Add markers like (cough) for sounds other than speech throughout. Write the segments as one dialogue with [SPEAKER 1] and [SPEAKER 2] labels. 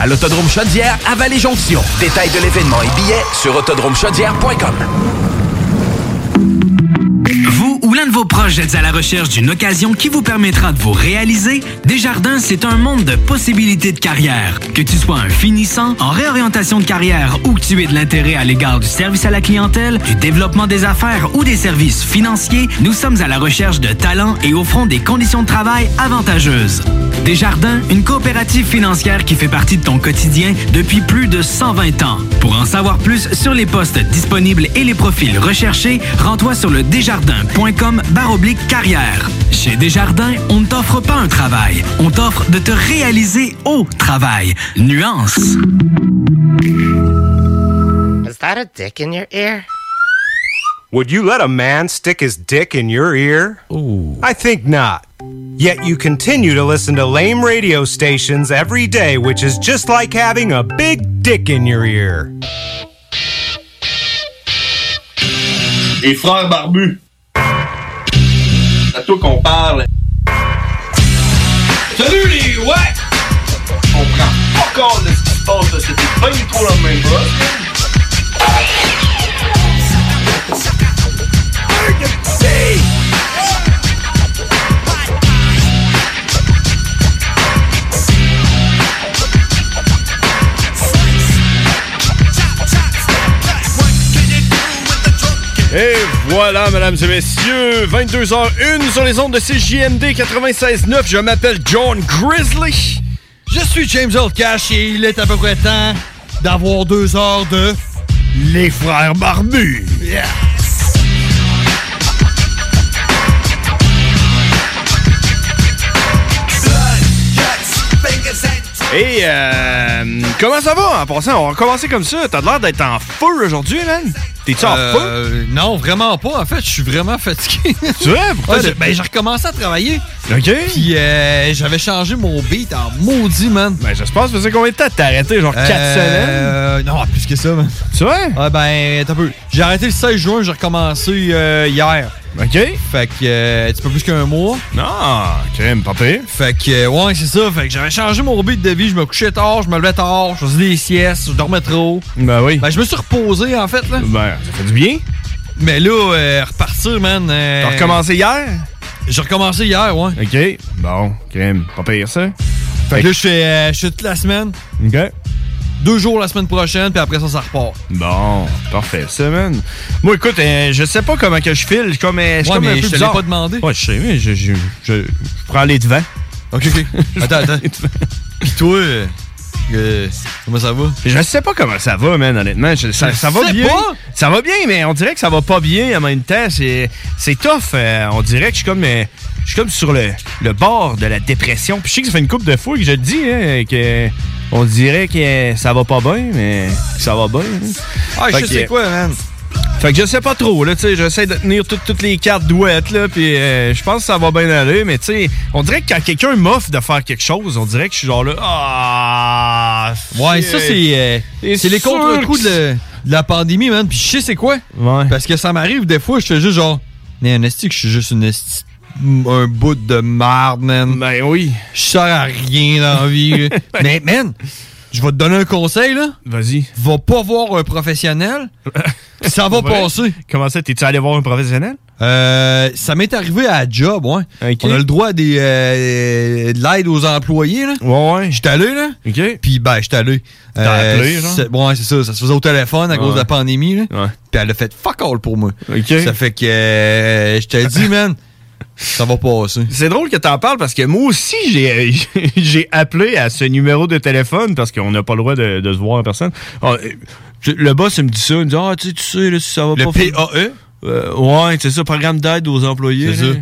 [SPEAKER 1] À l'Autodrome Chaudière à Vallée-Jonction. Détails de l'événement et billets sur autodromechaudière.com.
[SPEAKER 2] Vous ou l'un de vos proches êtes à la recherche d'une occasion qui vous permettra de vous réaliser, Desjardins, c'est un monde de possibilités de carrière. Que tu sois un finissant, en réorientation de carrière ou que tu aies de l'intérêt à l'égard du service à la clientèle, du développement des affaires ou des services financiers, nous sommes à la recherche de talents et offrons des conditions de travail avantageuses. Desjardins, une coopérative financière qui fait partie de ton quotidien depuis plus de 120 ans. Pour en savoir plus sur les postes disponibles et les profils recherchés, rends-toi sur le desjardins.com baroblique carrière. Chez Desjardins, on ne t'offre pas un travail, on t'offre de te réaliser au travail. Nuance.
[SPEAKER 3] Is that a dick in your ear?
[SPEAKER 4] Would you let a man stick his dick in your ear? Ooh. I think not. Yet you continue to listen to lame radio stations every day, which is just like having a big dick in your ear.
[SPEAKER 5] Les frères barbus. C'est à toi qu'on parle. Salut les ouais! On prend pas compte de ce qui se passe, là. c'était pas du tout la même
[SPEAKER 6] Et voilà, mesdames et messieurs, 22h01 sur les ondes de CJMD 96.9. Je m'appelle John Grizzly.
[SPEAKER 7] Je suis James Oldcash et il est à peu près temps d'avoir deux heures de Les Frères Barbus.
[SPEAKER 6] Et euh, comment ça va en passant? On va commencer comme ça. T'as l'air d'être en feu aujourd'hui, man. T'es-tu en feu?
[SPEAKER 7] Euh, non, vraiment pas. En fait, je suis vraiment fatigué.
[SPEAKER 6] Tu vois, pourquoi
[SPEAKER 7] Ouais, j'ai-
[SPEAKER 6] t'es-
[SPEAKER 7] ben, j'ai recommencé à travailler.
[SPEAKER 6] OK.
[SPEAKER 7] Puis euh, j'avais changé mon beat en maudit, man.
[SPEAKER 6] Ben, j'espère que ça faisait combien de temps que t'as arrêté? Genre 4 semaines?
[SPEAKER 7] Euh, Non, plus que ça, man.
[SPEAKER 6] Tu vois?
[SPEAKER 7] Ah ben, t'as peu. J'ai arrêté le 16 juin, j'ai recommencé euh, hier.
[SPEAKER 6] OK.
[SPEAKER 7] Fait que, euh, un petit peu plus qu'un mois.
[SPEAKER 6] Non, crème, pas pire.
[SPEAKER 7] Fait que, euh, ouais, c'est ça. Fait que j'avais changé mon beat de vie. Je me couchais tard, je me levais tard, je faisais des siestes, je dormais trop.
[SPEAKER 6] Ben oui.
[SPEAKER 7] Ben, je me suis reposé, en fait, là.
[SPEAKER 6] Ben, ça fait du bien.
[SPEAKER 7] Mais là, euh, repartir, man. euh,
[SPEAKER 6] T'as recommencé hier?
[SPEAKER 7] J'ai recommencé hier, ouais.
[SPEAKER 6] OK. Bon, crème, pas pire ça.
[SPEAKER 7] Fait que là, je fais, euh, je fais toute la semaine,
[SPEAKER 6] OK.
[SPEAKER 7] deux jours la semaine prochaine, puis après ça, ça repart.
[SPEAKER 6] Bon, parfait, ça, man. Moi, écoute, euh, je sais pas comment que je file. Je suis comme, euh, je suis
[SPEAKER 7] Ouais,
[SPEAKER 6] comme un peu
[SPEAKER 7] mais je te l'ai
[SPEAKER 6] bizarre.
[SPEAKER 7] pas demandé.
[SPEAKER 6] Ouais, je sais, mais je, je, je- je prends les devants.
[SPEAKER 7] Ok, ok.
[SPEAKER 6] (laughs)
[SPEAKER 7] attends, attends. Puis toi, euh, euh, comment ça va?
[SPEAKER 6] Je sais pas comment ça va, man, honnêtement. Je- ça,
[SPEAKER 7] Je
[SPEAKER 6] ça va
[SPEAKER 7] sais
[SPEAKER 6] bien.
[SPEAKER 7] pas.
[SPEAKER 6] Ça va bien, mais on dirait que ça va pas bien en même temps. C'est, c'est tough. euh, on dirait que je suis comme, euh, je suis comme sur le, le bord de la dépression. Puis je sais que ça fait une couple de fois que je le dis, hein, que on dirait que ça va pas bien, mais que ça va bien. hein.
[SPEAKER 7] Ah,
[SPEAKER 6] Fait
[SPEAKER 7] je
[SPEAKER 6] que-
[SPEAKER 7] sais quoi, man.
[SPEAKER 6] Fait que je sais pas trop, là, tu sais, j'essaie de tenir tout- toutes les cartes douettes, là, puis euh, je pense que ça va bien aller, mais tu sais, on dirait que quand quelqu'un m'offre de faire quelque chose, on dirait que je suis genre là, ah,
[SPEAKER 7] Ouais,
[SPEAKER 6] shit.
[SPEAKER 7] ça, c'est euh,
[SPEAKER 6] C'est
[SPEAKER 7] c'est les
[SPEAKER 6] sûr
[SPEAKER 7] contre-coups
[SPEAKER 6] que
[SPEAKER 7] de, la- de la pandémie, man. Puis je sais c'est quoi.
[SPEAKER 6] Ouais.
[SPEAKER 7] Parce que ça m'arrive des fois, je fais juste genre, mais un esti que je suis juste une esti- un bout de merde, man.
[SPEAKER 6] Ben oui,
[SPEAKER 7] Je sors à rien dans la
[SPEAKER 6] (laughs)
[SPEAKER 7] vie. là. mais man, je vais te donner un conseil, là.
[SPEAKER 6] vas-y.
[SPEAKER 7] Va pas voir un
[SPEAKER 6] (laughs)
[SPEAKER 7] professionnel. ça va
[SPEAKER 6] Ouais.
[SPEAKER 7] passer.
[SPEAKER 6] Comment ça, t'es-tu allé voir un professionnel?
[SPEAKER 7] Euh, ça m'est arrivé à la job, ouais.
[SPEAKER 6] Ok.
[SPEAKER 7] On a le droit à des, euh, de l'aide aux employés, là.
[SPEAKER 6] Ouais, ouais.
[SPEAKER 7] J'étais allé, là.
[SPEAKER 6] Ok.
[SPEAKER 7] Puis ben, j'étais allé. Euh,
[SPEAKER 6] appelé, genre?
[SPEAKER 7] c'est- ouais, c'est ça. Ça se faisait au téléphone à cause de la pandémie. Là.
[SPEAKER 6] Ouais.
[SPEAKER 7] Puis elle a fait fuck all pour moi.
[SPEAKER 6] Ok.
[SPEAKER 7] Ça fait que euh, je te
[SPEAKER 6] (laughs)
[SPEAKER 7] dis, man, ça va passer.
[SPEAKER 6] C'est drôle que t'en parles parce que moi aussi, j'ai, (laughs) j'ai appelé à ce numéro de téléphone parce qu'on n'a pas le droit de, de se voir en personne. Ah, euh, le boss, il me dit ça. Il me dit, ah, tu sais, tu sais, là, si ça va
[SPEAKER 7] Le
[SPEAKER 6] pas.
[SPEAKER 7] PAE?
[SPEAKER 6] Euh, ouais, c'est ça, programme d'aide aux employés.
[SPEAKER 7] C'est
[SPEAKER 6] là.
[SPEAKER 7] ça.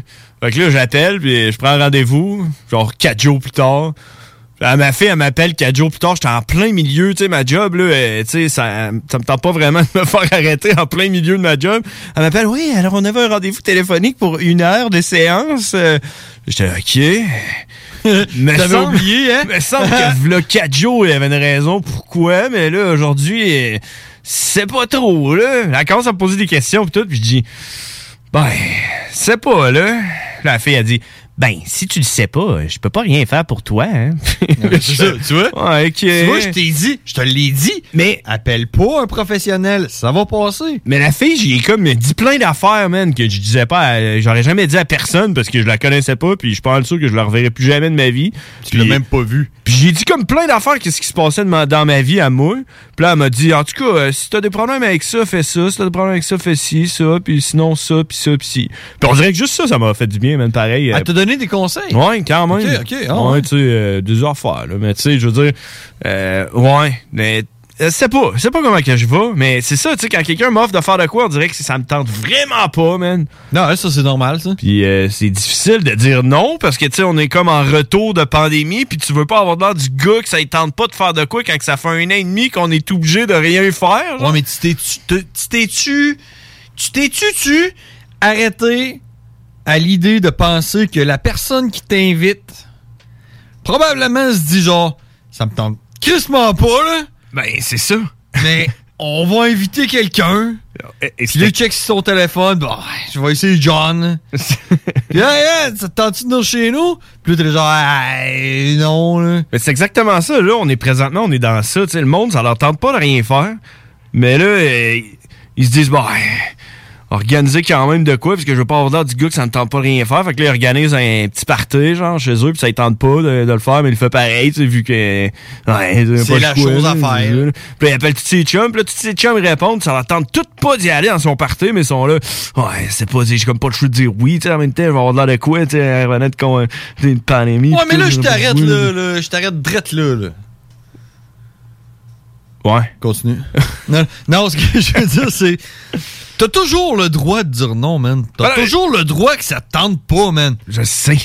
[SPEAKER 6] Fait que là, j'appelle, puis je prends rendez-vous, genre quatre jours plus tard. Ah, ma fille, elle m'appelle quatre jours plus tard, j'étais en plein milieu, tu sais, ma job, là, euh, tu sais, ça, ça me tente pas vraiment de me (laughs) faire arrêter en plein milieu de ma job. Elle m'appelle, oui, alors on avait un rendez-vous téléphonique pour une heure de séance. euh. J'étais, OK. Mais
[SPEAKER 7] (laughs) T'avais oublié, hein?
[SPEAKER 6] me semble que, là, quatre jours, il y avait une raison pourquoi, mais là, aujourd'hui, euh, c'est pas trop, là. Elle commence à me poser des questions, pis tout, puis je dis, ben, c'est pas, là. Là, la fille a dit, ben, si tu le sais pas, je peux pas rien faire pour toi, hein.
[SPEAKER 7] C'est ça, (laughs) tu vois?
[SPEAKER 6] Ouais, ok.
[SPEAKER 7] Tu vois, je t'ai dit, je te l'ai dit.
[SPEAKER 6] Mais-
[SPEAKER 7] appelle pas un professionnel, ça va passer.
[SPEAKER 6] Mais la fille, j'y ai comme dit plein d'affaires, man, que je disais pas, à- j'aurais jamais dit à personne parce que je la connaissais pas, puis je pense sûr que je la reverrai plus jamais de ma vie.
[SPEAKER 7] Tu l'as même pas vu.
[SPEAKER 6] Puis j'ai dit comme plein d'affaires qu'est-ce qui se passait de ma- dans ma vie à moi. Puis là, elle m'a dit, en tout cas, euh, si t'as des problèmes avec ça, fais ça. Si t'as des problèmes avec ça, fais ci, ça. Puis sinon, ça, puis ça, puis ci. Puis on dirait que juste ça, ça m'a fait du bien, même pareil. euh,
[SPEAKER 7] Elle t'a donné des conseils.
[SPEAKER 6] Ouais, quand même.
[SPEAKER 7] Ok, ok, ah
[SPEAKER 6] ouais,
[SPEAKER 7] ouais.
[SPEAKER 6] tu sais, euh, des affaires, là. Mais tu sais, je veux dire, euh, ouais, mais euh, c'est pas, c'est pas comment que je vais, mais c'est ça, tu sais, quand quelqu'un m'offre de faire de quoi, on dirait que ça me tente vraiment pas, man.
[SPEAKER 7] Non, hein, ça, c'est normal, ça.
[SPEAKER 6] Puis euh, c'est difficile de dire non parce que, tu sais, on est comme en retour de pandémie, puis tu veux pas avoir l'air du gars que ça ne tente pas de faire de quoi quand que ça fait un an et demi qu'on est obligé de rien faire. genre.
[SPEAKER 7] Ouais, mais tu t'es- tu te- tu t'es-tu. Tu t'es-tu, tu arrêté à l'idée de penser que la personne qui t'invite probablement se dit genre, ça me tente crissement pas, là,
[SPEAKER 6] Ben, c'est ça.
[SPEAKER 7] (laughs) mais on va inviter quelqu'un.
[SPEAKER 6] Et- et
[SPEAKER 7] Puis là, il check sur son téléphone. Bon, je vais
[SPEAKER 6] (laughs)
[SPEAKER 7] essayer John. Puis, hey, hey, ça te tente-tu de venir chez nous? Puis là, t'es genre, hey, non, là.
[SPEAKER 6] Mais c'est exactement ça, là. On est présentement, on est dans ça. tu sais, le monde, ça leur tente pas de rien faire. Mais là, euh, ils se disent, bah, organiser quand même de quoi, parce que je veux pas avoir l'air du gars que ça ne tente pas de rien faire. Fait que là, ils organisent un petit party, genre, chez eux, puis ça ne tente pas de, de le faire, mais il le fait pareil, tu sais, vu que. Ouais,
[SPEAKER 7] C'est
[SPEAKER 6] pas le choix,
[SPEAKER 7] la chose à
[SPEAKER 6] là.
[SPEAKER 7] faire.
[SPEAKER 6] Puis ils appellent tous ses chums, puis là, tous ses chums répondent, ça leur tente tout pas d'y aller dans son party, mais ils sont là, ouais, c'est pas, j'ai comme pas le choix de dire oui, tu sais, en même temps, je vais avoir l'air de quoi, tu sais, à revenir de con- euh, d'une pandémie.
[SPEAKER 7] Ouais,
[SPEAKER 6] puis
[SPEAKER 7] mais
[SPEAKER 6] tout,
[SPEAKER 7] là, je
[SPEAKER 6] sais pas
[SPEAKER 7] t'arrête,
[SPEAKER 6] ben, oui,
[SPEAKER 7] là, là. Je t'arrête drette, là, là.
[SPEAKER 6] Ouais.
[SPEAKER 7] Continue. (laughs) non, non, ce que je veux dire, c'est. T'as toujours le droit de dire non, man. T'as
[SPEAKER 6] Ben,
[SPEAKER 7] toujours le droit que ça te tente pas, man.
[SPEAKER 6] Je sais.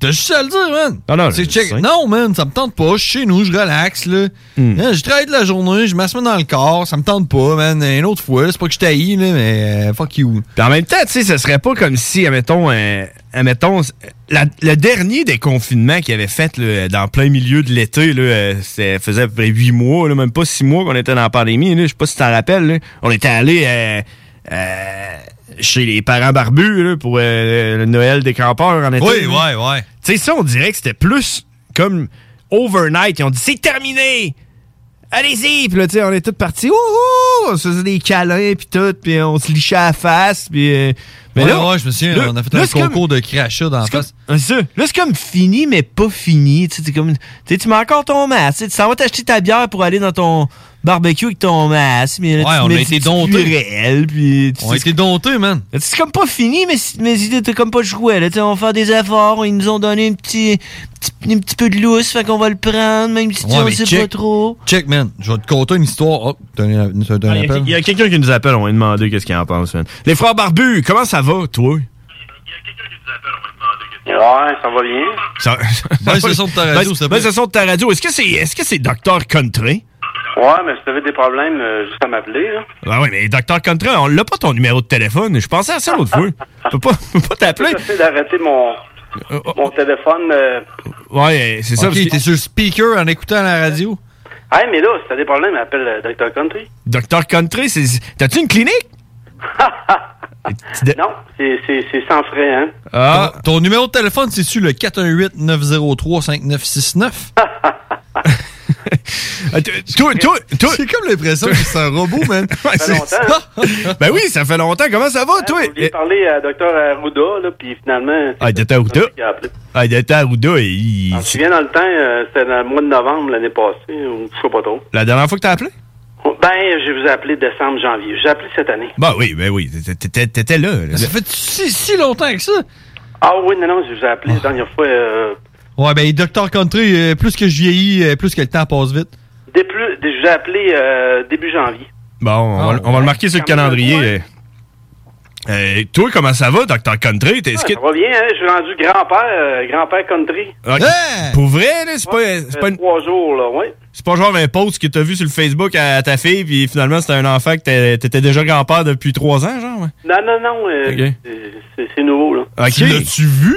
[SPEAKER 7] T'as juste à le dire, man.
[SPEAKER 6] Ah non,
[SPEAKER 7] C'est
[SPEAKER 6] je
[SPEAKER 7] check.
[SPEAKER 6] sais. Hmm.
[SPEAKER 7] Non, man, ça me tente pas. Je suis chez nous, je relaxe, là. Hein, Je travaille de la journée, je m'assois dans le corps, ça me tente pas, man. Une autre fois, c'est pas que je t'haïs, là, mais euh, fuck you.
[SPEAKER 6] Puis en même temps, tu sais, ce serait pas comme si, admettons, euh, admettons la- le dernier des confinements qu'il avait fait là, dans plein milieu de l'été, là, euh, ça faisait à peu près huit mois, là, même pas six mois qu'on était dans la pandémie. là. Je sais pas si tu t'en rappelles. là. On était allé euh, euh, chez les parents barbus là, pour euh, le Noël des campeurs en été. là.
[SPEAKER 7] ouais.
[SPEAKER 6] Tu sais, ça, on dirait que c'était plus comme overnight. Ils ont dit, c'est terminé! Allez-y! Puis là, tu sais, on est tous partis. Wouhou! On se faisait des câlins, puis tout, puis on se lichait à la face, puis... euh,
[SPEAKER 7] Mais là, ouais, je me souviens,
[SPEAKER 6] là-
[SPEAKER 7] on a fait
[SPEAKER 6] là,
[SPEAKER 7] un
[SPEAKER 6] c'est comme-
[SPEAKER 7] concours de crachat dans la
[SPEAKER 6] c'est comme-
[SPEAKER 7] face.
[SPEAKER 6] c'est ça. Là, c'est comme fini, mais pas fini. Tu sais, c'est comme, tu sais, tu mets encore ton masque. Tu sais, Tu s'en vas t'acheter ta bière pour aller dans ton barbecue avec ton masque. Mais là,
[SPEAKER 7] Ouais,
[SPEAKER 6] tu te
[SPEAKER 7] on
[SPEAKER 6] mets
[SPEAKER 7] a
[SPEAKER 6] du
[SPEAKER 7] été
[SPEAKER 6] petit
[SPEAKER 7] domptés.
[SPEAKER 6] purel, puis tu
[SPEAKER 7] On
[SPEAKER 6] sais,
[SPEAKER 7] a été domptés, man.
[SPEAKER 6] c'est comme pas fini, mais mes idées étaient comme pas jouées. Là, Tu sais, on va faire des efforts, ils nous ont donné un petit, petit- un petit peu de lousse, fait qu'on va le prendre, même si
[SPEAKER 7] Ouais,
[SPEAKER 6] on
[SPEAKER 7] mais
[SPEAKER 6] sait
[SPEAKER 7] check.
[SPEAKER 6] pas trop.
[SPEAKER 7] Check, man. Je vais te conter une histoire. Oh, t'as un, t'as un appel?
[SPEAKER 6] Ah, y a quelqu'un qui nous appelle, on va demander qu'est-ce qu'il en pense. Les frères barbus, comment ça va, toi?
[SPEAKER 8] Ouais, ça va bien.
[SPEAKER 6] (laughs)
[SPEAKER 7] Baisse le son Ben, de ta
[SPEAKER 6] Ben,
[SPEAKER 7] radio, s'il te plaît.
[SPEAKER 6] son de ta radio. Est-ce que c'est est -ce c'est Dr. Country?
[SPEAKER 8] Ouais, mais si t'avais des problèmes, euh, juste à m'appeler, là.
[SPEAKER 6] Ah oui, mais Dr. Country, on l'a pas ton numéro de téléphone. Je pensais à ça l'autre fois. Je peux pas, je peux pas t'appeler.
[SPEAKER 8] J'essaie d'arrêter mon,
[SPEAKER 6] Euh, oh,
[SPEAKER 8] mon téléphone. euh.
[SPEAKER 6] Ouais, c'est ça.
[SPEAKER 7] Ok,
[SPEAKER 6] parce que-
[SPEAKER 7] t'es sur le speaker en écoutant la radio.
[SPEAKER 8] Hey, mais là, si t'as des problèmes, appelle euh, Dr.
[SPEAKER 6] (laughs)
[SPEAKER 8] Country.
[SPEAKER 6] Dr. Country, c'est. T'as-tu une clinique?
[SPEAKER 8] Non, c'est c'est- c'est sans frais, hein.
[SPEAKER 6] Ah,
[SPEAKER 7] Ton, ton numéro de téléphone, c'est-tu le 418-903-5969?
[SPEAKER 6] (laughs) Ah, t- toi, toi, toi.
[SPEAKER 7] J'ai comme l'impression que c'est un robot, (laughs) man.
[SPEAKER 6] Ouais, c'est-
[SPEAKER 8] longtemps.
[SPEAKER 6] ben oui, ça fait longtemps. Comment ça va, toi?
[SPEAKER 8] J'ai oublié de Hein, parler à Dr. Arruda, là, puis finalement...
[SPEAKER 6] Ah, Dr. Arruda?
[SPEAKER 8] Il a appelé.
[SPEAKER 6] Ah, il était à Arruda, il-
[SPEAKER 8] Je me souviens dans le temps, euh, c'était dans le mois de novembre l'année passée, ou je sais pas trop.
[SPEAKER 6] La dernière fois que t'as appelé?
[SPEAKER 8] Ben, je vous ai appelé décembre, janvier. J'ai appelé cette année.
[SPEAKER 6] Ben oui, ben oui. T'étais t'étais là. là.
[SPEAKER 7] Ça fait si, si longtemps que ça.
[SPEAKER 8] Ah oui, non, non, je vous ai appelé
[SPEAKER 6] Ah.
[SPEAKER 8] la dernière fois... euh,
[SPEAKER 7] Ouais, ben, Dr. Country, euh, plus que je vieillis, euh, plus que le temps passe vite.
[SPEAKER 8] dès plus, dès- je vous ai appelé euh, début janvier.
[SPEAKER 6] Bon, on, va,
[SPEAKER 7] Ah,
[SPEAKER 6] on va le marquer sur le
[SPEAKER 8] quand même,
[SPEAKER 6] calendrier.
[SPEAKER 8] ouais.
[SPEAKER 6] euh. Euh, toi, comment ça va, Dr. Country? T'es- est-ce que-
[SPEAKER 8] ça va bien, hein? Je suis rendu grand-père, euh, grand-père country.
[SPEAKER 6] Ah, Pour vrai, là, c'est pas, c'est pas, une-
[SPEAKER 8] Trois jours, là, oui.
[SPEAKER 6] c'est pas genre un post que t'as vu sur le Facebook à, à ta fille, puis finalement, c'était un enfant que t'es- t'étais déjà grand-père depuis trois ans, genre? ouais?
[SPEAKER 8] Non, non, non, euh,
[SPEAKER 6] Ok. Ah,
[SPEAKER 8] c'est- c'est- c'est nouveau, là.
[SPEAKER 6] Ok. Tu l'as-tu vu?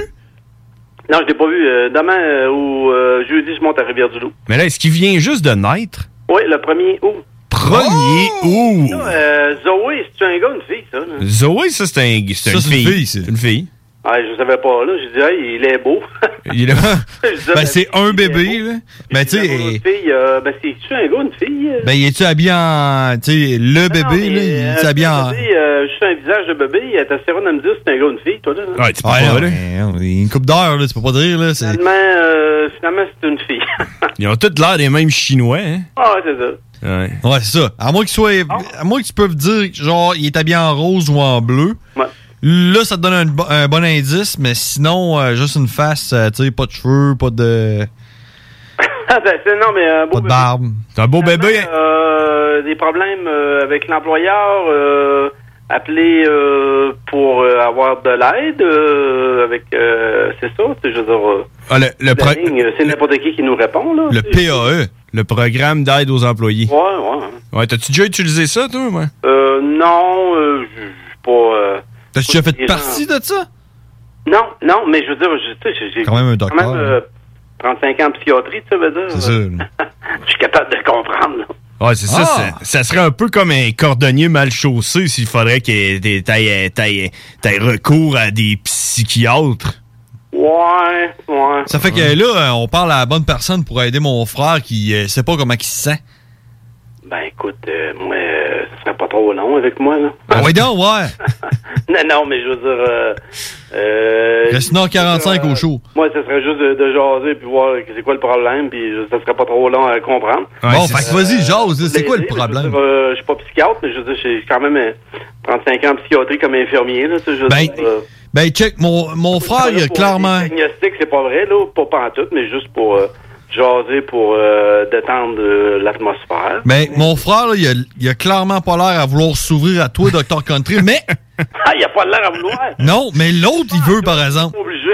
[SPEAKER 8] Non, je l'ai pas vu. Euh, demain euh, ou euh, jeudi, je monte à Rivière-du-Loup.
[SPEAKER 6] Mais là, est-ce qu'il vient juste de naître?
[SPEAKER 8] Oui, le premier août.
[SPEAKER 6] Premier
[SPEAKER 7] Oh!
[SPEAKER 6] août!
[SPEAKER 8] Euh, Zoé, c'est-tu un gars ou une fille, ça? là?
[SPEAKER 6] Zoé, ça, c'est un, c'est une, fille. C'est une fille.
[SPEAKER 8] Ah, je savais pas, là. J'ai dit, hey, il est beau.
[SPEAKER 6] Il est
[SPEAKER 7] Ben, c'est un bébé, là. Ben, tu sais,
[SPEAKER 8] Une fille, euh, ben, c'est-tu un gars ou une fille? euh?
[SPEAKER 7] ben, il est-tu habillé en. Tu sais, le
[SPEAKER 8] Non,
[SPEAKER 7] bébé,
[SPEAKER 8] mais,
[SPEAKER 7] là, il
[SPEAKER 8] euh,
[SPEAKER 7] est habillé en.
[SPEAKER 8] je dis, euh, juste un visage de bébé, euh, Testérone, elle me dit, c'est un gars ou une fille, toi, là. là.
[SPEAKER 6] Ouais, tu peux
[SPEAKER 7] Ouais,
[SPEAKER 6] pas,
[SPEAKER 7] non,
[SPEAKER 6] là.
[SPEAKER 7] mais, on est une coupe d'heure, là, tu peux pas dire, là. c'est-
[SPEAKER 8] Finalement, euh, finalement, c'est une fille. (laughs)
[SPEAKER 6] Ils ont tous l'air des mêmes Chinois, hein?
[SPEAKER 8] ah, ouais, c'est ça. (laughs)
[SPEAKER 6] Ouais.
[SPEAKER 7] Ouais, c'est ça. À moins qu'il soit.
[SPEAKER 8] Ah.
[SPEAKER 7] À moins que tu peux dire, genre, il est habillé en rose ou en bleu.
[SPEAKER 8] Ouais.
[SPEAKER 7] Là, ça te donne un, bo- un bon indice, mais sinon, euh, juste une face, euh, tu sais, pas de cheveux, pas de.
[SPEAKER 8] Ah, ben, c'est- non, mais un beau
[SPEAKER 7] pas de
[SPEAKER 8] bébé.
[SPEAKER 7] barbe.
[SPEAKER 6] C'est un beau bébé. hein?
[SPEAKER 8] Euh, des problèmes euh, avec l'employeur, euh, appelé euh, pour euh, avoir de l'aide, euh, avec, euh, c'est ça, c'est- je veux dire, euh,
[SPEAKER 6] Ah, le, le, pro-
[SPEAKER 8] la ligne, euh, c'est n'importe qui qui nous répond, là.
[SPEAKER 6] (laughs) le
[SPEAKER 8] C'est-
[SPEAKER 6] PAE, le programme d'aide aux employés.
[SPEAKER 8] Ouais, ouais.
[SPEAKER 6] Ouais, t'as-tu déjà utilisé ça, toi? Ouais?
[SPEAKER 8] Euh, non, euh, je je suis pas... euh,
[SPEAKER 7] T'as-tu déjà fait
[SPEAKER 8] Des gens-
[SPEAKER 7] partie de ça?
[SPEAKER 8] Non, non, mais je veux dire, je- tu sais, j'ai- j'ai
[SPEAKER 7] Quand même un
[SPEAKER 8] quand
[SPEAKER 7] docteur.
[SPEAKER 8] même, euh, 35 ans en psychiatrie, tu veux dire.
[SPEAKER 7] C'est sûr.
[SPEAKER 8] Je suis capable de comprendre. là.
[SPEAKER 6] Ouais, c'est ça.
[SPEAKER 7] Ah!
[SPEAKER 6] c'est- Ça serait un peu comme un cordonnier mal chaussé s'il faudrait que t'aies- t'aies t'aies- t'aies recours à des psychiatres.
[SPEAKER 8] Ouais, ouais.
[SPEAKER 7] Ça fait que là, euh, on parle à la bonne personne pour aider mon frère qui euh, sait pas comment il se sent.
[SPEAKER 8] Ben écoute, euh, moi, euh, ça serait pas trop long avec moi, là.
[SPEAKER 7] Ah oui, donc, ouais.
[SPEAKER 8] (laughs) non, non, mais je veux dire... Euh, euh,
[SPEAKER 7] Reste en 45 au chaud.
[SPEAKER 8] Moi, ça serait juste de, de jaser puis voir que c'est quoi le problème, puis je- ça serait pas trop long à comprendre.
[SPEAKER 6] Ouais,
[SPEAKER 7] bon,
[SPEAKER 6] c'est
[SPEAKER 7] fait que
[SPEAKER 6] ça.
[SPEAKER 7] vas-y, Jose, là, c'est
[SPEAKER 8] Mais,
[SPEAKER 7] quoi le
[SPEAKER 8] tu sais, je veux
[SPEAKER 7] problème?
[SPEAKER 8] dire, euh, Je suis pas psychiatre, mais je veux dire, j'ai quand même euh, 35 ans en psychiatrie comme infirmier, là, tu sais, je veux
[SPEAKER 7] Ben,
[SPEAKER 8] dire, euh,
[SPEAKER 7] Ben, check, mon, mon frère, il a
[SPEAKER 8] Pour
[SPEAKER 7] clairement.
[SPEAKER 8] des diagnostics, c'est pas vrai, là, pas pantoute, mais juste pour euh, jaser, pour euh, détendre euh, l'atmosphère.
[SPEAKER 7] Ben, mon frère, là, il, a, il a clairement pas l'air à vouloir s'ouvrir à toi, Dr. Country, mais
[SPEAKER 8] (laughs) Ah, il a pas l'air à vouloir.
[SPEAKER 7] non, mais l'autre, il veut, par exemple.
[SPEAKER 8] Pas obligé.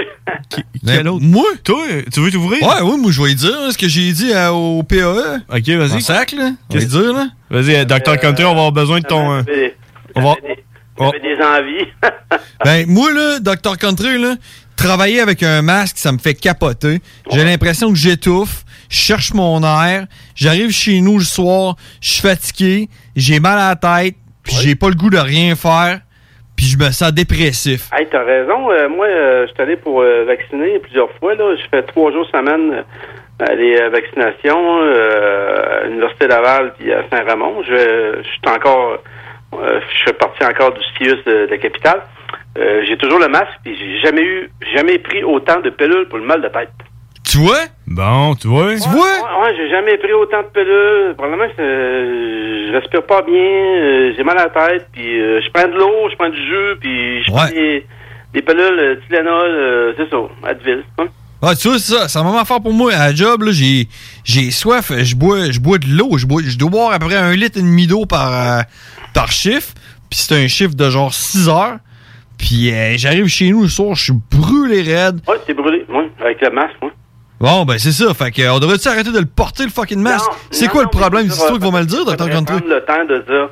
[SPEAKER 7] Mais
[SPEAKER 6] Quel autre?
[SPEAKER 7] Moi?
[SPEAKER 6] Toi, tu veux t'ouvrir?
[SPEAKER 7] Ouais, oui, moi, je vais lui dire là, ce que j'ai dit à- au PAE.
[SPEAKER 6] Ok, vas-y.
[SPEAKER 7] Mon sac, là. Je vais
[SPEAKER 6] Qu'est-ce-
[SPEAKER 7] lui dire, là.
[SPEAKER 6] Vas-y, euh, Dr. Country, on va avoir besoin de ton. euh,
[SPEAKER 8] J'avais
[SPEAKER 6] on va-
[SPEAKER 8] des,
[SPEAKER 6] on-
[SPEAKER 8] j'avais des envies.
[SPEAKER 7] (laughs) Ben, moi, là, Dr. Country, là, travailler avec un masque, ça me fait capoter. J'ai l'impression que j'étouffe. Je cherche mon air. J'arrive chez nous le soir. Je suis fatigué. J'ai mal à la tête. Puis j'ai pas le goût de rien faire. Puis je me sens dépressif.
[SPEAKER 8] hey, t'as raison. euh, moi, euh, je suis allé pour euh, vacciner plusieurs fois. Là, je fais trois jours semaine euh, à les euh, vaccinations euh, à l'Université Laval puis à Saint-Ramon. Je, je suis encore, euh, je suis parti encore du CIUS de, de la capitale. Euh, j'ai toujours le masque puis j'ai jamais eu, jamais pris autant de pilules pour le mal de tête.
[SPEAKER 7] Tu vois?
[SPEAKER 6] Bon, tu vois?
[SPEAKER 7] Tu vois?
[SPEAKER 8] Ouais, ouais, j'ai jamais pris autant de pilules. Probablement, que, euh, je respire pas bien, euh, j'ai mal à la tête, puis euh, je prends de l'eau, je prends du jus, puis je prends
[SPEAKER 7] Ouais.
[SPEAKER 8] des, des pilules euh, Tylenol, euh, c'est ça, Advil. hein.
[SPEAKER 7] Ah, tu vois, c'est ça. C'est un moment fort pour moi. À la job, là, j'ai, j'ai soif. Je bois, je bois de l'eau. Je, bois, je dois boire à peu près un litre et demi d'eau par, euh, par chiffre. Puis c'est un chiffre de genre 6 heures. Puis euh, j'arrive chez nous le soir, je suis brûlé raide.
[SPEAKER 8] Ouais, t'es brûlé, ouais, avec le masque, ouais.
[SPEAKER 7] Bon, ben c'est ça. Fait que, euh, on devrait-tu arrêter de le porter, le fucking masque?
[SPEAKER 8] Non,
[SPEAKER 7] c'est
[SPEAKER 8] non,
[SPEAKER 7] quoi
[SPEAKER 8] non,
[SPEAKER 7] le problème?
[SPEAKER 8] mais
[SPEAKER 7] C'est toi qui vas me le dire,
[SPEAKER 8] faudrait
[SPEAKER 7] Dr. Country.
[SPEAKER 8] prendre le temps de dire,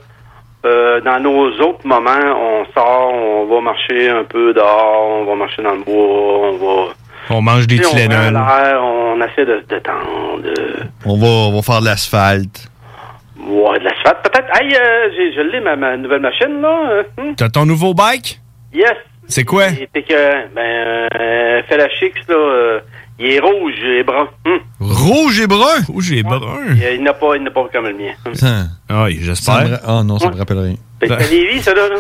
[SPEAKER 8] euh, dans nos autres moments, on sort, on va marcher un peu dehors, on va marcher dans le bois, on va...
[SPEAKER 6] On mange des
[SPEAKER 8] Tu sais, on prend
[SPEAKER 6] Tylenol.
[SPEAKER 8] l'air, on essaie de euh, se détendre, de-
[SPEAKER 7] On va, on va faire de l'asphalte.
[SPEAKER 8] Ouais, de l'asphalte, peut-être. Hey, euh, j'ai- je l'ai, ma, ma nouvelle machine, là. euh, hmm.
[SPEAKER 6] T'as ton nouveau bike?
[SPEAKER 8] Yes.
[SPEAKER 6] C'est quoi?
[SPEAKER 8] Et t'es que, ben, euh, fait la chix, là. euh, il est rouge, il est brun. Hmm.
[SPEAKER 7] Rouge et brun!
[SPEAKER 6] Oh, j'ai brun.
[SPEAKER 8] Il, il n'a pas, il n'a pas comme le mien. Hmm.
[SPEAKER 7] Putain,
[SPEAKER 6] Oui,
[SPEAKER 7] Hein. ça me
[SPEAKER 6] j'espère.
[SPEAKER 7] ra- Ah non, ça me rappelle rien.
[SPEAKER 8] Fait que
[SPEAKER 6] Ben.
[SPEAKER 8] C'est Lévis, ça, là. là.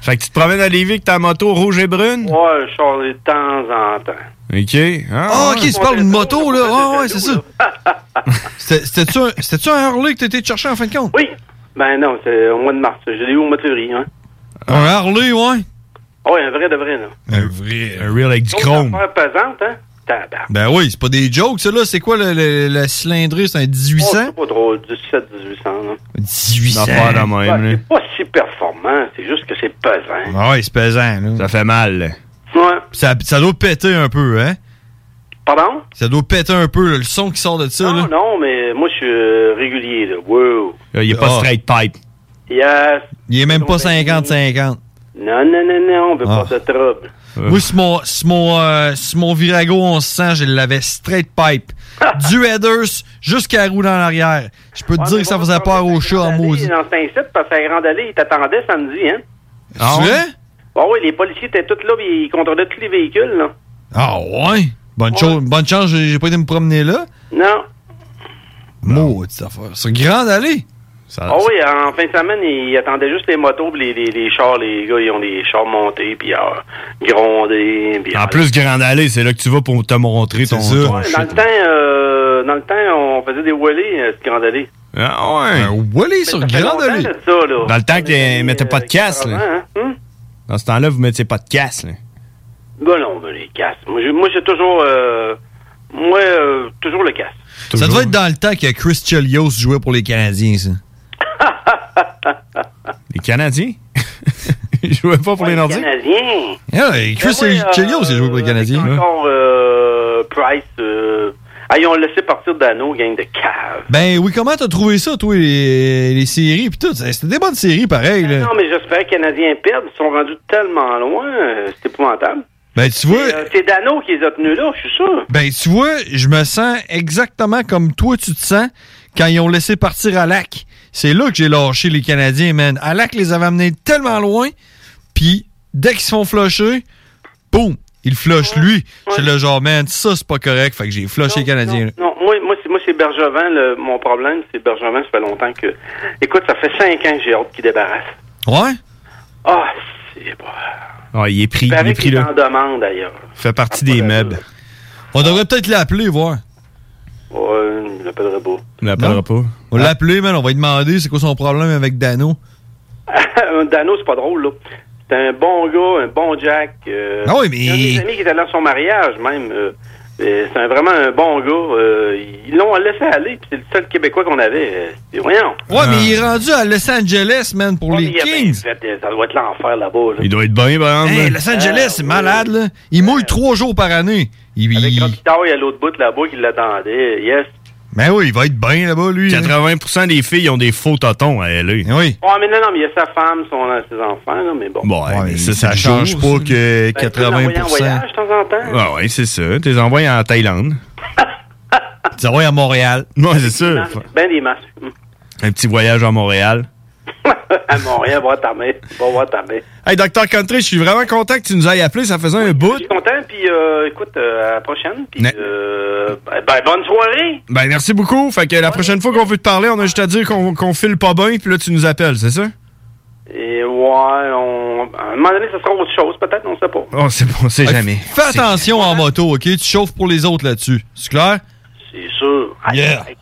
[SPEAKER 6] Fait que tu te promènes à Lévis avec ta moto rouge et brune?
[SPEAKER 8] Ouais, je sors de temps en temps.
[SPEAKER 6] Ok. Ah,
[SPEAKER 7] Ah,
[SPEAKER 6] ouais.
[SPEAKER 7] ok, tu parles d'une moto, là. Ah, ouais, c'est ça.
[SPEAKER 8] Là. (laughs)
[SPEAKER 7] C'était- C'était-tu un, c'était-tu un Harley que t'étais chercher en fin de compte?
[SPEAKER 8] Oui. Ben non, c'est au mois de mars. Je l'ai eu au mois de février, hein. Ah
[SPEAKER 7] Un Harley, ouais.
[SPEAKER 8] Ouais, un vrai de vrai, là.
[SPEAKER 7] Un vrai.
[SPEAKER 6] Un reel avec du
[SPEAKER 8] Grosse
[SPEAKER 6] chrome.
[SPEAKER 8] affaire pesante, hein. tabac.
[SPEAKER 7] Ben oui, c'est pas des jokes, ça, là. C'est quoi le, le- la cylindrée? C'est un 1800?
[SPEAKER 8] Oh, c'est pas drôle, 17-1800. là.
[SPEAKER 7] 1800.
[SPEAKER 9] Affaire de même,
[SPEAKER 8] Ouais,
[SPEAKER 9] là.
[SPEAKER 8] c'est pas si performant, c'est juste que c'est pesant.
[SPEAKER 7] Ah ouais, c'est pesant, là. Ça fait mal, là.
[SPEAKER 8] Ouais.
[SPEAKER 7] Ça, ça doit péter un peu, hein?
[SPEAKER 8] Pardon?
[SPEAKER 7] Ça doit péter un peu, là, le son qui sort de ça,
[SPEAKER 8] Non,
[SPEAKER 7] là.
[SPEAKER 8] non, mais moi, je suis euh, régulier, là. Wow.
[SPEAKER 7] Euh, Ah. Il est pas straight pipe.
[SPEAKER 8] Yes.
[SPEAKER 7] Il est même pas 50-50.
[SPEAKER 8] Non, non, non, non, on veut
[SPEAKER 7] Ah.
[SPEAKER 8] pas de trouble.
[SPEAKER 7] Moi, si mon, si mon, euh, si mon virago, on se sent, je l'avais straight pipe. du headers jusqu'à la roue dans l'arrière. Je peux te
[SPEAKER 8] Ouais,
[SPEAKER 7] dire
[SPEAKER 8] mais
[SPEAKER 7] que ça
[SPEAKER 8] moi,
[SPEAKER 7] faisait
[SPEAKER 8] quand
[SPEAKER 7] peur
[SPEAKER 8] j'étais
[SPEAKER 7] au chat en
[SPEAKER 8] allé
[SPEAKER 7] maudit.
[SPEAKER 8] Dans saint site parce que la grande allée, ils t'attendaient samedi, hein?
[SPEAKER 7] Ah ouais?
[SPEAKER 8] Bon, oui, les policiers étaient tous là, puis ils contrôlaient tous les véhicules, là.
[SPEAKER 7] Ah ouais? Bonne, Chose, bonne chance, j'ai j'ai pas été me promener là.
[SPEAKER 8] Non.
[SPEAKER 7] Maudite affaire. C'est une grande allée.
[SPEAKER 8] Ah oui, en fin de semaine, ils attendaient juste les motos, puis les, les, les chars, les gars, ils ont les chars montés, puis ah, grondés. puis,
[SPEAKER 6] En
[SPEAKER 8] ah,
[SPEAKER 6] plus, Grande Allée, c'est là que tu vas pour te montrer ton,
[SPEAKER 8] Ouais,
[SPEAKER 6] ton
[SPEAKER 8] dans, le temps, euh, dans le temps, on faisait des wallets euh, sur Grande Allée.
[SPEAKER 6] Ah ouais. Un
[SPEAKER 7] Wally Ben, sur
[SPEAKER 8] Grande Allée. Ça, là.
[SPEAKER 6] Dans le temps qu'ils mettaient pas de casse, là.
[SPEAKER 8] Hein? Hum?
[SPEAKER 6] Dans ce temps-là, vous mettiez pas de casse, là.
[SPEAKER 8] Ben non, ben les casses. Moi, j'ai, moi, j'ai toujours... euh, moi, euh, toujours le casse.
[SPEAKER 7] Ça devait être dans le temps que Chris Chelios jouait pour les
[SPEAKER 8] (laughs)
[SPEAKER 7] Canadiens, ça.
[SPEAKER 6] les
[SPEAKER 7] (laughs)
[SPEAKER 6] Canadiens? Il jouait pas pour les Nordiques?
[SPEAKER 8] Canadien.
[SPEAKER 7] Ah, et Chris
[SPEAKER 8] Ben oui, euh,
[SPEAKER 7] Chelios, il jouait pour les Canadiens.
[SPEAKER 6] hein.
[SPEAKER 8] Encore euh, Price. Euh... Ah, ils ont laissé partir Dano, gang de cave.
[SPEAKER 7] Ben oui, comment t'as trouvé ça, toi, les, les séries pis tout? C'était des bonnes séries, pareil, là.
[SPEAKER 8] Ben Non, mais j'espérais que les Canadiens perdent. Ils sont rendus tellement loin. euh, C'est épouvantable.
[SPEAKER 7] Ben tu vois,
[SPEAKER 8] Euh, c'est Dano qui les a tenus là, je suis sûr.
[SPEAKER 7] ben tu vois, je me sens exactement comme toi tu te sens quand ils ont laissé partir Alak. C'est là que j'ai lâché les Canadiens, man. Alak les avait amenés tellement loin, puis dès qu'ils se font flusher, boum, ils flushent lui. C'est le genre, man, ça c'est pas correct, fait que j'ai flushé les Canadiens. là.
[SPEAKER 8] Non, moi, moi, c'est, moi, c'est Bergevin. le- mon problème, c'est Bergevin, ça fait longtemps que... Écoute, ça fait cinq ans que j'ai hâte qu'il débarrasse.
[SPEAKER 7] Ouais?
[SPEAKER 8] Ah, c'est pas...
[SPEAKER 6] Ah, il est pris,
[SPEAKER 8] Il
[SPEAKER 6] il est
[SPEAKER 8] paraît
[SPEAKER 6] pris
[SPEAKER 8] qu'il est
[SPEAKER 6] là.
[SPEAKER 8] en demande, d'ailleurs.
[SPEAKER 6] Fait partie des meubles.
[SPEAKER 7] ben On devrait peut-être l'appeler, voir.
[SPEAKER 8] Ouais, je l'appellerai (laughs) beau.
[SPEAKER 6] On l'appellera pas.
[SPEAKER 7] On l'a appelé, man, on va lui demander c'est quoi son problème avec Dano.
[SPEAKER 8] Dano, c'est pas drôle, là. C'est un bon gars, un bon Jack. euh,
[SPEAKER 7] Ah oui, mais-
[SPEAKER 8] j'ai un de mes amis qui était là à son mariage, même. euh, euh, c'est un- vraiment un bon gars. euh, ils l'ont laissé aller, puis c'est le seul Québécois qu'on avait. euh, c'est- voyons.
[SPEAKER 7] Ouais,
[SPEAKER 6] Ah.
[SPEAKER 7] mais il est rendu à Los Angeles, man, pour les
[SPEAKER 8] Il a bien
[SPEAKER 7] Kings.
[SPEAKER 8] fait, euh, ça doit être l'enfer là-bas. Là.
[SPEAKER 6] Il doit être bien, ben.
[SPEAKER 7] Hey, Los Angeles,
[SPEAKER 8] Ah,
[SPEAKER 7] c'est malade, là. Il mouille trois jours par année. Il, il-
[SPEAKER 8] Quand il taille à l'autre bout là-bas, qui l'attendait. Yes.
[SPEAKER 7] Ben oui, il va être bien là-bas, lui. là.
[SPEAKER 6] 80% des filles ont des faux totons à LA.
[SPEAKER 7] Oui.
[SPEAKER 8] Ouais, Oh, mais non, non, mais il y a sa femme, son, ses enfants, là, mais bon.
[SPEAKER 6] Bon, ouais, mais ça, ça
[SPEAKER 7] ça
[SPEAKER 6] change
[SPEAKER 7] joue,
[SPEAKER 6] pas
[SPEAKER 7] ça.
[SPEAKER 6] que
[SPEAKER 8] Ben, tu peux l'envoyer en
[SPEAKER 6] 80%.
[SPEAKER 8] voyage de temps en temps.
[SPEAKER 6] Ah ouais, c'est ça. T'es envoyé en
[SPEAKER 8] (laughs)
[SPEAKER 6] Thaïlande.
[SPEAKER 7] Tu vas à Montréal.
[SPEAKER 6] Ouais, c'est ça.
[SPEAKER 8] Ben des masques. (laughs) Hum.
[SPEAKER 6] Un petit voyage à Montréal.
[SPEAKER 8] à Montréal, voir ta mère. Va voir ta mère.
[SPEAKER 6] Hey, Docteur Country, je suis vraiment content que tu nous ailles appelé. Ça faisait un bout.
[SPEAKER 8] Je suis content, puis euh, écoute, euh, à la prochaine. Puis,
[SPEAKER 6] Ne-
[SPEAKER 8] euh, ben, ben, bonne soirée.
[SPEAKER 6] Ben, merci beaucoup. Fait que la prochaine fois qu'on veut te parler, on a juste à dire qu'on qu'on file pas bien, puis là, tu nous appelles, c'est ça?
[SPEAKER 8] Et ouais, on... à un moment donné, ça sera autre chose, peut-être, on sait pas.
[SPEAKER 7] Oh,
[SPEAKER 6] On sait, on sait jamais.
[SPEAKER 7] Fais attention en moto, OK? Tu chauffes pour les autres là-dessus. C'est clair?
[SPEAKER 8] C'est sûr. Aïe,
[SPEAKER 7] Yeah.
[SPEAKER 8] aïe.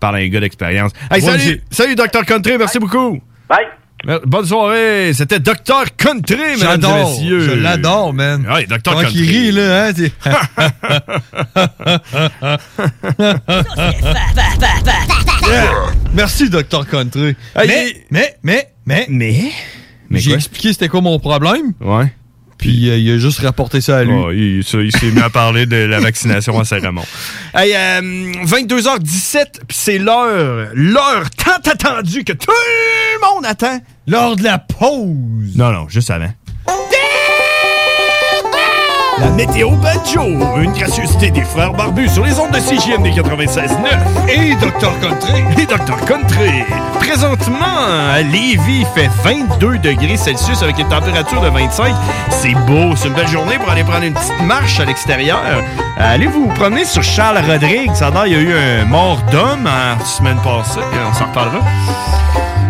[SPEAKER 6] Par un gars d'expérience. Hey,
[SPEAKER 7] Moi
[SPEAKER 6] salut!
[SPEAKER 7] aussi.
[SPEAKER 6] Salut, Docteur Country, merci beaucoup!
[SPEAKER 8] Bye.
[SPEAKER 6] Mer- Bonne soirée! C'était Docteur Country, mesdames et
[SPEAKER 7] J'adore.
[SPEAKER 6] messieurs!
[SPEAKER 7] Je l'adore, man.
[SPEAKER 6] Ouais, Docteur
[SPEAKER 7] Quand
[SPEAKER 6] Country.
[SPEAKER 7] il rit, là, hein?
[SPEAKER 6] (laughs)
[SPEAKER 7] t'es- (laughs) Merci, Dr. Country.
[SPEAKER 6] Hey,
[SPEAKER 7] mais,
[SPEAKER 6] il-
[SPEAKER 7] mais, mais, mais,
[SPEAKER 6] Mais? Mais
[SPEAKER 7] j'ai
[SPEAKER 6] quoi?
[SPEAKER 7] expliqué c'était quoi mon problème,
[SPEAKER 6] Ouais.
[SPEAKER 7] puis euh, il a juste rapporté ça à lui.
[SPEAKER 6] Oh, il ça, il s'est mis à parler de la vaccination à
[SPEAKER 7] (laughs)
[SPEAKER 6] Saint-Ramon. Hey, euh, 22h17, puis c'est l'heure, l'heure tant attendue que tout le monde attend.
[SPEAKER 7] Lors de la pause.
[SPEAKER 6] Non, non, juste avant. La météo banjo, une gracieuseté des frères barbus sur les ondes de CGM des 96.9
[SPEAKER 7] Et Dr. Country.
[SPEAKER 6] et Dr. Country. Présentement, à Lévis, il fait 22 degrés Celsius avec une température de 25. C'est beau, c'est une belle journée pour aller prendre une petite marche à l'extérieur. Allez vous promener sur Charles Rodrigue. Ça a l'air, il y a eu un mort d'homme hein, la semaine passée. On s'en reparlera.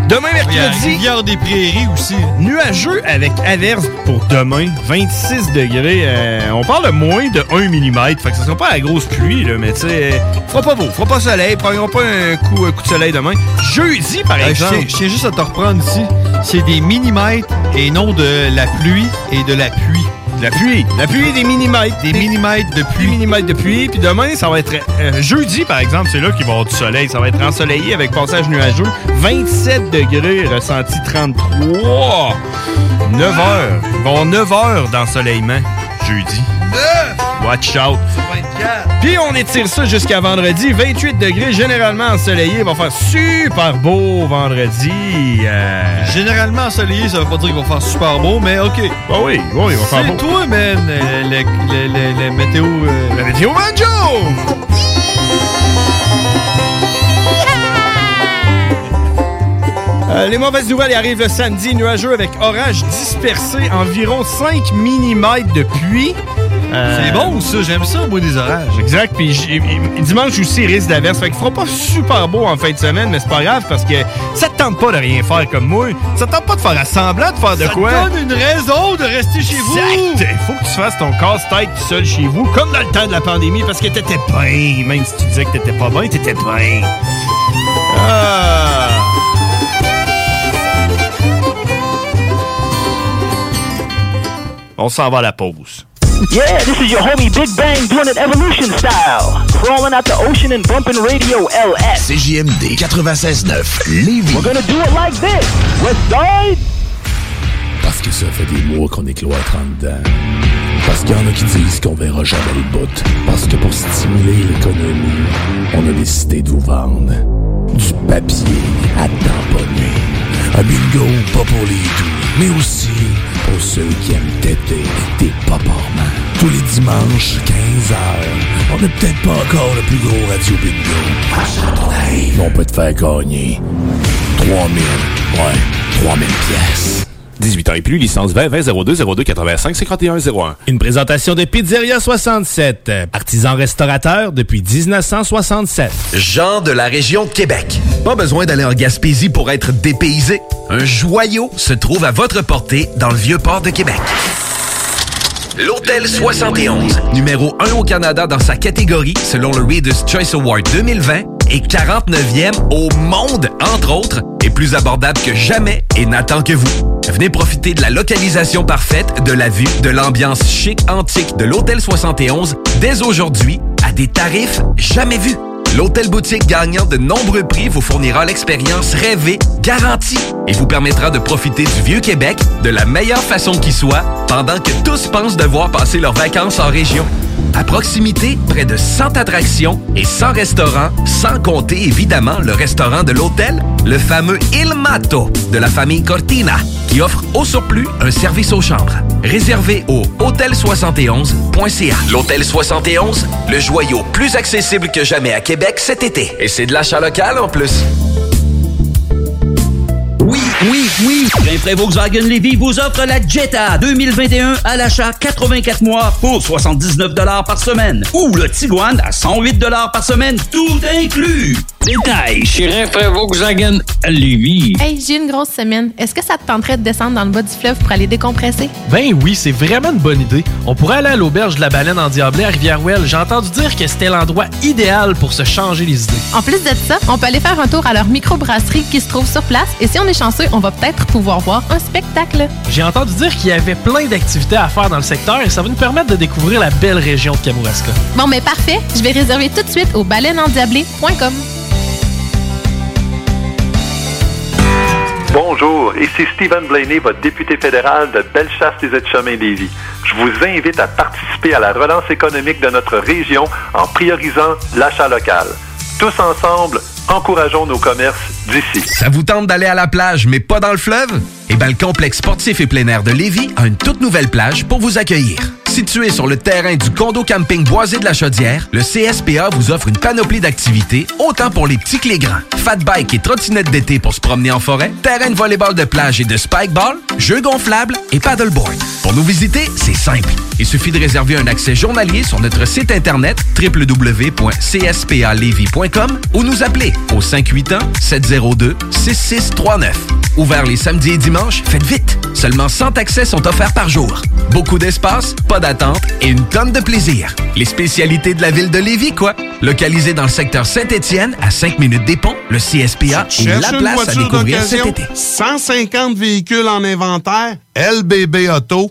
[SPEAKER 6] Demain
[SPEAKER 7] Il y a
[SPEAKER 6] mercredi,
[SPEAKER 7] Rivière des Prairies aussi.
[SPEAKER 6] Nuageux avec averse pour demain, 26 degrés. euh, on parle de moins de 1 mm, fait que ce sera pas la grosse pluie, là, mais tu sais, euh, fera pas beau, fera pas soleil, prendra pas un coup, un coup de soleil demain. Jeudi, par
[SPEAKER 7] Euh, je
[SPEAKER 6] exemple.
[SPEAKER 7] tiens- je tiens juste à te reprendre ici. C'est des millimètres et non de la pluie et de la pluie.
[SPEAKER 6] La pluie. La pluie des millimètres. Des,
[SPEAKER 7] millimètres de pluie.
[SPEAKER 6] Des millimètres de pluie. Puis demain, ça va être. euh, jeudi, par exemple, c'est là qu'il va y avoir du soleil. Ça va être ensoleillé avec passage nuageux. 27 degrés, ressenti 33. 9 heures. Bon, 9 heures d'ensoleillement jeudi. Watch out. Puis on étire ça jusqu'à vendredi. 28 degrés, généralement ensoleillé. Il va faire super beau vendredi. Euh,
[SPEAKER 7] Généralement ensoleillé, ça veut pas dire qu'il va faire super beau, mais OK.
[SPEAKER 6] Ah oui, oui, il va faire beau.
[SPEAKER 7] C'est toi, man, euh, le, le- le- le météo... euh,
[SPEAKER 6] La météo banjo! Euh, les mauvaises nouvelles arrivent le samedi, nuageux avec orage dispersé, environ 5 mm de pluie. Euh,
[SPEAKER 7] C'est bon, ça. J'aime ça, moi, des orages.
[SPEAKER 6] Exact. Puis j- et- et- dimanche aussi, risque d'averse. Fait qu'il fera pas super beau en fin de semaine, mais c'est pas grave parce que ça te tente pas de rien faire comme moi. Ça te tente pas de faire à semblant de faire de
[SPEAKER 7] Ça te
[SPEAKER 6] quoi.
[SPEAKER 7] donne une raison de rester chez vous.
[SPEAKER 6] Exact! Il faut que tu fasses ton casse-tête tout seul chez vous, comme dans le temps de la pandémie, parce que t'étais bien. Même si tu disais que t'étais pas bien, t'étais bien. Ah. On s'en va à la pause.
[SPEAKER 5] Yeah, this is your homie Big Bang doing it evolution style. Crawling out the ocean and bumping radio LS.
[SPEAKER 1] CJMD 96.9 Lévis.
[SPEAKER 5] We're gonna do it like this. Let's die.
[SPEAKER 10] Parce que ça fait des mois qu'on est cloître en dedans. Parce qu'il y en a qui disent qu'on verra jamais le bout. Parce que pour stimuler l'économie, on a décidé de vous vendre du papier à tamponner. Un bingo pas pour les doux, mais aussi pour ceux qui aiment têter des paparmans. Tous les dimanches, 15h, on n'est peut-être pas encore le plus gros radio bingo. Achète ton live. On peut te faire gagner 3000, ouais, 3000 pièces.
[SPEAKER 11] 18 ans et plus, licence 20 20 02 02 85 51 01.
[SPEAKER 12] Une présentation de Pizzeria 67, euh, artisan restaurateur depuis 1967.
[SPEAKER 1] Gens de la région de Québec. Pas besoin d'aller en Gaspésie pour être dépaysé. Un joyau se trouve à votre portée dans le vieux port de Québec. L'Hôtel 71, numéro 1 au Canada dans sa catégorie selon le Reader's Choice Award 2020 et 49e au monde, entre autres, est plus abordable que jamais et n'attend que vous. Venez profiter de la localisation parfaite, de la vue, de l'ambiance chic antique de l'Hôtel 71 dès aujourd'hui à des tarifs jamais vus. L'hôtel boutique gagnant de nombreux prix vous fournira l'expérience rêvée, garantie, et vous permettra de profiter du vieux Québec de la meilleure façon qui soit, pendant que tous pensent devoir passer leurs vacances en région. À proximité, près de 100 attractions et 100 restaurants, sans compter évidemment le restaurant de l'hôtel, le fameux Il Mato de la famille Cortina, qui offre au surplus un service aux chambres. Réservé au hôtel71.ca. L'hôtel 71, le joyau plus accessible que jamais à Québec cet été. Et c'est de l'achat local en plus.
[SPEAKER 13] Oui, oui, oui. Rainfray Volkswagen Lévy vous offre la Jetta 2021 à l'achat 84 mois pour 79 par semaine. Ou le Tiguan à 108 par semaine, tout inclus. Détail chez Rainfray Volkswagen Lévy.
[SPEAKER 14] Hey, j'ai une grosse semaine. Est-ce que ça te tenterait de descendre dans le bas du fleuve pour aller décompresser?
[SPEAKER 2] Ben oui, c'est vraiment une bonne idée. On pourrait aller à l'auberge de la baleine en Diablé à Rivière-Ouelle. J'ai entendu dire que c'était l'endroit idéal pour se changer les idées.
[SPEAKER 14] En plus de ça, on peut aller faire un tour à leur microbrasserie qui se trouve sur place et si on est chanceux, on va peut-être pouvoir voir un spectacle.
[SPEAKER 2] J'ai entendu dire qu'il y avait plein d'activités à faire dans le secteur et ça va nous permettre de découvrir la belle région de Kamouraska.
[SPEAKER 14] Bon, mais parfait. Je vais réserver tout de suite au baleineendiablé.com.
[SPEAKER 15] Bonjour, ici Stephen Blaney, votre député fédéral de Bellechasse des Etchemins lévis Je vous invite à participer à la relance économique de notre région en priorisant l'achat local. Tous ensemble, encourageons nos commerces d'ici.
[SPEAKER 1] Ça vous tente d'aller à la plage, mais pas dans le fleuve? Eh bien, le complexe sportif et plein air de Lévis a une toute nouvelle plage pour vous accueillir. Situé sur le terrain du condo camping Boisé de la Chaudière, le CSPA vous offre une panoplie d'activités, autant pour les petits que les grands. Fat bike et trottinette d'été pour se promener en forêt, terrain de volleyball de plage et de spikeball, jeux gonflables et paddleboard. Pour nous visiter, c'est simple. Il suffit de réserver un accès journalier sur notre site internet www.cspalevy.com ou nous appeler au 581-702-6639. Ouvert les samedis et dimanches, faites vite! Seulement 100 accès sont offerts par jour. Beaucoup d'espace, pas d'attente et une tonne de plaisir. Les spécialités de la ville de Lévis, quoi! Localisé dans le secteur Saint-Étienne, à 5 minutes des ponts, le CSPA est la
[SPEAKER 16] Cherche une
[SPEAKER 1] place à
[SPEAKER 16] voiture
[SPEAKER 1] découvrir cet
[SPEAKER 16] d'occasion,
[SPEAKER 1] été.
[SPEAKER 16] 150 véhicules en inventaire, LBB Auto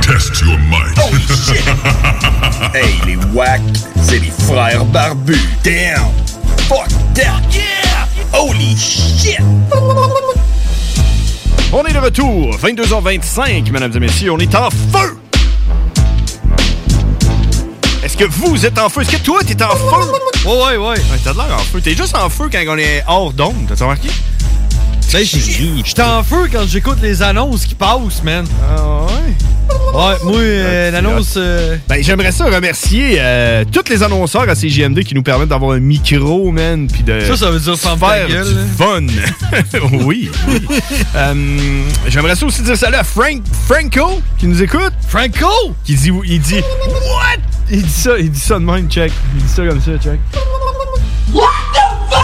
[SPEAKER 10] Test your mind. (laughs)
[SPEAKER 5] hey, les wack, c'est les frères barbus. Damn! Fuck that! Yeah! Holy shit!
[SPEAKER 6] On est de retour, 22h25, mesdames et messieurs, on est en feu! Est-ce que vous êtes en feu? Est-ce que toi, t'es en feu? Ouais, ouais, ouais. t'as de l'air en feu. T'es juste en feu quand on est hors d'onde, t'as remarqué?
[SPEAKER 7] Ben, j'ai- J'étais en feu quand j'écoute les annonces qui passent, man.
[SPEAKER 6] Ah ouais? Ah,
[SPEAKER 7] Ouais, moi, euh, l'annonce. euh,
[SPEAKER 6] Ben, j'aimerais ça remercier euh, tous les annonceurs à CGMD qui nous permettent d'avoir un micro, man, puis de
[SPEAKER 7] Ça, ça veut dire ferme ta
[SPEAKER 6] faire
[SPEAKER 7] gueule, hein.
[SPEAKER 6] du
[SPEAKER 7] là.
[SPEAKER 6] fun. (laughs) oui. oui. Euh, j'aimerais ça aussi dire salut à Frank Franco qui nous écoute. Franco qui dit il dit what Il dit ça, il dit ça de même, check. Il dit ça comme ça, check. What the fuck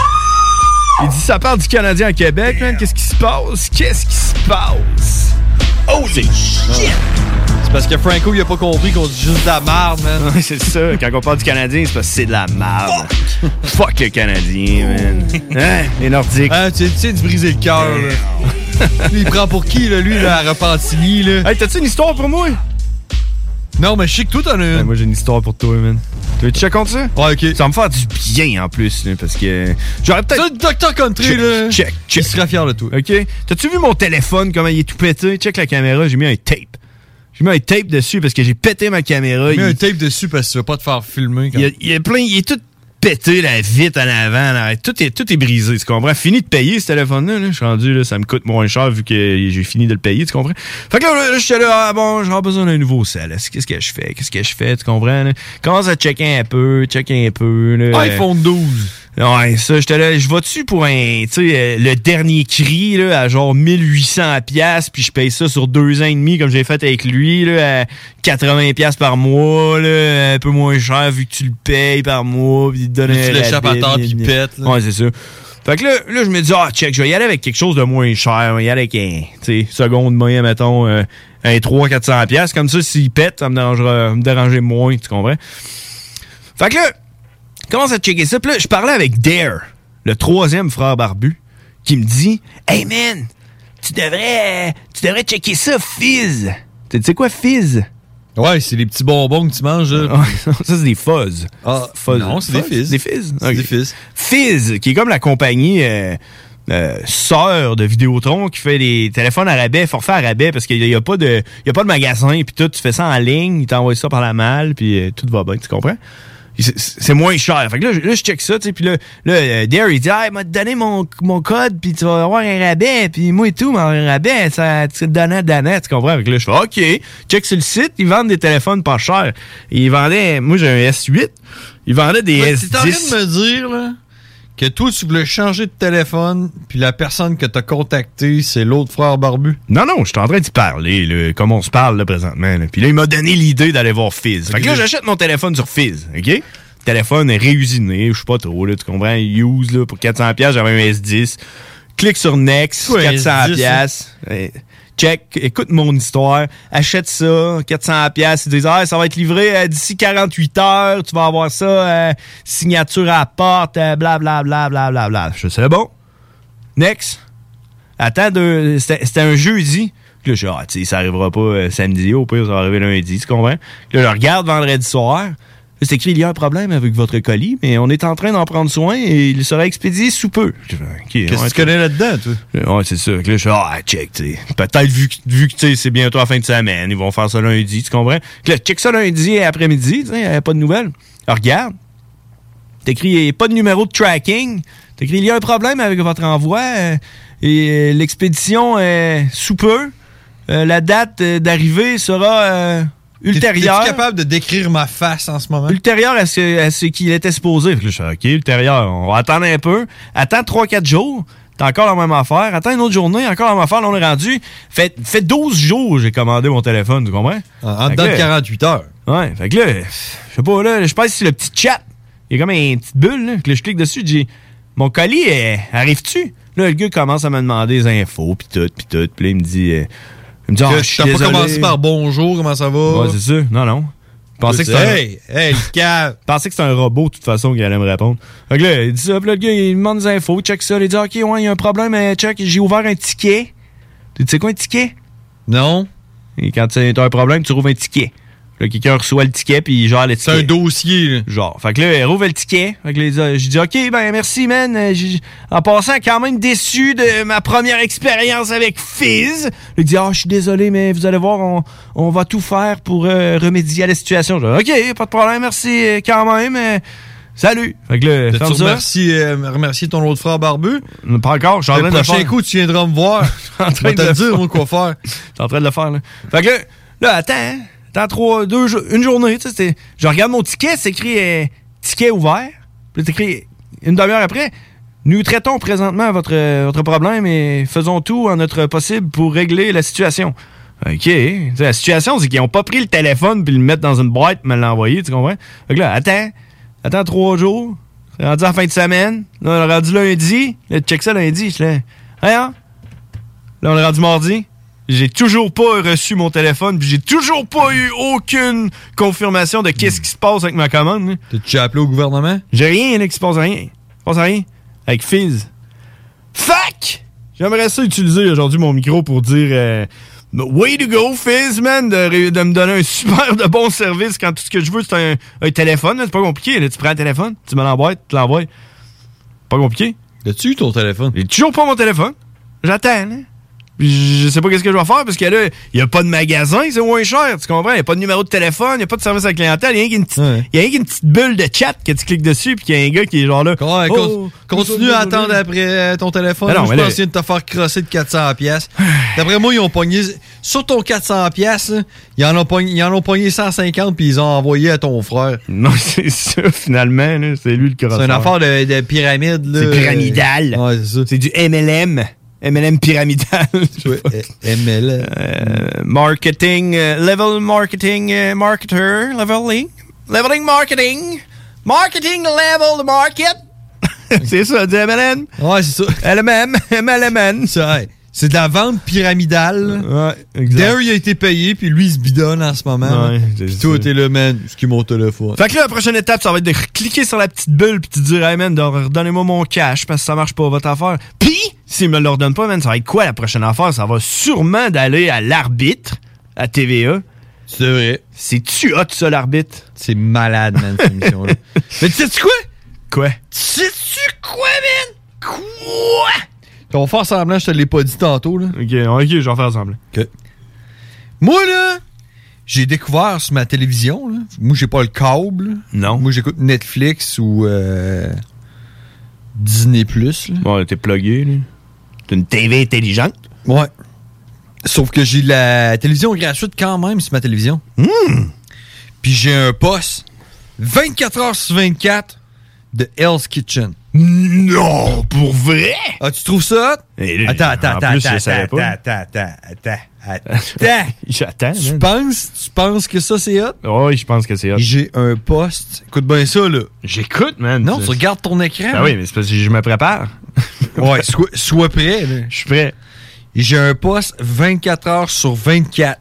[SPEAKER 6] Il dit ça part du Canadien à Québec, man. Qu'est-ce qui se passe Qu'est-ce qui se passe Holy shit!
[SPEAKER 7] C'est parce que Franco, il a pas compris qu'on dit juste de la merde, man.
[SPEAKER 6] (laughs) Ouais, c'est ça. Quand on parle du Canadien, c'est parce que c'est de la merde. Fuck le Canadien, man. Hein? Les Nordiques.
[SPEAKER 7] Ah, tu tu sais, de briser le cœur, là. Lui, il prend pour qui, là, lui, là, à Repentigny, là?
[SPEAKER 6] Hey, t'as-tu une histoire pour moi?
[SPEAKER 7] Non, mais je sais que toi, t'en as
[SPEAKER 6] Ben, moi, j'ai une histoire pour toi, man. Tu veux que je te compte ça? Ouais, ok. Ça va me faire du bien, en plus, là, parce que... J'aurais peut-être... C'est le Dr. Country, là. Check, check. Il serait fier de toi. OK. T'as-tu vu mon téléphone, comment il est tout pété? Check la caméra, j'ai mis un tape. J'ai mis un tape dessus parce que j'ai pété ma caméra.
[SPEAKER 7] Mets
[SPEAKER 6] Il-
[SPEAKER 7] un tape dessus parce que tu veux pas te faire filmer. Quand...
[SPEAKER 6] Il y a- il y a plein, il est tout pété la vite en avant. là. Tout, est, tout est brisé, tu comprends? Fini de payer ce téléphone-là. là. Je suis rendu, là, ça me coûte moins cher vu que j'ai fini de le payer, tu comprends? Fait que là, là, j'étais là, ah bon, j'aurais besoin d'un nouveau sel. Est-ce- Qu'est-ce que je fais? Qu'est-ce que je fais, tu comprends? là? Commence à checker un peu, checker un peu.
[SPEAKER 17] Euh,
[SPEAKER 6] là.
[SPEAKER 7] iPhone 12.
[SPEAKER 6] Ouais, ça, j'étais là, je vais-tu pour un, tu sais, euh, le dernier cri, là, à genre 1800 pièces puis je paye ça sur deux ans et demi, comme j'ai fait avec lui, là, à 80 pièces par mois, là, un peu moins cher, vu que tu le payes par mois, puis il te donne
[SPEAKER 7] Puis tu
[SPEAKER 6] un
[SPEAKER 7] l'échappes à
[SPEAKER 6] rabais,
[SPEAKER 7] temps, puis il
[SPEAKER 6] gna, gna.
[SPEAKER 7] pète, là.
[SPEAKER 6] Ouais, c'est ça. Fait que là, là, je me dis, ah, check, je vais y aller avec quelque chose de moins cher, je vais y aller avec un, tu sais, seconde moyen, mettons, euh, un 300-400 pièces comme ça, s'il pète, ça me dérangera, me déranger moins, tu comprends? Fait que là, je commence à checker ça. Puis là, je parlais avec Dare, le troisième frère barbu, qui me dit Hey man, tu devrais, euh, tu devrais checker ça, Fizz. Tu sais quoi, Fizz
[SPEAKER 7] Ouais, c'est les petits bonbons que tu manges.
[SPEAKER 6] (laughs) ça, c'est des fuzz.
[SPEAKER 7] Ah,
[SPEAKER 6] Fuzz.
[SPEAKER 7] non, c'est des
[SPEAKER 6] Fuzz?
[SPEAKER 7] fizz.
[SPEAKER 6] Des fizz. Ok. Fizz, qui est comme la compagnie euh, euh, sœur de Vidéotron qui fait des téléphones à rabais, forfait à rabais, parce qu'il n'y a, pas de il y a pas de magasin, puis tout, tu fais ça en ligne, ils t'envoient ça par la malle, puis euh, tout va bien, tu comprends? Et c'est- C'est moins cher. Fait que là, je- là, je check ça, tu sais, puis là, là euh, Dare, il dit, ah, il m'a donné mon, mon code, puis tu vas avoir un rabais, puis moi et tout, mais un rabais, ça tu te donnait, donnait, tu comprends? Fait que là, je fais, OK, check sur le site, ils vendent des téléphones pas chers. Ils vendaient, moi, j'ai un S8, ils vendaient des
[SPEAKER 7] Ouais, T'es en train
[SPEAKER 6] S10.
[SPEAKER 7] de me dire là, que toi, tu voulais changer de téléphone, puis la personne que t'as contactée, c'est l'autre frère barbu.
[SPEAKER 6] Non, non, je suis en train d'y parler, là, comme on se parle là, présentement. là. Puis là, il m'a donné l'idée d'aller voir Fizz. Fait que là, j'achète mon téléphone sur Fizz, OK? Téléphone réusiné, je sais pas trop, là, tu comprends? Use, là, pour 400$, piastres, j'avais un S10. Clique sur Next,
[SPEAKER 7] Ouais,
[SPEAKER 6] 400$.
[SPEAKER 7] S10,
[SPEAKER 6] piastres. Eh, Check, écoute mon histoire, achète ça, 400$. piastres. Ils disent, ah, ça va être livré euh, d'ici 48 heures, tu vas avoir ça, euh, signature à la porte, euh, blablabla, blablabla. Je sais, bon. Next. Attends, deux- c'était c'était un jeudi. Puis Là, je dis, ah, tu sais, ça arrivera pas euh, samedi, au pire, ça va arriver lundi, tu comprends? Puis Là, je regarde vendredi soir, c'est écrit, il y a un problème avec votre colis, mais on est en train d'en prendre soin et il sera expédié sous peu. Je fais, OK,
[SPEAKER 18] Qu'est-ce
[SPEAKER 6] ouais,
[SPEAKER 18] que tu connais là-dedans, toi?
[SPEAKER 6] Ouais, c'est ça. Fait que là, je suis ah, check, tu sais. Peut-être vu, que- vu que tu sais, c'est bientôt la fin de semaine, ils vont faire ça lundi, tu comprends? Fait que là, check ça lundi et après-midi, tu sais, euh, pas de nouvelles. Alors, regarde. T'écris euh, pas de numéro de tracking. T'écris il y a un problème avec votre envoi euh, et euh, l'expédition est sous peu. Euh, la date euh, d'arrivée sera euh, ultérieure.
[SPEAKER 7] Es-tu capable de décrire ma face en ce moment?
[SPEAKER 6] Ultérieur à ce, à ce qu'il était supposé. Fait que là, je fais, OK, ultérieur. On va attendre un peu. Attends 3-4 jours. T'as encore la même affaire. Attends une autre journée. Encore la même affaire. Là, on est rendu. Fait, fait 12 jours j'ai commandé mon téléphone. Tu comprends?
[SPEAKER 7] Ah, En dedans de 48 heures.
[SPEAKER 6] Ouais. Fait que là, je sais pas, là, je pense que c'est le petit chat. Il y a comme une petite bulle. Là, que là, je clique dessus. je dis, mon colis, euh, arrive-tu? Là, le gars commence à me demander des infos. Puis tout, puis tout. Puis là, il me dit... euh, il me dit, Ah,
[SPEAKER 7] Que
[SPEAKER 6] je suis
[SPEAKER 7] T'as pas
[SPEAKER 6] désolé.
[SPEAKER 7] commencé par bonjour, comment ça va?
[SPEAKER 6] Ouais, c'est sûr. Non, non. Je pensais que
[SPEAKER 7] Hey,
[SPEAKER 6] c'était un... (laughs) Je pensais que c'était un robot, de toute façon, qui allait me répondre. Fait que là, il dit ça, puis là, le gars, il demande des infos, check ça. Il dit, OK, ouais, il y a un problème, euh, check, j'ai ouvert un ticket. Tu sais quoi, un ticket?
[SPEAKER 7] Non.
[SPEAKER 6] Et quand t'as t'as un problème, tu rouvres un ticket. Là, quelqu'un reçoit le ticket, puis il gère le ticket. C'est un
[SPEAKER 7] dossier,
[SPEAKER 6] Genre. Fait que là, il rouvre le ticket. Fait que là, il dit, euh, je dis, OK, ben, merci, man. Euh, j'ai- En passant, quand même déçu de ma première expérience avec Fizz. Il dit, ah, je suis désolé, mais vous allez voir, on, on va tout faire pour euh, remédier à la situation. Je dis, OK, pas de problème, merci, euh, quand même. euh, salut. Fait que là,
[SPEAKER 7] T'as-tu
[SPEAKER 6] ferme ça.
[SPEAKER 7] remercié, euh, remercié ton autre frère barbu?
[SPEAKER 6] Euh, Pas encore, je suis en train
[SPEAKER 7] Le
[SPEAKER 6] de le
[SPEAKER 7] prochain
[SPEAKER 6] faire.
[SPEAKER 7] coup, tu viendras me voir.
[SPEAKER 6] (laughs) Je suis en
[SPEAKER 7] Je
[SPEAKER 6] train
[SPEAKER 7] vais
[SPEAKER 6] de
[SPEAKER 7] te le
[SPEAKER 6] le
[SPEAKER 7] dire,
[SPEAKER 6] faire.
[SPEAKER 7] moi,
[SPEAKER 6] (laughs)
[SPEAKER 7] quoi faire.
[SPEAKER 6] T'es en train de le faire, là. Fait que là, là, attends, hein. Attends trois, deux, jours- une journée, tu sais, c'est- je regarde mon ticket, c'est écrit euh, ticket ouvert. Puis c'est écrit une demi-heure après. Nous traitons présentement votre, euh, votre problème et faisons tout en notre possible pour régler la situation. OK. Tu sais, la situation, c'est qu'ils n'ont pas pris le téléphone puis le mettre dans une boîte me l'ont envoyé, tu comprends? Fait que là, attends, attends trois jours. C'est Rendu en fin de semaine. Là, on est rendu lundi. Là, check ça lundi. Je suis là. Hein, hein? Là, on est rendu mardi. J'ai toujours pas reçu mon téléphone, puis j'ai toujours pas eu aucune confirmation de qu'est-ce qui se passe avec ma commande.
[SPEAKER 7] T'as-tu appelé au gouvernement?
[SPEAKER 6] J'ai rien, là, qui se passe rien. Il se passe rien. Avec Fizz. Fuck! J'aimerais ça utiliser aujourd'hui mon micro pour dire euh, Way to go, Fizz, man, de, ré- de me donner un super de bon service quand tout ce que je veux, c'est un, un téléphone. là. C'est pas compliqué. là. Tu prends le téléphone, tu me l'envoies, tu l'envoies. Pas compliqué.
[SPEAKER 7] As-tu eu ton téléphone?
[SPEAKER 6] J'ai toujours pas mon téléphone. J'attends, là. Puis je sais pas qu'est-ce que je vais faire parce que là, il n'y a pas de magasin, c'est moins cher, tu comprends? Il n'y a pas de numéro de téléphone, il n'y a pas de service à la clientèle, il y a rien qu'une petite- il y a rien qu'une petite bulle de chat que tu cliques dessus puis qu'il y a un gars qui est genre là.
[SPEAKER 7] Ouais,
[SPEAKER 6] Oh,
[SPEAKER 7] euh, con- continue à attendre après euh, ton téléphone.
[SPEAKER 6] Ben non,
[SPEAKER 7] Moi,
[SPEAKER 6] mais
[SPEAKER 7] je
[SPEAKER 6] là-
[SPEAKER 7] pense qu'il vient de te faire crosser de 400
[SPEAKER 6] (sighs)
[SPEAKER 7] pièces. D'après moi, ils ont pogné sur ton 400 pièces, ils en ont pogné, ils en ont pogné 150 puis ils ont envoyé à ton frère.
[SPEAKER 6] Non, (laughs) c'est ça finalement, là, c'est lui le
[SPEAKER 7] C'est une
[SPEAKER 6] crosseur.
[SPEAKER 7] affaire de, de pyramide là.
[SPEAKER 6] C'est pyramidal. c'est du MLM. MLM pyramidal. (laughs)
[SPEAKER 7] MLM.
[SPEAKER 6] marketing, euh, level marketing, euh, marketer, leveling. Leveling marketing. Marketing level market. (laughs) c'est ça, du MLM.
[SPEAKER 7] Ouais, c'est ça.
[SPEAKER 6] LMM, MLMN.
[SPEAKER 7] C'est de la vente pyramidale.
[SPEAKER 6] Ouais,
[SPEAKER 7] Dare, il a été payé, puis lui, il se bidonne en ce moment.
[SPEAKER 6] Ouais,
[SPEAKER 7] là.
[SPEAKER 6] c'est
[SPEAKER 7] puis toi,
[SPEAKER 6] ça.
[SPEAKER 7] t'es là, man, ce qui est mon téléphone.
[SPEAKER 6] Fait que là, la prochaine étape, ça va être de cliquer sur la petite bulle puis de dire, hey man, redonnez-moi mon cash parce que ça marche pas votre affaire. Puis, s'ils me le redonnent pas, man, ça va être quoi la prochaine affaire? Ça va sûrement d'aller à l'arbitre, à TVA.
[SPEAKER 7] C'est vrai.
[SPEAKER 6] C'est-tu hot, ça, l'arbitre?
[SPEAKER 7] C'est malade, man,
[SPEAKER 6] (laughs)
[SPEAKER 7] cette émission-là. Mais tu sais-tu quoi?
[SPEAKER 6] Quoi?
[SPEAKER 7] Sais-tu quoi, man? Quoi? On va faire semblant, je te l'ai pas dit tantôt, là.
[SPEAKER 6] Ok, ok, je vais faire semblant.
[SPEAKER 7] Moi, là, j'ai découvert sur ma télévision, là. Moi, j'ai pas le câble.
[SPEAKER 6] Non.
[SPEAKER 7] Moi, j'écoute Netflix ou euh, Disney+. Plus.
[SPEAKER 6] Bon, t'es plugué, là. T'es une TV intelligente.
[SPEAKER 7] Ouais. Sauf que j'ai la télévision gratuite quand même sur ma télévision.
[SPEAKER 6] Hmm.
[SPEAKER 7] Puis j'ai un poste 24 heures sur 24 de Hell's Kitchen.
[SPEAKER 6] Non, pour vrai? Eh,
[SPEAKER 7] Ah, tu trouves ça hot? Attends, attends,
[SPEAKER 6] en
[SPEAKER 7] attends,
[SPEAKER 6] plus, je
[SPEAKER 7] attends,
[SPEAKER 6] savais
[SPEAKER 7] attends,
[SPEAKER 6] pas. (laughs)
[SPEAKER 7] attends, attends, attends, attends.
[SPEAKER 6] J'attends, Oh,
[SPEAKER 7] Tu penses, tu penses que ça, c'est hot?
[SPEAKER 6] Oui, je pense que c'est hot.
[SPEAKER 7] J'ai un poste. Écoute bien ça, là.
[SPEAKER 6] J'écoute, man.
[SPEAKER 7] Non,
[SPEAKER 6] C'est-
[SPEAKER 7] tu regardes ton écran.
[SPEAKER 6] Ah oui, mais c'est parce que je me prépare.
[SPEAKER 7] (laughs) Ouais, sois, sois prêt. Je
[SPEAKER 6] suis prêt.
[SPEAKER 7] J'ai un poste 24 heures sur 24,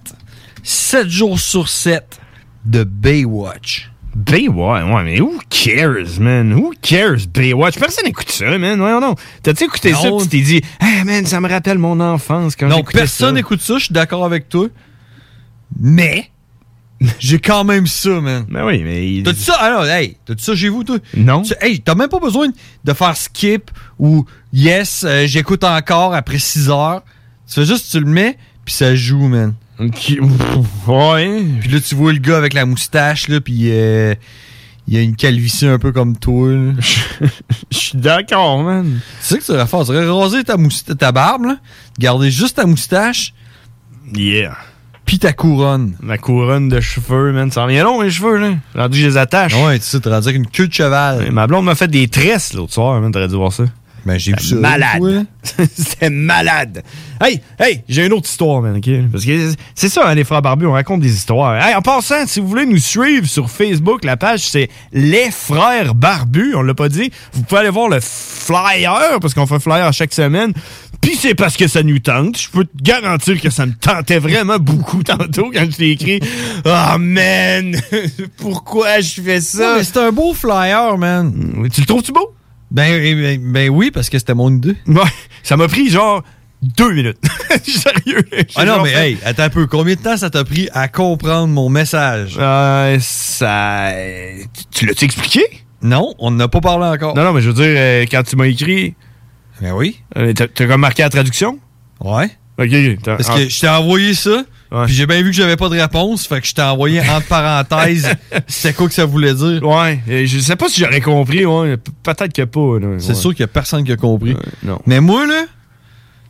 [SPEAKER 7] 7 jours sur 7 de Baywatch.
[SPEAKER 6] Baywatch, ouais, mais who cares, man? Who cares, Baywatch? Personne n'écoute ça, man. Ouais, non. T'as-tu écouté ça
[SPEAKER 7] Non.
[SPEAKER 6] pis tu t'es dit, hey, man, ça me rappelle mon enfance quand
[SPEAKER 7] non,
[SPEAKER 6] j'écoutais ça.
[SPEAKER 7] personne n'écoute ça, je suis d'accord avec toi. Mais J'ai quand même ça, man.
[SPEAKER 6] Ben oui, mais.
[SPEAKER 7] T'as-tu ça? Alors, hey, t'as-tu ça chez vous, toi?
[SPEAKER 6] Non.
[SPEAKER 7] Tu- hey, t'as même pas besoin de faire skip ou yes, euh, j'écoute encore après 6 heures. Tu fais juste, tu le mets, puis ça joue, man.
[SPEAKER 6] Ouais.
[SPEAKER 7] Puis là, tu vois le gars avec la moustache, là, puis euh, il a une calvitie un peu comme toi, là.
[SPEAKER 6] (laughs) Je suis d'accord, man.
[SPEAKER 7] C'est ça que tu devrais faire. Tu devrais raser ta, mousta- ta barbe, là, garder juste ta moustache.
[SPEAKER 6] Yeah.
[SPEAKER 7] Puis ta couronne.
[SPEAKER 6] Ma couronne de cheveux, man. Ça en vient long, mes cheveux, là. Rendu, que je les attache.
[SPEAKER 7] Ouais, tu sais, t'es rendu avec une queue de cheval.
[SPEAKER 6] ma blonde m'a fait des tresses l'autre soir, man. T'aurais dû voir ça.
[SPEAKER 7] Ben, j'ai vu ça.
[SPEAKER 6] Malade. (laughs) C'était malade. Hey, hey, j'ai une autre histoire, man, OK? Parce que c'est ça, hein, les frères barbus, on raconte des histoires. Hey, en passant, si vous voulez nous suivre sur Facebook, la page, c'est Les Frères Barbus, on l'a pas dit. Vous pouvez aller voir le flyer, parce qu'on fait flyer chaque semaine. Puis c'est parce que ça nous tente. Je peux te garantir que ça me tentait vraiment beaucoup (laughs) tantôt quand je l'ai écrit. Oh, man! (laughs) Pourquoi je fais ça?
[SPEAKER 7] mais c'est un beau flyer, man.
[SPEAKER 6] Mm, Tu le trouves-tu beau?
[SPEAKER 7] Ben, ben, ben oui, parce que c'était mon idée.
[SPEAKER 6] Ouais, ça m'a pris genre deux minutes. (laughs) Sérieux.
[SPEAKER 7] Ah
[SPEAKER 6] J'ai
[SPEAKER 7] non,
[SPEAKER 6] genre
[SPEAKER 7] mais
[SPEAKER 6] fait-
[SPEAKER 7] hey, attends un peu. Combien de temps ça t'a pris à comprendre mon message?
[SPEAKER 6] Euh, ça. Tu l'as-tu expliqué?
[SPEAKER 7] Non, on n'a pas parlé encore.
[SPEAKER 6] Non, non, mais je veux dire, euh, quand tu m'as écrit. euh,
[SPEAKER 7] Ben oui.
[SPEAKER 6] T'as t'as comme marqué la traduction?
[SPEAKER 7] Ouais.
[SPEAKER 6] Ok, t'as-
[SPEAKER 7] Parce
[SPEAKER 6] ah.
[SPEAKER 7] que je t'ai envoyé ça, puis j'ai bien vu que j'avais pas de réponse, fait que je t'ai envoyé
[SPEAKER 6] (laughs)
[SPEAKER 7] entre parenthèses c'est quoi que ça voulait dire.
[SPEAKER 6] Ouais, et je sais pas si j'aurais compris, ouais. Pe- Peut-être que pas. là,
[SPEAKER 7] C'est
[SPEAKER 6] ouais.
[SPEAKER 7] sûr qu'il y a personne qui a compris.
[SPEAKER 6] non.
[SPEAKER 7] Mais moi, là,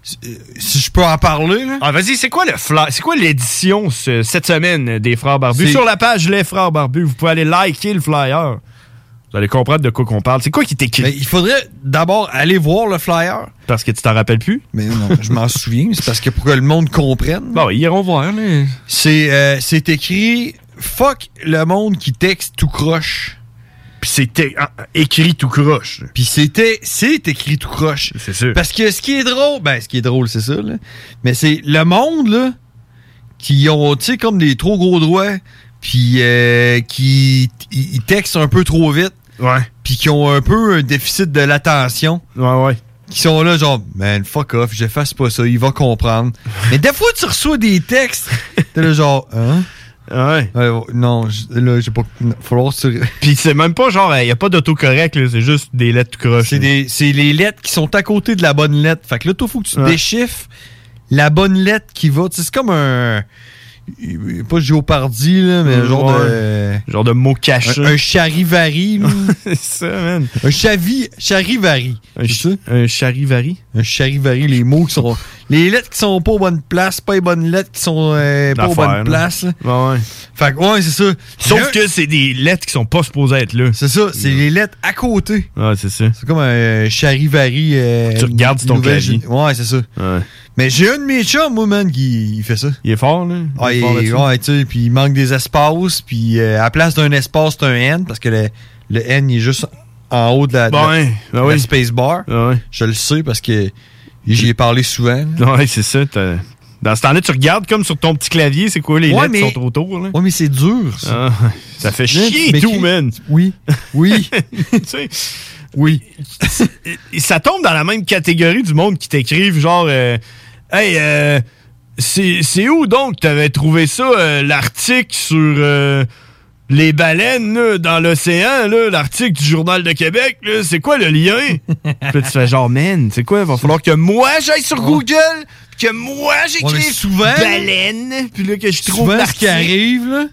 [SPEAKER 7] si- si je peux en parler, là.
[SPEAKER 6] Ah, vas-y, c'est quoi le fla- C'est quoi l'édition ce- cette semaine euh, des Frères Barbus?
[SPEAKER 7] C'est-
[SPEAKER 6] Sur la page Les Frères Barbus, vous pouvez aller liker le flyer. Vous allez comprendre de quoi qu'on parle. C'est quoi qui t'écrit?
[SPEAKER 7] Ben, Il faudrait d'abord aller voir le flyer.
[SPEAKER 6] Parce que tu t'en rappelles plus?
[SPEAKER 7] Mais non, je m'en souviens. C'est parce que pour que le monde comprenne.
[SPEAKER 6] Bon, ils iront voir, là.
[SPEAKER 7] C'est euh, c'est écrit Fuck le monde qui texte tout croche.
[SPEAKER 6] Puis c'était ah, écrit tout croche.
[SPEAKER 7] Puis c'était c'est écrit tout croche.
[SPEAKER 6] C'est sûr.
[SPEAKER 7] Parce que ce qui est drôle, ben ce qui est drôle, c'est ça, là. Mais c'est le monde, là, qui ont, tu sais, comme des trop gros droits, puis euh, qui ils ils textent un peu trop vite.
[SPEAKER 6] Ouais.
[SPEAKER 7] Puis qui ont un peu un déficit de l'attention.
[SPEAKER 6] Ouais, ouais.
[SPEAKER 7] Qui sont là, genre, man, fuck off, j'efface pas ça, il va comprendre. Mais des fois, tu reçois des textes, (laughs) t'es là, genre, hein?
[SPEAKER 6] Ouais.
[SPEAKER 7] non, j- là, j'ai pas. non, Falloir sur.
[SPEAKER 6] Puis c'est même pas genre, il n'y a pas d'autocorrect, là, c'est juste des lettres tout croche.
[SPEAKER 7] C'est des- c'est les lettres qui sont à côté de la bonne lettre. Fait que là, toi, faut que tu
[SPEAKER 6] Ouais.
[SPEAKER 7] déchiffres la bonne lettre qui va. Tu sais, c'est comme un. Pas géopardie, là, mais un genre de.
[SPEAKER 6] Genre de mot caché.
[SPEAKER 7] Un, un charivari, là.
[SPEAKER 6] (laughs) c'est ça, man.
[SPEAKER 7] Un chavi, charivari.
[SPEAKER 6] Un, ch- un charivari.
[SPEAKER 7] Un charivari, les mots qui sont. Les lettres qui sont pas aux bonnes places, pas les bonnes lettres qui sont euh, pas aux
[SPEAKER 6] L'affaire,
[SPEAKER 7] bonnes
[SPEAKER 6] là.
[SPEAKER 7] places. là.
[SPEAKER 6] Ouais.
[SPEAKER 7] Fait que, ouais, c'est ça.
[SPEAKER 6] Sauf
[SPEAKER 7] Là-
[SPEAKER 6] que c'est des lettres qui sont pas supposées être là.
[SPEAKER 7] C'est ça, c'est les lettres à côté.
[SPEAKER 6] Ouais, c'est ça.
[SPEAKER 7] C'est comme un euh, charivari. euh,
[SPEAKER 6] Tu regardes sur ton
[SPEAKER 7] nouvelle
[SPEAKER 6] clavier.
[SPEAKER 7] gé- Ouais, c'est ça. Mais j'ai un de mes chums, moi, man, qui il fait ça.
[SPEAKER 6] Il est fort, là.
[SPEAKER 7] Ah,
[SPEAKER 6] Il est
[SPEAKER 7] il,
[SPEAKER 6] fort là-dessus.
[SPEAKER 7] ouais, tu sais, puis il manque des espaces, puis euh, à la place d'un espace, c'est un N, parce que le, le N, il est juste en haut de la, de
[SPEAKER 6] Ben
[SPEAKER 7] la-
[SPEAKER 6] ouais, ben
[SPEAKER 7] de la
[SPEAKER 6] oui. Ah
[SPEAKER 7] space bar. Je le sais parce que j'y ai parlé souvent.
[SPEAKER 6] Ouais, c'est ça. t'as- Dans ce temps-là, tu regardes comme sur ton petit clavier, c'est quoi les
[SPEAKER 7] Ouais,
[SPEAKER 6] lettres
[SPEAKER 7] mais-
[SPEAKER 6] qui sont autour, là.
[SPEAKER 7] Ouais, mais c'est dur, ça.
[SPEAKER 6] Ah, ça fait chier
[SPEAKER 7] Mais
[SPEAKER 6] et tout,
[SPEAKER 7] qui-
[SPEAKER 6] man.
[SPEAKER 7] Oui, oui.
[SPEAKER 6] (laughs) tu sais,
[SPEAKER 7] oui.
[SPEAKER 6] Ça tombe dans la même catégorie du monde qui t'écrivent genre euh, Hey, euh, c'est c'est où donc t'avais trouvé ça, euh, l'article sur euh, les baleines là, dans l'océan, là, l'article du Journal de Québec, là, c'est quoi Ah,
[SPEAKER 7] (laughs)
[SPEAKER 6] le lien? Puis là, tu fais genre, man, c'est quoi? Il va falloir que moi j'aille sur Google, que moi
[SPEAKER 7] Ouais, mais
[SPEAKER 6] j'écrive
[SPEAKER 7] souvent-
[SPEAKER 6] baleine, puis là que je trouve
[SPEAKER 7] Souvent, ce
[SPEAKER 6] l'article.
[SPEAKER 7] qui arrive, là,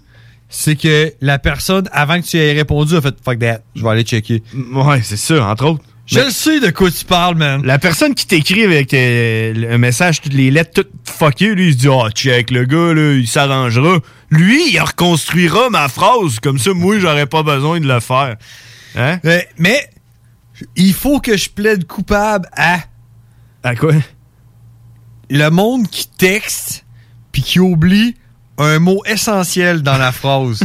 [SPEAKER 7] c'est que la personne, avant que tu aies répondu, a fait fuck that, je vais aller checker.
[SPEAKER 6] Ouais, c'est ça, entre autres.
[SPEAKER 7] Je le sais de quoi tu parles, man.
[SPEAKER 6] La personne qui t'écrit avec euh, un message, toutes les lettres toutes fuckées, lui, il se dit Ah, check, le gars, là, il s'arrangera. Lui, il reconstruira ma phrase. Comme ça, moi, j'aurais pas besoin de le faire. Hein?
[SPEAKER 7] Mais, mais il faut que je plaide coupable à.
[SPEAKER 6] À quoi?
[SPEAKER 7] Le monde qui texte puis qui oublie un mot essentiel dans
[SPEAKER 6] (laughs)
[SPEAKER 7] la phrase.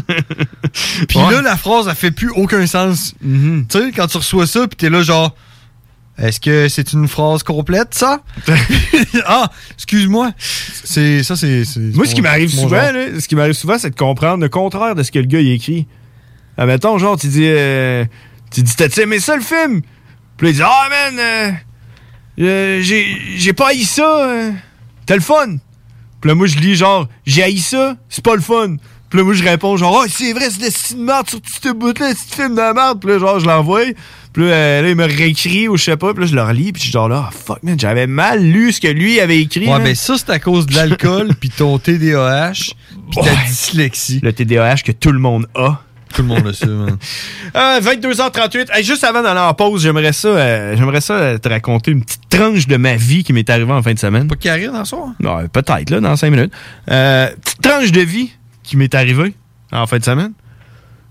[SPEAKER 7] puis là, la phrase, elle fait plus aucun sens.
[SPEAKER 6] Mm-hmm.
[SPEAKER 7] Tu sais, quand tu reçois ça, puis t'es là genre. Est-ce que c'est une phrase
[SPEAKER 6] (laughs)
[SPEAKER 7] complète, ça? (laughs) ah, excuse-moi. C'est ça, c'est. c'est-
[SPEAKER 6] Moi, ce qui
[SPEAKER 7] mon-
[SPEAKER 6] m'arrive
[SPEAKER 7] mon
[SPEAKER 6] souvent,
[SPEAKER 7] genre.
[SPEAKER 6] là, ce qui m'arrive souvent, c'est de comprendre le contraire de ce que le gars il écrit. Admettons, genre, tu dis, euh, tu dis, t'as-tu aimé ça le film? Puis là, il dit, ah man, euh, euh, j'ai, j'ai pas haï ça, euh, t'as le fun. Puis là, moi, je lis genre, j'ai haï ça, c'est pas le fun. Puis là, moi, je réponds genre, oh, c'est vrai, c'est destin de merde sur ce bout-là, c'est film de merde. Puis là, genre, je l'envoie. Puis là, euh, là, il me réécrit ou je sais pas. Puis là, je le relis. Puis je suis genre là, Ah, fuck, man, j'avais mal lu ce que lui avait écrit.
[SPEAKER 7] Ouais,
[SPEAKER 6] man.
[SPEAKER 7] ben ça, c'est à cause de
[SPEAKER 6] (laughs)
[SPEAKER 7] l'alcool, puis ton TDAH, puis ta dyslexie.
[SPEAKER 6] Le TDAH que tout le monde a.
[SPEAKER 7] Tout le
[SPEAKER 6] (laughs)
[SPEAKER 7] monde le sait, man.
[SPEAKER 6] Euh, 22h38. Hey, juste avant d'aller en pause, j'aimerais ça, euh, j'aimerais ça euh, te raconter une petite tranche de ma vie qui m'est arrivée en fin de semaine. Pas
[SPEAKER 7] Karine, en soi?
[SPEAKER 6] Non, euh, peut-être, là, dans cinq minutes. Euh, petite tranche de vie qui m'est arrivée en fin de semaine.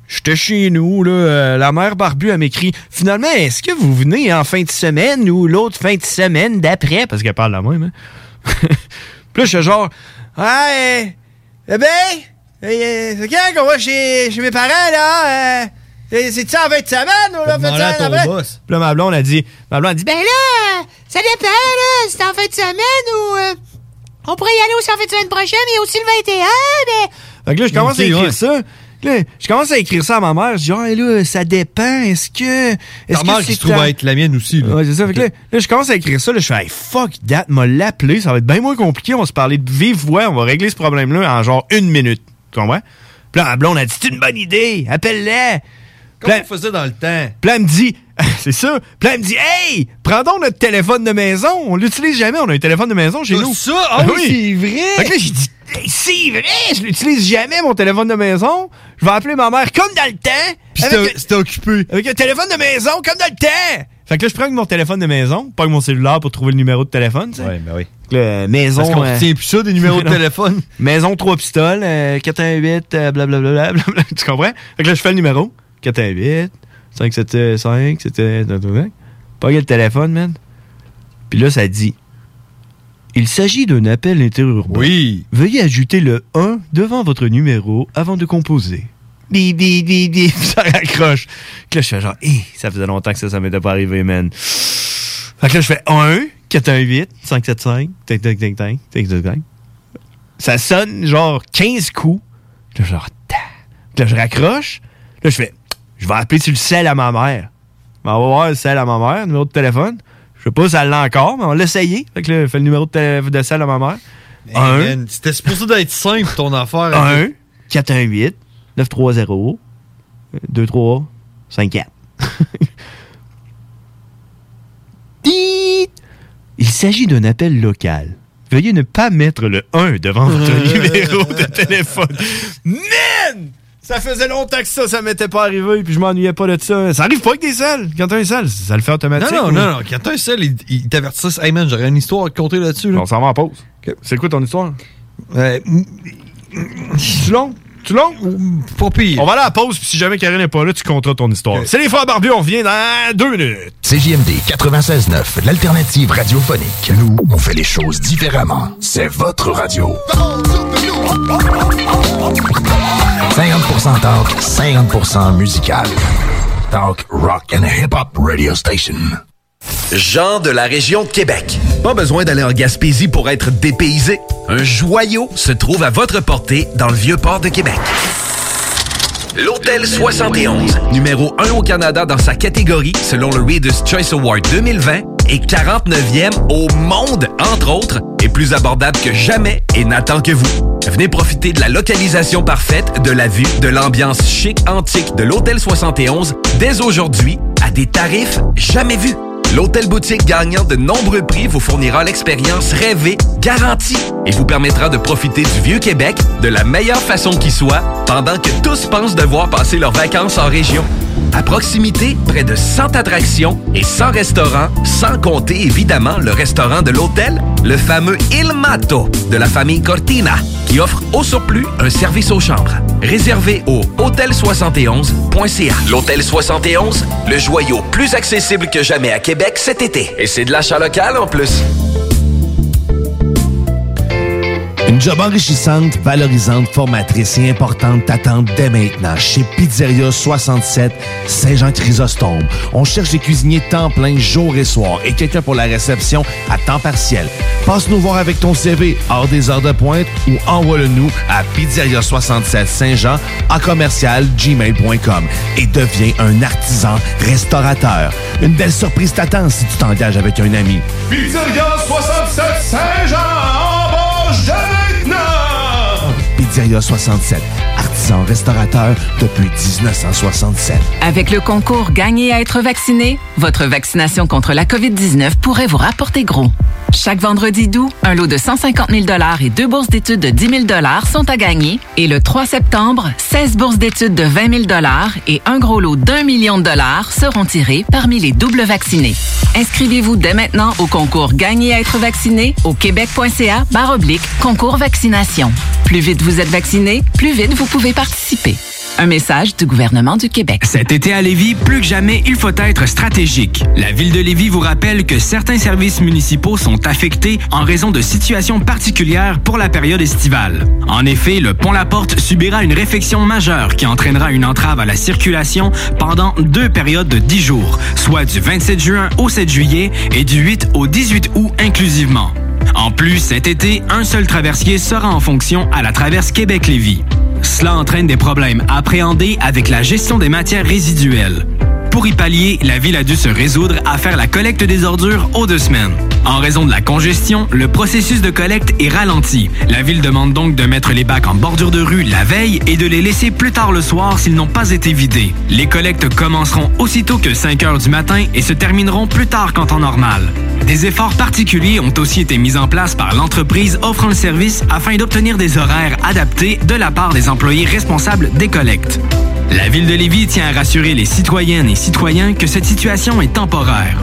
[SPEAKER 6] J'étais chez nous, là, euh, la mère Barbu, elle m'écrit « Finalement, est-ce que vous venez en fin de semaine ou l'autre fin de semaine d'après? » Parce qu'elle parle la même, hein? Puis là, j'étais genre « Ah, euh, eh ben, euh, c'est quand qu'on va chez, chez mes parents, là? Euh, c'est- C'est-tu en fin de semaine ou la fin de
[SPEAKER 7] Demande à
[SPEAKER 6] semaine
[SPEAKER 7] ton
[SPEAKER 6] après? »
[SPEAKER 7] boss.
[SPEAKER 6] Puis là, ma blonde, a dit, ma blonde a dit « Ben
[SPEAKER 5] là, ça dépend, là, c'est en fin de semaine ou... euh, on pourrait y aller aussi en fin de semaine prochaine, et aussi le 21, mais...
[SPEAKER 6] Fait que là, je commence à
[SPEAKER 5] Ok,
[SPEAKER 6] écrire
[SPEAKER 5] ouais.
[SPEAKER 6] ça. Là, je commence à écrire ça à ma mère. Je dis, ah, là, ça dépend. Est-ce que. Est-ce
[SPEAKER 7] Ta mère qui se trouve à être la mienne aussi, là.
[SPEAKER 6] Ouais, c'est ça. Fait que là, là, je commence à écrire ça. Là, je fais, hey, fuck that, m'a l'appelé. Ça va être bien moins compliqué. On va se parler de vive voix. On va régler ce problème-là en genre une minute. Tu comprends? Puis là, ma blonde a dit, c'est une bonne idée. Appelle-la. Comme on faisait dans le temps. Puis là, elle me dit, (laughs) c'est ça. Puis là, elle me dit, hey, prends donc notre téléphone de maison. On l'utilise jamais. On a un téléphone de maison chez nous.
[SPEAKER 7] ça? Ah
[SPEAKER 6] Ben
[SPEAKER 7] oui, c'est vrai.
[SPEAKER 6] Fait que là, j'ai dit, Hey, c'est vrai, je l'utilise jamais mon téléphone de maison. Je vais appeler ma mère comme dans le temps. avec
[SPEAKER 7] C'était occupé.
[SPEAKER 6] Avec un téléphone de maison comme dans le temps. Fait que là, je prends mon téléphone de maison, pas mon cellulaire pour trouver le numéro de téléphone. Oui, ben oui. Le maison.
[SPEAKER 7] Parce qu'on
[SPEAKER 6] euh,
[SPEAKER 7] retient plus ça, des numéros de
[SPEAKER 6] (laughs) non.
[SPEAKER 7] téléphone.
[SPEAKER 6] Maison 3 pistoles, euh, 418, euh, blablabla. blablabla, (laughs) tu comprends? Fait que là, je fais le numéro. 418, euh, 575, c'était. Pas le téléphone, man. Puis là, ça dit. Il s'agit d'un appel interurbain. Oui. Veuillez ajouter le 1 devant votre numéro avant de composer. Bi, bi, bi, bi. (laughs) Ça raccroche. Fait que là, je fais genre, Hé, ça faisait longtemps que ça, ça m'était pas arrivé, man. Fait que là, je fais 1, 418, 575, tac, tac, tac, tac, tac, tac, tac. Ça sonne genre 15 coups. Puis là, genre, ta. Puis là, je raccroche. Là, je fais, je vais appeler sur le sel à ma mère. On va voir le sel à ma mère, numéro de téléphone. Je sais pas si elle l'a encore, mais on l'a essayé. Fait que là, je fais le numéro de, télé- de sel à ma mère. Un.
[SPEAKER 7] Man, C'était supposé d'être simple, ton affaire.
[SPEAKER 6] 1 418 930 23 54. (laughs) Tiit. Il s'agit d'un appel local. Veuillez ne pas Euh. mettre le 1 devant
[SPEAKER 7] Euh.
[SPEAKER 6] votre numéro de téléphone. Man! Ça faisait longtemps que ça, ça m'était pas arrivé, puis je m'ennuyais pas de ça. Ça arrive pas avec des selles. Quand t'as un sel, ça le fait
[SPEAKER 7] Non,
[SPEAKER 6] automatique.
[SPEAKER 7] non,
[SPEAKER 6] ou-
[SPEAKER 7] non, non. Quand t'as un sel, ils il t'avertissent. Hey man, j'aurais une histoire à te conter là-dessus. Là. Ben,
[SPEAKER 6] On s'en va en pause. C'est quoi ton histoire?
[SPEAKER 7] tu
[SPEAKER 6] long? Tu long?
[SPEAKER 7] Pas pire.
[SPEAKER 6] On va aller à la pause, puis si jamais Karine n'est pas là, tu compteras ton histoire. C'est les frères barbus, on revient dans deux minutes.
[SPEAKER 10] CJMD 96.9, l'alternative radiophonique. Nous, on fait les choses différemment. C'est votre radio. 50% talk, 50% musical. Talk, rock and hip-hop radio station.
[SPEAKER 1] Gens de la région de Québec. Pas besoin d'aller en Gaspésie pour être dépaysé. Un joyau se trouve à votre portée dans le vieux port de Québec. L'Hôtel 71, numéro 1 au Canada dans sa catégorie selon le Reader's Choice Award 2020 et 49e au monde, entre autres, est plus abordable que jamais et n'attend que vous. Venez profiter de la localisation parfaite, de la vue, de l'ambiance chic antique de l'Hôtel 71 dès aujourd'hui à des tarifs jamais vus. L'hôtel boutique gagnant de nombreux prix vous fournira l'expérience rêvée, garantie, et vous permettra de profiter du vieux Québec de la meilleure façon qui soit, pendant que tous pensent devoir passer leurs vacances en région. À proximité, près de 100 attractions et 100 restaurants, sans compter évidemment le restaurant de l'hôtel, le fameux Il Mato de la famille Cortina, qui offre au surplus un service aux chambres. Réservé au hôtel71.ca. L'hôtel 71, le joyau plus accessible que jamais à Québec cet été. Et c'est de l'achat local en plus.
[SPEAKER 12] Une job enrichissante, valorisante, formatrice et importante t'attend dès maintenant chez Pizzeria 67 Saint-Jean-Chrysostome. On cherche des cuisiniers temps plein jour et soir et quelqu'un pour la réception à temps partiel. Passe nous voir avec ton CV hors des heures de pointe ou envoie-le-nous à pizzeria 67 Saint-Jean à commercial gmail.com et deviens un artisan restaurateur. Une belle surprise t'attend si tu t'engages avec un ami.
[SPEAKER 16] Pizzeria 67 Saint-Jean, embauche de lieutenant!
[SPEAKER 12] Pizzeria 67, artisans restaurateurs depuis 1967.
[SPEAKER 19] Avec le concours Gagner à être vacciné, votre vaccination contre la COVID-19 pourrait vous rapporter gros. Chaque vendredi doux, un lot de 150 000 et deux bourses d'études de 10 000 sont à gagner. Et le 3 septembre, 16 bourses d'études de 20 000 et un gros lot d'un million de dollars seront tirés parmi les doubles vaccinés. Inscrivez-vous dès maintenant au concours Gagner à être vacciné au québec.ca barre oblique concours vaccination. Plus vite vous êtes vacciné, plus vite vous pouvez participer. Un message du gouvernement du Québec.
[SPEAKER 2] Cet été à Lévis, plus que jamais, il faut être stratégique. La ville de Lévis vous rappelle que certains services municipaux sont affectés en raison de situations particulières pour la période estivale. En effet, le pont La Porte subira une réfection majeure qui entraînera une entrave à la circulation pendant deux périodes de 10 jours, soit du 27 juin au 7 juillet et du 8 au 18 août inclusivement. En plus, cet été, un seul traversier sera en fonction à la traverse Québec-Lévis. Cela entraîne des problèmes appréhendés avec la gestion des matières résiduelles. Pour y pallier, la ville a dû se résoudre à faire la collecte des ordures aux deux semaines. En raison de la congestion, le processus de collecte est ralenti. La ville demande donc de mettre les bacs en bordure de rue la veille et de les laisser plus tard le soir s'ils n'ont pas été vidés. Les collectes commenceront aussitôt que 5 heures du matin et se termineront plus tard qu'en temps normal. Des efforts particuliers ont aussi été mis en place par l'entreprise offrant le service afin d'obtenir des horaires adaptés de la part des employés responsables des collectes. La ville de Lévis tient à rassurer les citoyennes et citoyens que cette situation est temporaire.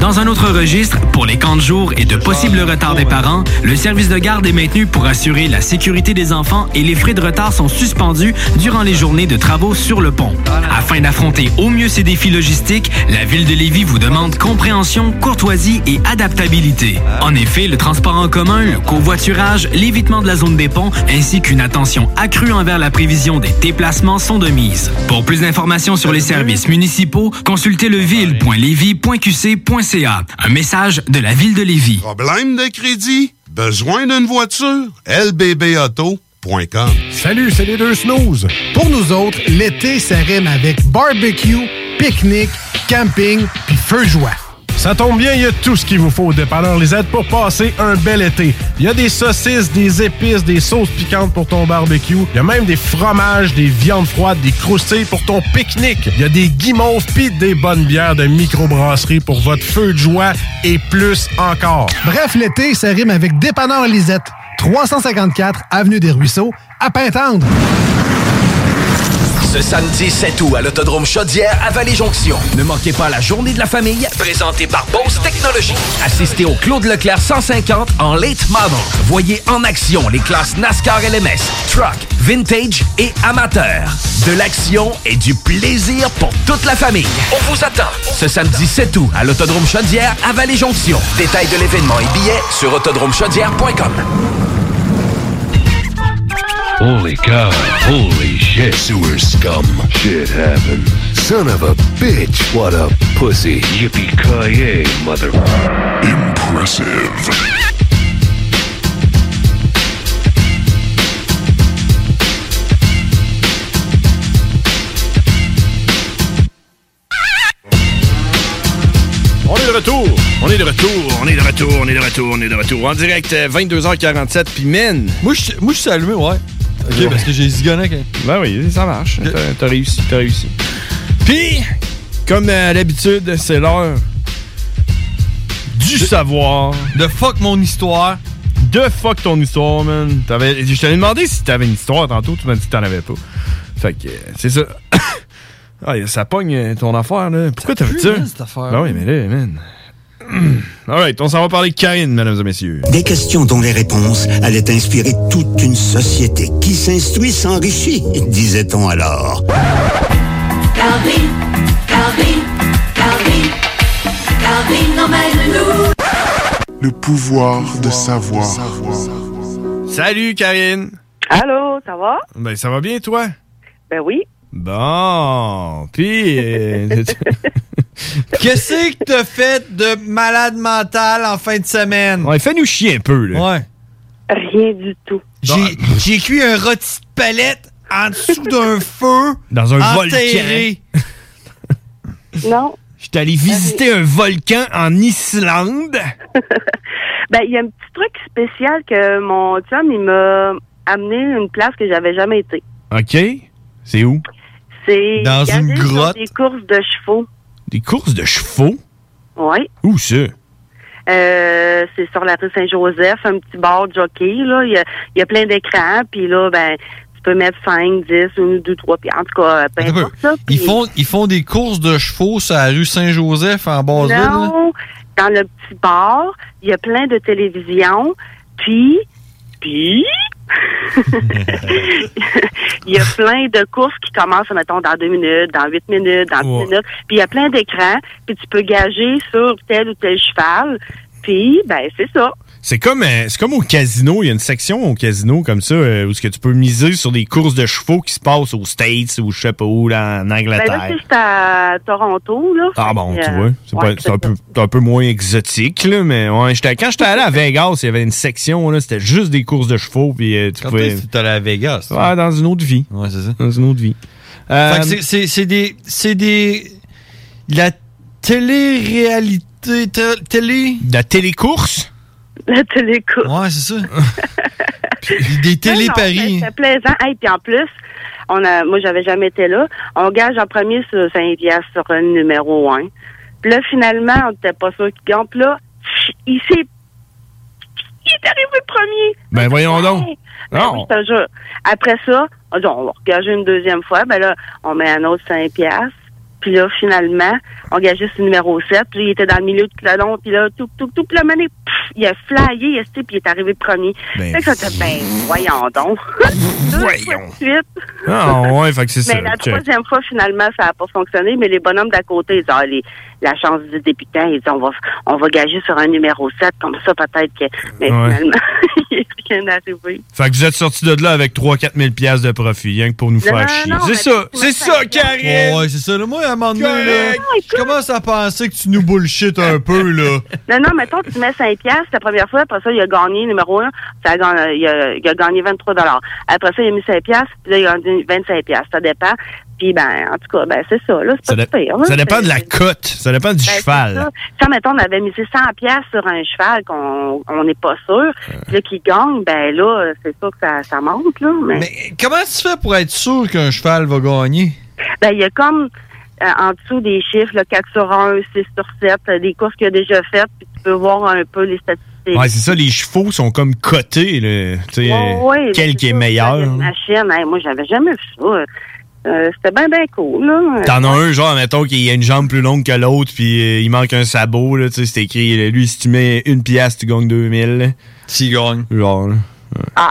[SPEAKER 2] Dans un autre registre, pour les camps de jour et de possibles retards des parents, le service de garde est maintenu pour assurer la sécurité des enfants et les frais de retard sont suspendus durant les journées de travaux sur le pont. Afin d'affronter au mieux ces défis logistiques, la ville de Lévis vous demande compréhension, courtoisie et adaptabilité. En effet, le transport en commun, le covoiturage, l'évitement de la zone des ponts ainsi qu'une attention accrue envers la prévision des déplacements sont de mise. Pour plus d'informations sur les services municipaux, consultez le ville.levy.qc.ca. Un message de la ville de Lévis.
[SPEAKER 16] Problème de crédit? Besoin d'une voiture? lbbauto.com
[SPEAKER 17] Salut, c'est les deux snooze. Pour nous autres, l'été, ça rime avec barbecue, pique-nique, camping, puis feu de joie.
[SPEAKER 20] Ça tombe bien, il y a tout ce qu'il vous faut au dépanneur Lisette pour passer un bel été. Il y a des saucisses, des épices, des sauces piquantes pour ton barbecue. Il y a même des fromages, des viandes froides, des croustilles pour ton pique-nique. Il y a des guimauves pis des bonnes bières de microbrasserie pour votre feu de joie et plus encore.
[SPEAKER 17] Bref, l'été, ça rime avec Dépanneur Lisette. 354 Avenue des Ruisseaux, à Pintendre.
[SPEAKER 1] Ce samedi 7 août à l'Autodrome Chaudière à Vallée-Jonction. Ne manquez pas la journée de la famille présentée par Bose Technologies. Assistez au Claude Leclerc 150 en late model. Voyez en action les classes NASCAR LMS, truck, vintage et amateur. De l'action et du plaisir pour toute la famille. On vous attend ce samedi 7 août à l'Autodrome Chaudière à Vallée-Jonction. Détails de l'événement et billets sur autodromechaudière.com.
[SPEAKER 5] Holy cow. Holy shit. Sewer scum. Shit happened. Son of a bitch. What a pussy. Yippee-ki-yay, mother... Impressive.
[SPEAKER 6] On est de retour. On est de retour. On est de retour. On est de retour. On est de retour. En direct, euh, 22h47, puis mine. Moi, je moi, suis allumé, ouais.
[SPEAKER 7] Ok, parce que j'ai zigonné. quand-
[SPEAKER 6] Ben oui, ça marche. T'as- T'as réussi, t'as réussi. Puis, comme euh, à l'habitude, c'est l'heure du savoir. De fuck mon histoire. De fuck ton histoire, man. T'avais- je t'avais demandé si t'avais une histoire tantôt, tu m'as dit que t'en avais pas. Fait que, euh, c'est ça. (coughs) ah, ça pogne euh, ton affaire, là. Pourquoi t'as fait
[SPEAKER 7] pue,
[SPEAKER 6] ça?
[SPEAKER 7] man, cette affaire.
[SPEAKER 6] Ben oui, mais là, man. (clears throat) Alright, on s'en va parler de Karine, mesdames et messieurs.
[SPEAKER 10] Des questions dont les réponses allaient inspirer toute une société qui s'instruit s'enrichit, disait-on alors.
[SPEAKER 21] Calvin, Calvin, Calvin, Calvin, emmène-nous.
[SPEAKER 22] Le pouvoir de savoir.
[SPEAKER 6] Salut, Karine.
[SPEAKER 23] Allô, ça va?
[SPEAKER 6] Ben, ça va bien, toi?
[SPEAKER 23] Ben oui.
[SPEAKER 6] Bon, puis... euh,
[SPEAKER 7] (laughs) Qu'est-ce que t'as fait de malade mental en fin de semaine?
[SPEAKER 6] Ouais, fais-nous chier un peu, là.
[SPEAKER 7] Ouais.
[SPEAKER 23] Rien du tout.
[SPEAKER 7] J'ai, j'ai cuit un rôti de palette en dessous d'un feu.
[SPEAKER 6] Dans un
[SPEAKER 7] enterré.
[SPEAKER 23] Non.
[SPEAKER 6] Je suis allé visiter un volcan en Islande.
[SPEAKER 23] Ben, il y a un petit truc spécial que mon chum, il m'a amené une place que j'avais jamais été.
[SPEAKER 6] OK. C'est où?
[SPEAKER 23] C'est
[SPEAKER 6] Dans
[SPEAKER 23] gager
[SPEAKER 6] une
[SPEAKER 23] sur
[SPEAKER 6] grotte.
[SPEAKER 23] Des courses de chevaux.
[SPEAKER 6] Des courses de chevaux?
[SPEAKER 23] Oui.
[SPEAKER 6] Où ça?
[SPEAKER 23] Euh, c'est sur la rue Saint-Joseph, un petit bar de jockey. Là. Il, y a, il y a plein d'écrans, puis là, ben, tu peux mettre 5, 10, ou 2, 3, puis en tout cas, euh, peu
[SPEAKER 7] Attends un peu.
[SPEAKER 23] importe ça.
[SPEAKER 7] Ils font, ils font des courses de chevaux sur la rue Saint-Joseph en Basse-Ville. là.
[SPEAKER 23] Non, dans le petit bar, il y a plein de télévisions, puis, puis, (laughs) il y a plein de courses qui commencent, mettons, dans deux minutes, dans huit minutes, dans dix
[SPEAKER 8] Ouais.
[SPEAKER 23] minutes, puis il y a plein d'écrans, puis tu peux gager sur tel ou tel cheval, puis, ben, c'est ça.
[SPEAKER 6] C'est comme, euh, c'est comme au casino. Il y a une section au casino comme ça euh, où ce que tu peux miser sur des courses de chevaux qui se passent aux States ou je sais pas où, là, en
[SPEAKER 23] Ben là,
[SPEAKER 6] Angleterre.
[SPEAKER 23] c'est à Toronto, là.
[SPEAKER 6] Ah bon,
[SPEAKER 23] Fait que,
[SPEAKER 6] tu
[SPEAKER 23] euh,
[SPEAKER 6] vois, c'est pas-
[SPEAKER 23] ouais,
[SPEAKER 6] c'est un, peu- c'est un peu moins exotique, là, mais ouais, j'étais- quand j'étais allé à Vegas, il y avait une section, là, c'était juste des courses de chevaux, puis euh, tu
[SPEAKER 7] Quand
[SPEAKER 6] pouvais...
[SPEAKER 7] est-ce que t'es allé à Vegas? toi?
[SPEAKER 6] Ouais, dans une autre vie. Euh,
[SPEAKER 7] Ouais, c'est ça.
[SPEAKER 6] Dans une autre vie.
[SPEAKER 7] Fait que c'est- c'est- c'est des. C'est des. La télé-réalité. té- Télé.
[SPEAKER 6] La télécourse?
[SPEAKER 23] La télécourse.
[SPEAKER 7] Ouais, c'est ça.
[SPEAKER 6] (laughs)
[SPEAKER 7] Puis des
[SPEAKER 23] Non,
[SPEAKER 7] téléparis.
[SPEAKER 23] non, C'était plaisant. Et puis en plus, on a, moi, j'avais jamais été là. On gage en premier sur Saint-Pierre sur un numéro 1. Puis là, finalement, on n'était pas sûr qu'il gagne. Puis là, il s'est. Il est arrivé premier.
[SPEAKER 6] Ben voyons donc. Ah,
[SPEAKER 23] Ben oui,
[SPEAKER 6] Non.
[SPEAKER 23] je te jure. Après ça, on dit, on va regager une deuxième fois. Ben là, on met un autre 5 piastres. Puis là, finalement, on gageait sur le numéro 7. Puis il était dans le milieu tout le long. Puis là, tout, tout, tout. Puis là, mané, pff, il a flyé, il a sté, puis il est arrivé premier.
[SPEAKER 6] Ben,
[SPEAKER 23] fait que ça, ben, voyons donc. Deux fois de suite.
[SPEAKER 6] Ah ouais, fait
[SPEAKER 23] (laughs)
[SPEAKER 6] que c'est ça.
[SPEAKER 23] Mais Ben, la
[SPEAKER 6] ok.
[SPEAKER 23] troisième fois, finalement, ça n'a pas fonctionné. Mais les bonhommes d'à côté, ils disent, ah, les- la chance du débutant, ils disent, on va, on va gager sur un numéro 7, comme ça, peut-être que. Mais
[SPEAKER 6] Ouais.
[SPEAKER 23] finalement, (laughs) il n'est rien arrivé.
[SPEAKER 6] Fait que vous êtes sortis de là avec 3-4 000 piastres de profit, rien que pour nous
[SPEAKER 23] Non,
[SPEAKER 6] faire
[SPEAKER 23] non,
[SPEAKER 6] chier.
[SPEAKER 23] non,
[SPEAKER 6] c'est
[SPEAKER 23] mais
[SPEAKER 6] ça, c'est ça, Karine!
[SPEAKER 7] Ouais, ouais, c'est ça. là. moi, à un moment donné, là,
[SPEAKER 23] Correct.
[SPEAKER 7] je commence à penser que tu nous bullshit un
[SPEAKER 23] (laughs)
[SPEAKER 7] peu, là.
[SPEAKER 23] Non, non, mettons, tu mets 5 piastres la première fois, après ça, il a gagné numéro 1, ça a gagné, il, a, il a gagné 23 dollars. Après ça, il a mis 5 piastres, puis là, il a gagné 25 piastres. Ça dépend. Puis, ben, en tout cas, ben, c'est ça, là.
[SPEAKER 6] Ça,
[SPEAKER 23] C'est pas
[SPEAKER 6] dé-
[SPEAKER 23] super, là.
[SPEAKER 6] ça dépend de la
[SPEAKER 23] C'est-
[SPEAKER 6] cote, ça dépend (laughs) du
[SPEAKER 23] Ben, c'est
[SPEAKER 6] cheval.
[SPEAKER 23] ça. Ça, mettons, on avait misé 100 pièces sur un cheval qu'on on n'est pas sûr. Puis Là, qui gagne, ben là, euh, c'est sûr que ça, ça monte, là. Mais,
[SPEAKER 7] Comment tu fais pour être sûr qu'un cheval va gagner?
[SPEAKER 23] ben, il y a comme euh, en dessous des chiffres, là, 4 sur 1, 6 sur 7, euh, des courses qu'il a déjà faites, puis tu peux voir un peu les statistiques.
[SPEAKER 6] Ouais, c'est ça, les chevaux sont comme cotés, là. Tu sais,
[SPEAKER 23] Ouais, ouais,
[SPEAKER 6] euh, quel
[SPEAKER 23] c'est
[SPEAKER 6] qui est
[SPEAKER 23] ça,
[SPEAKER 6] meilleur.
[SPEAKER 23] j'avais une
[SPEAKER 6] là.
[SPEAKER 23] Machine, hein, moi, j'avais jamais vu ça. Euh, C'était bien, bien cool, là.
[SPEAKER 6] T'en as un, genre, mettons qu'il y a une jambe plus longue que l'autre, puis euh, il manque un sabot, là, tu sais, c'est écrit, là, lui, si tu mets une pièce, tu gagnes 2000.
[SPEAKER 7] S'il gagne.
[SPEAKER 6] Genre, là.
[SPEAKER 23] Ah.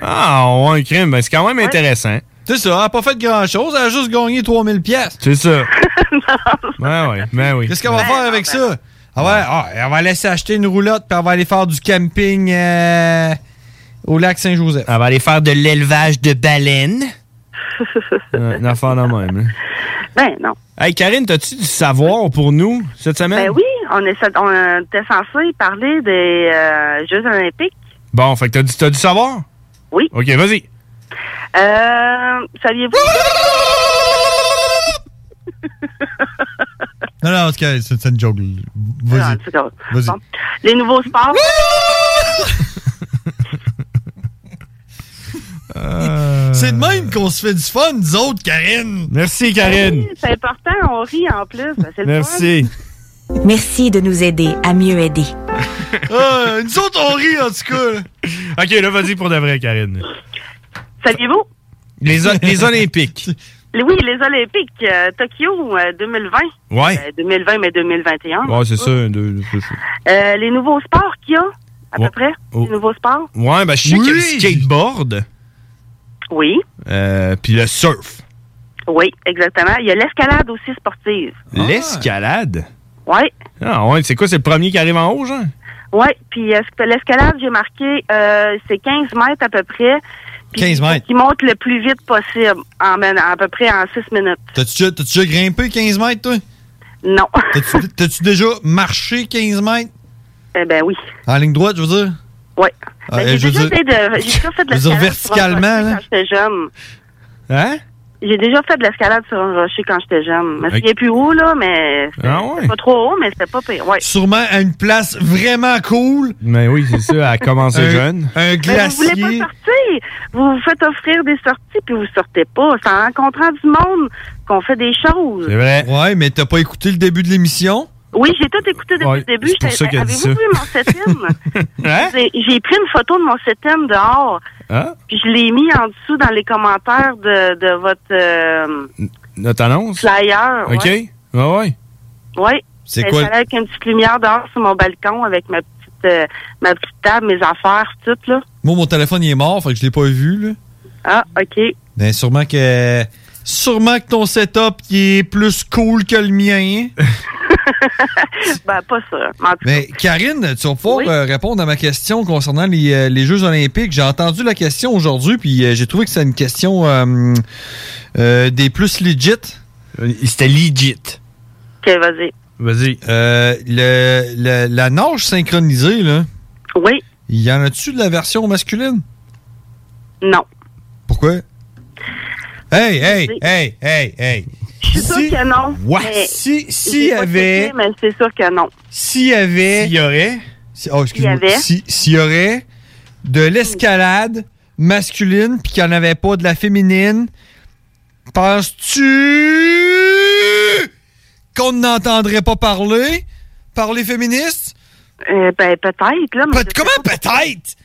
[SPEAKER 6] Ah, ouais, crime, ben c'est quand même intéressant.
[SPEAKER 7] C'est ça, elle a pas fait grand-chose, elle a juste gagné 3000 pièces.
[SPEAKER 6] C'est ça. ben ouais, ben oui.
[SPEAKER 7] Qu'est-ce qu'on va faire avec ça? Ah ouais, ah, on va laisser acheter une roulotte, puis on va aller faire du camping euh, au lac Saint-Joseph.
[SPEAKER 6] On va aller faire de l'élevage de baleines. Ouais, Une affaire de même, là.
[SPEAKER 23] Ben, non.
[SPEAKER 6] Hey, Karine, t'as-tu du savoir pour nous cette semaine?
[SPEAKER 23] Ben oui, on, essaie- on était censé parler des euh, Jeux olympiques.
[SPEAKER 6] Bon, fait que t'as du, t'as du savoir?
[SPEAKER 23] Oui.
[SPEAKER 6] OK, vas-y.
[SPEAKER 23] Euh, saviez-vous...
[SPEAKER 7] Non, non, en tout cas, c'est c'est une joke.
[SPEAKER 23] Ah,
[SPEAKER 7] Vas-y.
[SPEAKER 23] c'est correct.
[SPEAKER 7] Vas-y.
[SPEAKER 23] Bon. Les nouveaux sports.
[SPEAKER 7] C'est de même qu'on se fait du fun, nous autres, Karine.
[SPEAKER 6] Merci,
[SPEAKER 23] Oui, C'est important, on rit en plus. Ben, c'est le
[SPEAKER 24] Merci de nous aider à mieux aider.
[SPEAKER 7] Euh, nous autres, on rit, en tout cas.
[SPEAKER 6] OK, là, vas-y pour de vrai, Karine.
[SPEAKER 23] fun. Saviez-vous?
[SPEAKER 6] Les, o-
[SPEAKER 7] (laughs)
[SPEAKER 6] les Olympiques.
[SPEAKER 23] Oui, les Olympiques euh, Tokyo euh, 2020.
[SPEAKER 6] Ouais.
[SPEAKER 23] Euh, 2020, mais 2021.
[SPEAKER 6] Ouais, c'est ça. de- c'est ça.
[SPEAKER 23] Euh, les nouveaux sports qu'il y a, à
[SPEAKER 6] Ouais.
[SPEAKER 23] peu près.
[SPEAKER 6] Oh.
[SPEAKER 23] Les nouveaux sports.
[SPEAKER 6] Ouais, ben, je sais qu'il y a le skateboard,
[SPEAKER 23] Oui,
[SPEAKER 6] euh, puis le surf.
[SPEAKER 23] oui, exactement. Il y a l'escalade aussi sportive.
[SPEAKER 7] Ah.
[SPEAKER 6] Ah. L'escalade.
[SPEAKER 23] Oui,
[SPEAKER 6] Ah, ouais, c'est quoi, c'est le premier qui arrive en haut, genre?
[SPEAKER 23] oui. Puis euh, l'escalade, j'ai marqué, euh, c'est 15 mètres à peu près. Puis
[SPEAKER 7] 15 mètres.
[SPEAKER 23] Qui monte le plus vite possible, en, men- à peu près en 6 minutes.
[SPEAKER 7] T'as-tu déjà- t'as-tu déjà grimpé 15 mètres, toi?
[SPEAKER 23] Non. (laughs)
[SPEAKER 7] T'as-tu- T'as-tu déjà marché 15 mètres?
[SPEAKER 23] Eh ben oui.
[SPEAKER 7] En ligne droite, je veux dire?
[SPEAKER 23] Oui.
[SPEAKER 7] Ah, euh,
[SPEAKER 23] Ben, j'ai
[SPEAKER 7] je
[SPEAKER 23] déjà,
[SPEAKER 7] veux dire-
[SPEAKER 23] fait de- j'ai déjà fait de
[SPEAKER 7] je
[SPEAKER 23] l'escalade sur
[SPEAKER 7] veux dire
[SPEAKER 23] un
[SPEAKER 7] verticalement,
[SPEAKER 23] rocher
[SPEAKER 7] hein. là.
[SPEAKER 23] quand j'étais jeune.
[SPEAKER 6] Hein?
[SPEAKER 23] J'ai déjà fait de l'escalade sur un rocher quand j'étais jeune. Je me
[SPEAKER 7] Ok.
[SPEAKER 23] souviens plus où, là, mais c'était
[SPEAKER 6] Ah ouais?
[SPEAKER 23] c'était pas trop haut, mais c'était pas pire. Ouais.
[SPEAKER 7] Sûrement à une place vraiment (laughs) Ah, cool. Euh,
[SPEAKER 6] Mais Ben oui, c'est ça, elle a commencé
[SPEAKER 7] Un-
[SPEAKER 6] jeune.
[SPEAKER 7] Un
[SPEAKER 23] Mais vous voulez pas sortir. Vous vous faites offrir des sorties, puis vous sortez pas. C'est en rencontrant du monde qu'on fait des choses.
[SPEAKER 6] vrai.
[SPEAKER 7] Ouais, mais t'as pas écouté le début de l'émission?
[SPEAKER 23] Oui, j'ai tout écouté depuis
[SPEAKER 7] Ouais,
[SPEAKER 23] le début.
[SPEAKER 7] c'est pour
[SPEAKER 23] J'étais-
[SPEAKER 7] ça qu'elle dit
[SPEAKER 23] Avez-vous
[SPEAKER 7] ça. Hein?
[SPEAKER 23] vu mon
[SPEAKER 7] (laughs)
[SPEAKER 23] septième? J'ai- J'ai pris une photo de mon septième dehors,
[SPEAKER 6] Hein?
[SPEAKER 23] puis je l'ai mis en dessous dans les commentaires de, de votre euh,
[SPEAKER 6] Notre annonce?
[SPEAKER 23] flyer.
[SPEAKER 6] OK?
[SPEAKER 23] Ah, ouais.
[SPEAKER 6] Ouais, ouais.
[SPEAKER 23] Oui.
[SPEAKER 6] C'est
[SPEAKER 23] Ben,
[SPEAKER 6] quoi-
[SPEAKER 23] J'allais avec une petite lumière dehors sur mon balcon avec ma petite, euh, ma petite table, mes affaires, tout, là.
[SPEAKER 7] Moi, mon téléphone, il est mort, fait que je l'ai pas vu, là.
[SPEAKER 23] Ah, OK.
[SPEAKER 7] Mais sûrement que. Sûrement que ton setup il est plus cool que le mien. hein?
[SPEAKER 23] (laughs) ben, pas sûr. Mais en tout
[SPEAKER 7] Mais Karine, tu vas pouvoir euh, répondre à ma question concernant les, euh, les Jeux Olympiques. J'ai entendu la question aujourd'hui, puis euh, j'ai trouvé que c'est une question euh, euh, des plus legit.
[SPEAKER 6] Euh, C'était legit.
[SPEAKER 23] OK, vas-y.
[SPEAKER 6] Vas-y.
[SPEAKER 7] Euh, la nage synchronisée, là.
[SPEAKER 23] Oui.
[SPEAKER 7] Il y en a-tu de la version masculine?
[SPEAKER 23] Non.
[SPEAKER 7] Pourquoi? Hey, hey, hey, hey, hey.
[SPEAKER 23] Je suis sûre que non.
[SPEAKER 7] Ouais.
[SPEAKER 23] mais
[SPEAKER 7] Si-
[SPEAKER 23] j'ai
[SPEAKER 7] s'il y
[SPEAKER 23] pas
[SPEAKER 7] avait-
[SPEAKER 23] checké, Mais c'est sûr que non.
[SPEAKER 7] S'il y avait. S'il y
[SPEAKER 6] aurait.
[SPEAKER 7] oh, excuse-moi.
[SPEAKER 23] S'il y avait.
[SPEAKER 7] Si- S'il y aurait de l'escalade masculine, puis qu'il n'y en avait pas de la féminine, penses-tu qu'on n'entendrait pas parler par les féministes?
[SPEAKER 23] ben, peut-être, là.
[SPEAKER 7] comment
[SPEAKER 23] (laughs)
[SPEAKER 7] peut-être?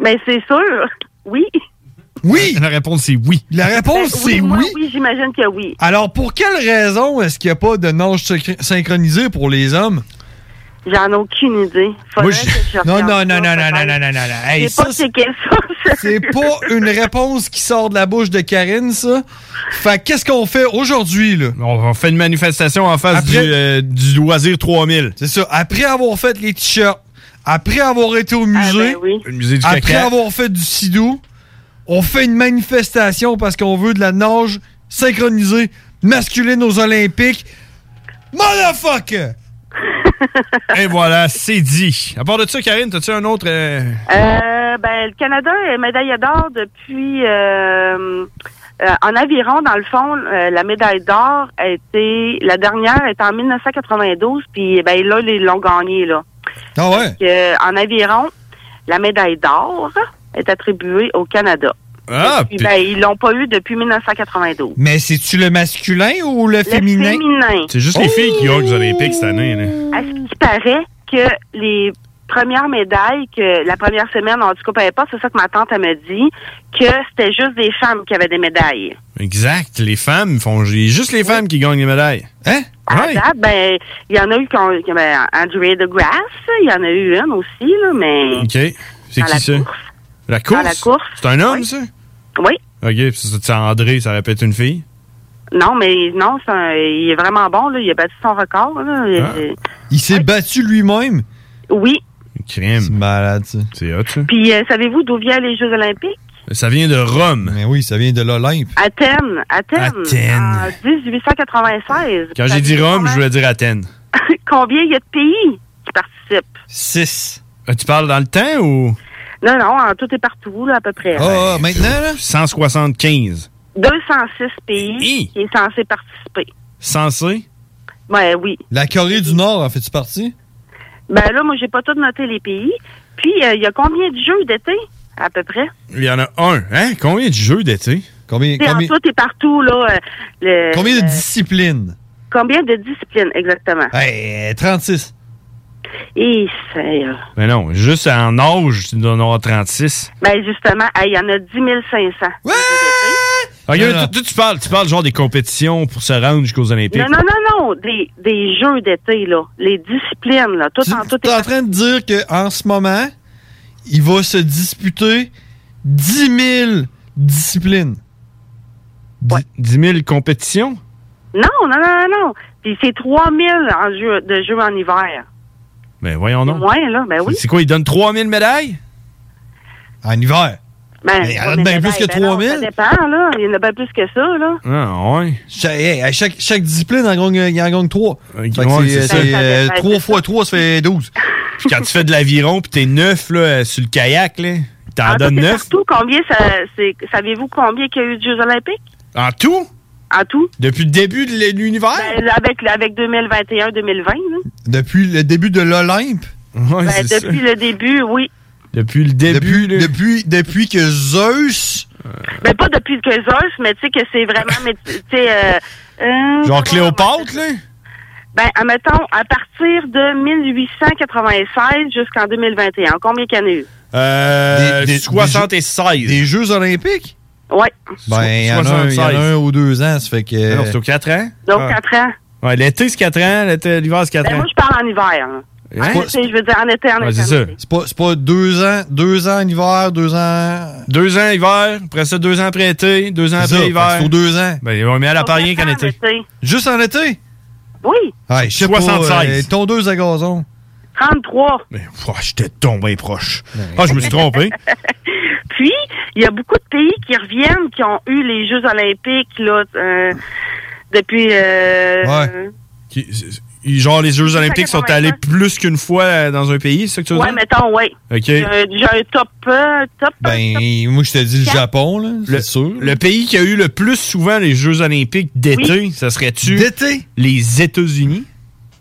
[SPEAKER 23] Ben, c'est sûr. Oui.
[SPEAKER 7] Oui!
[SPEAKER 6] La réponse, c'est oui.
[SPEAKER 7] La réponse,
[SPEAKER 23] Ben,
[SPEAKER 7] c'est
[SPEAKER 23] moi,
[SPEAKER 7] oui.
[SPEAKER 23] Oui, j'imagine que oui.
[SPEAKER 7] Alors, pour quelle raison est-ce qu'il n'y a pas de nage synch- synchronisé pour les hommes?
[SPEAKER 23] J'en ai aucune idée. Faudrait
[SPEAKER 7] Moi, je-
[SPEAKER 23] que je
[SPEAKER 7] Non,
[SPEAKER 23] regarde
[SPEAKER 7] non,
[SPEAKER 23] ça,
[SPEAKER 7] non, non, non,
[SPEAKER 23] peut-être.
[SPEAKER 7] non, non, non, non. Hey,
[SPEAKER 23] J'ai
[SPEAKER 7] ça,
[SPEAKER 23] pas
[SPEAKER 7] c'est-
[SPEAKER 23] checké ça. (laughs)
[SPEAKER 7] C'est pas une réponse qui sort de la bouche de Karine, ça. Fait que qu'est-ce qu'on fait aujourd'hui, là?
[SPEAKER 6] On fait une manifestation en face
[SPEAKER 7] Après-
[SPEAKER 6] du, euh, du loisir 3000.
[SPEAKER 7] C'est ça. Après avoir fait les t-shirts, après avoir été
[SPEAKER 23] Ah,
[SPEAKER 7] au
[SPEAKER 23] ben
[SPEAKER 7] musée,
[SPEAKER 6] Le musée du
[SPEAKER 7] après
[SPEAKER 6] caca.
[SPEAKER 7] avoir fait du sidou, on fait une manifestation parce qu'on veut de la nage synchronisée masculine aux Olympiques. Motherfucker!
[SPEAKER 6] Et voilà, c'est dit. À part de ça, Karine, t'as-tu un autre. euh,
[SPEAKER 23] Euh, ben, le Canada est médaille d'or depuis. euh, euh, en aviron, dans le fond, euh, la médaille d'or a été. La dernière est en 1992, puis ben là, ils l'ont gagnée, là.
[SPEAKER 7] Ah ouais?
[SPEAKER 23] Donc, euh, en aviron, la médaille d'or est attribuée au Canada.
[SPEAKER 7] Ah,
[SPEAKER 23] Puis,
[SPEAKER 7] puis-
[SPEAKER 23] ben, ils l'ont pas eu depuis 1992.
[SPEAKER 7] Mais c'est-tu le masculin ou le,
[SPEAKER 23] Le
[SPEAKER 7] féminin?
[SPEAKER 23] féminin.
[SPEAKER 6] C'est juste les filles qui ont les Olympiques cette année. Là.
[SPEAKER 23] À ce qui paraît que les premières médailles, que la première semaine, en tout cas, peu importe, c'est ça que ma tante, elle me dit, que c'était juste des femmes qui avaient des médailles.
[SPEAKER 6] Exact. Les femmes font. Juste les femmes qui gagnent les médailles.
[SPEAKER 7] Hein?
[SPEAKER 23] À date, ben, il y en a eu qu'on, que, ben, Andrea de Grasse, il y en a eu une aussi, là, mais.
[SPEAKER 6] OK. C'est
[SPEAKER 23] Dans
[SPEAKER 6] qui
[SPEAKER 23] la
[SPEAKER 6] ça?
[SPEAKER 23] course.
[SPEAKER 6] La course?
[SPEAKER 23] Dans la course.
[SPEAKER 6] C'est un homme,
[SPEAKER 23] Oui.
[SPEAKER 6] ça?
[SPEAKER 23] Oui.
[SPEAKER 6] OK. puis ça, C'est André, ça répète une fille.
[SPEAKER 23] Non, mais non, c'est un- il est vraiment bon, là. Il a battu son record, là. Il-
[SPEAKER 6] Ah.
[SPEAKER 7] Il s'est battu lui-même?
[SPEAKER 23] Oui.
[SPEAKER 6] Crime. C'est
[SPEAKER 7] malade, ça.
[SPEAKER 6] C'est hot, ça.
[SPEAKER 23] Puis, euh, savez-vous d'où viennent les Jeux Olympiques?
[SPEAKER 6] Ça vient de Rome.
[SPEAKER 7] Mais oui, ça vient de l'Olympe.
[SPEAKER 23] Athènes. Athènes.
[SPEAKER 6] Athènes.
[SPEAKER 23] En 1896.
[SPEAKER 6] Quand j'ai dit Rome, je voulais dire Athènes.
[SPEAKER 23] (laughs) Combien il y a de pays qui participent?
[SPEAKER 6] Six. Ah, Tu parles dans le temps ou?
[SPEAKER 23] Non, non, en tout et partout, là, à peu près.
[SPEAKER 6] Ah, maintenant, là? 175.
[SPEAKER 23] 206 pays qui est censé participer.
[SPEAKER 6] Censé?
[SPEAKER 23] Ben oui.
[SPEAKER 7] La Corée du Nord en fait-tu partie?
[SPEAKER 23] Ben là, moi, j'ai pas tout noté les pays. Puis, euh, il y a combien de jeux d'été, à peu près?
[SPEAKER 6] Il y en a un. Hein? Combien de jeux d'été?
[SPEAKER 7] Combien,
[SPEAKER 23] C'est En tout et partout, là. euh, le-
[SPEAKER 7] Combien de
[SPEAKER 23] euh,
[SPEAKER 7] disciplines?
[SPEAKER 23] combien de disciplines, exactement?
[SPEAKER 7] Hey, euh, 36.
[SPEAKER 23] Et c'est... euh,
[SPEAKER 6] Mais Ben non, juste en âge, tu dois en avoir 36.
[SPEAKER 23] Ben justement, hey, il y en a 10 500.
[SPEAKER 6] Ok, toi, toi, tu parles, tu parles genre des compétitions pour se rendre jusqu'aux Olympiques.
[SPEAKER 23] Non, non, non, non, des, des jeux d'été, là. Les disciplines, là, tout en tout.
[SPEAKER 7] T'es en train de dire qu'en ce moment, il va se disputer 10 000 disciplines.
[SPEAKER 6] 10 000 compétitions?
[SPEAKER 23] Non, non, non, non, non. Puis c'est 3000 en jeu, de jeux en hiver.
[SPEAKER 6] Ben voyons donc.
[SPEAKER 23] Ouais, là, ben oui.
[SPEAKER 6] C'est quoi, ils donnent 3000 médailles?
[SPEAKER 7] En hiver.
[SPEAKER 23] Ben,
[SPEAKER 7] Mais il y en a
[SPEAKER 23] ouais,
[SPEAKER 7] bien
[SPEAKER 23] mais
[SPEAKER 7] plus que
[SPEAKER 23] ben non,
[SPEAKER 7] 3000.
[SPEAKER 23] Ça dépend, là. Il y en a bien plus que ça, là.
[SPEAKER 6] Ah, ouais.
[SPEAKER 7] chaque, chaque discipline en gagne, il en gagne 3.
[SPEAKER 6] ouais, c'est ça.
[SPEAKER 7] 3 euh, fois 3, ça fait 12.
[SPEAKER 6] Puis quand tu fais de l'aviron puis t'es neuf là, euh, sur le kayak, là, t'en
[SPEAKER 23] En tout
[SPEAKER 6] donnes
[SPEAKER 23] et
[SPEAKER 6] neuf
[SPEAKER 23] partout, combien ça, c'est, savez-vous combien qu'il y a eu de Jeux Olympiques?
[SPEAKER 6] en tout?
[SPEAKER 23] En tout?
[SPEAKER 7] Depuis le début de l'univers?
[SPEAKER 23] Ben, avec avec 2021-2020. là.
[SPEAKER 7] Depuis le début de l'Olympe? Ouais,
[SPEAKER 23] Ben,
[SPEAKER 7] c'est ça.
[SPEAKER 23] depuis le début, oui.
[SPEAKER 7] Depuis le début. Depuis, depuis, que Zeus.
[SPEAKER 23] Ben, pas depuis que Zeus, mais tu sais que c'est vraiment. mais tu tu sais. euh, euh,
[SPEAKER 7] Genre Cléopâtre, là?
[SPEAKER 23] Ben, admettons, à partir de 1896 jusqu'en 2021, combien qu'il y en a eu?
[SPEAKER 6] Euh, 76.
[SPEAKER 7] Des Jeux Olympiques?
[SPEAKER 23] Oui.
[SPEAKER 7] Ben, il y, en a un- il y en a
[SPEAKER 6] 76.
[SPEAKER 7] un ou deux ans, ça fait que.
[SPEAKER 6] Ah non, c'est aux quatre ans?
[SPEAKER 23] Donc,
[SPEAKER 6] Ah.
[SPEAKER 23] 4 ans.
[SPEAKER 6] Ouais, l'été, c'est 4 ans, l'été- l'hiver, c'est 4
[SPEAKER 23] Ben,
[SPEAKER 6] ans.
[SPEAKER 23] moi, je parle en hiver. là.
[SPEAKER 6] Hein?
[SPEAKER 23] En été, je veux dire, en été, en été.
[SPEAKER 7] C'est pas, c'est pas deux ans, deux ans en hiver, deux ans.
[SPEAKER 6] Deux ans hiver, après ça, deux ans après été, deux ans
[SPEAKER 7] C'est ça,
[SPEAKER 6] après
[SPEAKER 7] fait
[SPEAKER 6] hiver.
[SPEAKER 7] que c'est aux deux ans.
[SPEAKER 6] Ben, on met à la pas rien qu'en été.
[SPEAKER 7] Juste en été?
[SPEAKER 23] Oui.
[SPEAKER 7] Ouais, je sais pas,
[SPEAKER 6] 76.
[SPEAKER 7] euh, ton deux à gazon.
[SPEAKER 23] 33.
[SPEAKER 6] Oh, j'étais tombé proche.
[SPEAKER 7] Ben,
[SPEAKER 6] Ah, je
[SPEAKER 23] (laughs)
[SPEAKER 6] me suis trompé.
[SPEAKER 23] Puis, il y a beaucoup de pays qui reviennent, qui ont eu les Jeux Olympiques, là, euh, depuis. euh,
[SPEAKER 6] Ouais. Qui- c'est- c'est- genre, les Jeux Olympiques sont allés plus qu'une fois euh, dans un pays, c'est ça que tu veux
[SPEAKER 23] Ouais,
[SPEAKER 6] dire?
[SPEAKER 23] mettons, ouais.
[SPEAKER 6] OK.
[SPEAKER 23] J'ai un, j'ai un top, euh, top.
[SPEAKER 7] Ben, moi, je te dis le Japon, là,
[SPEAKER 6] c'est sûr. Le pays qui a eu le plus souvent les Jeux Olympiques d'été, ça serait-tu?
[SPEAKER 7] D'été?
[SPEAKER 6] Les États-Unis?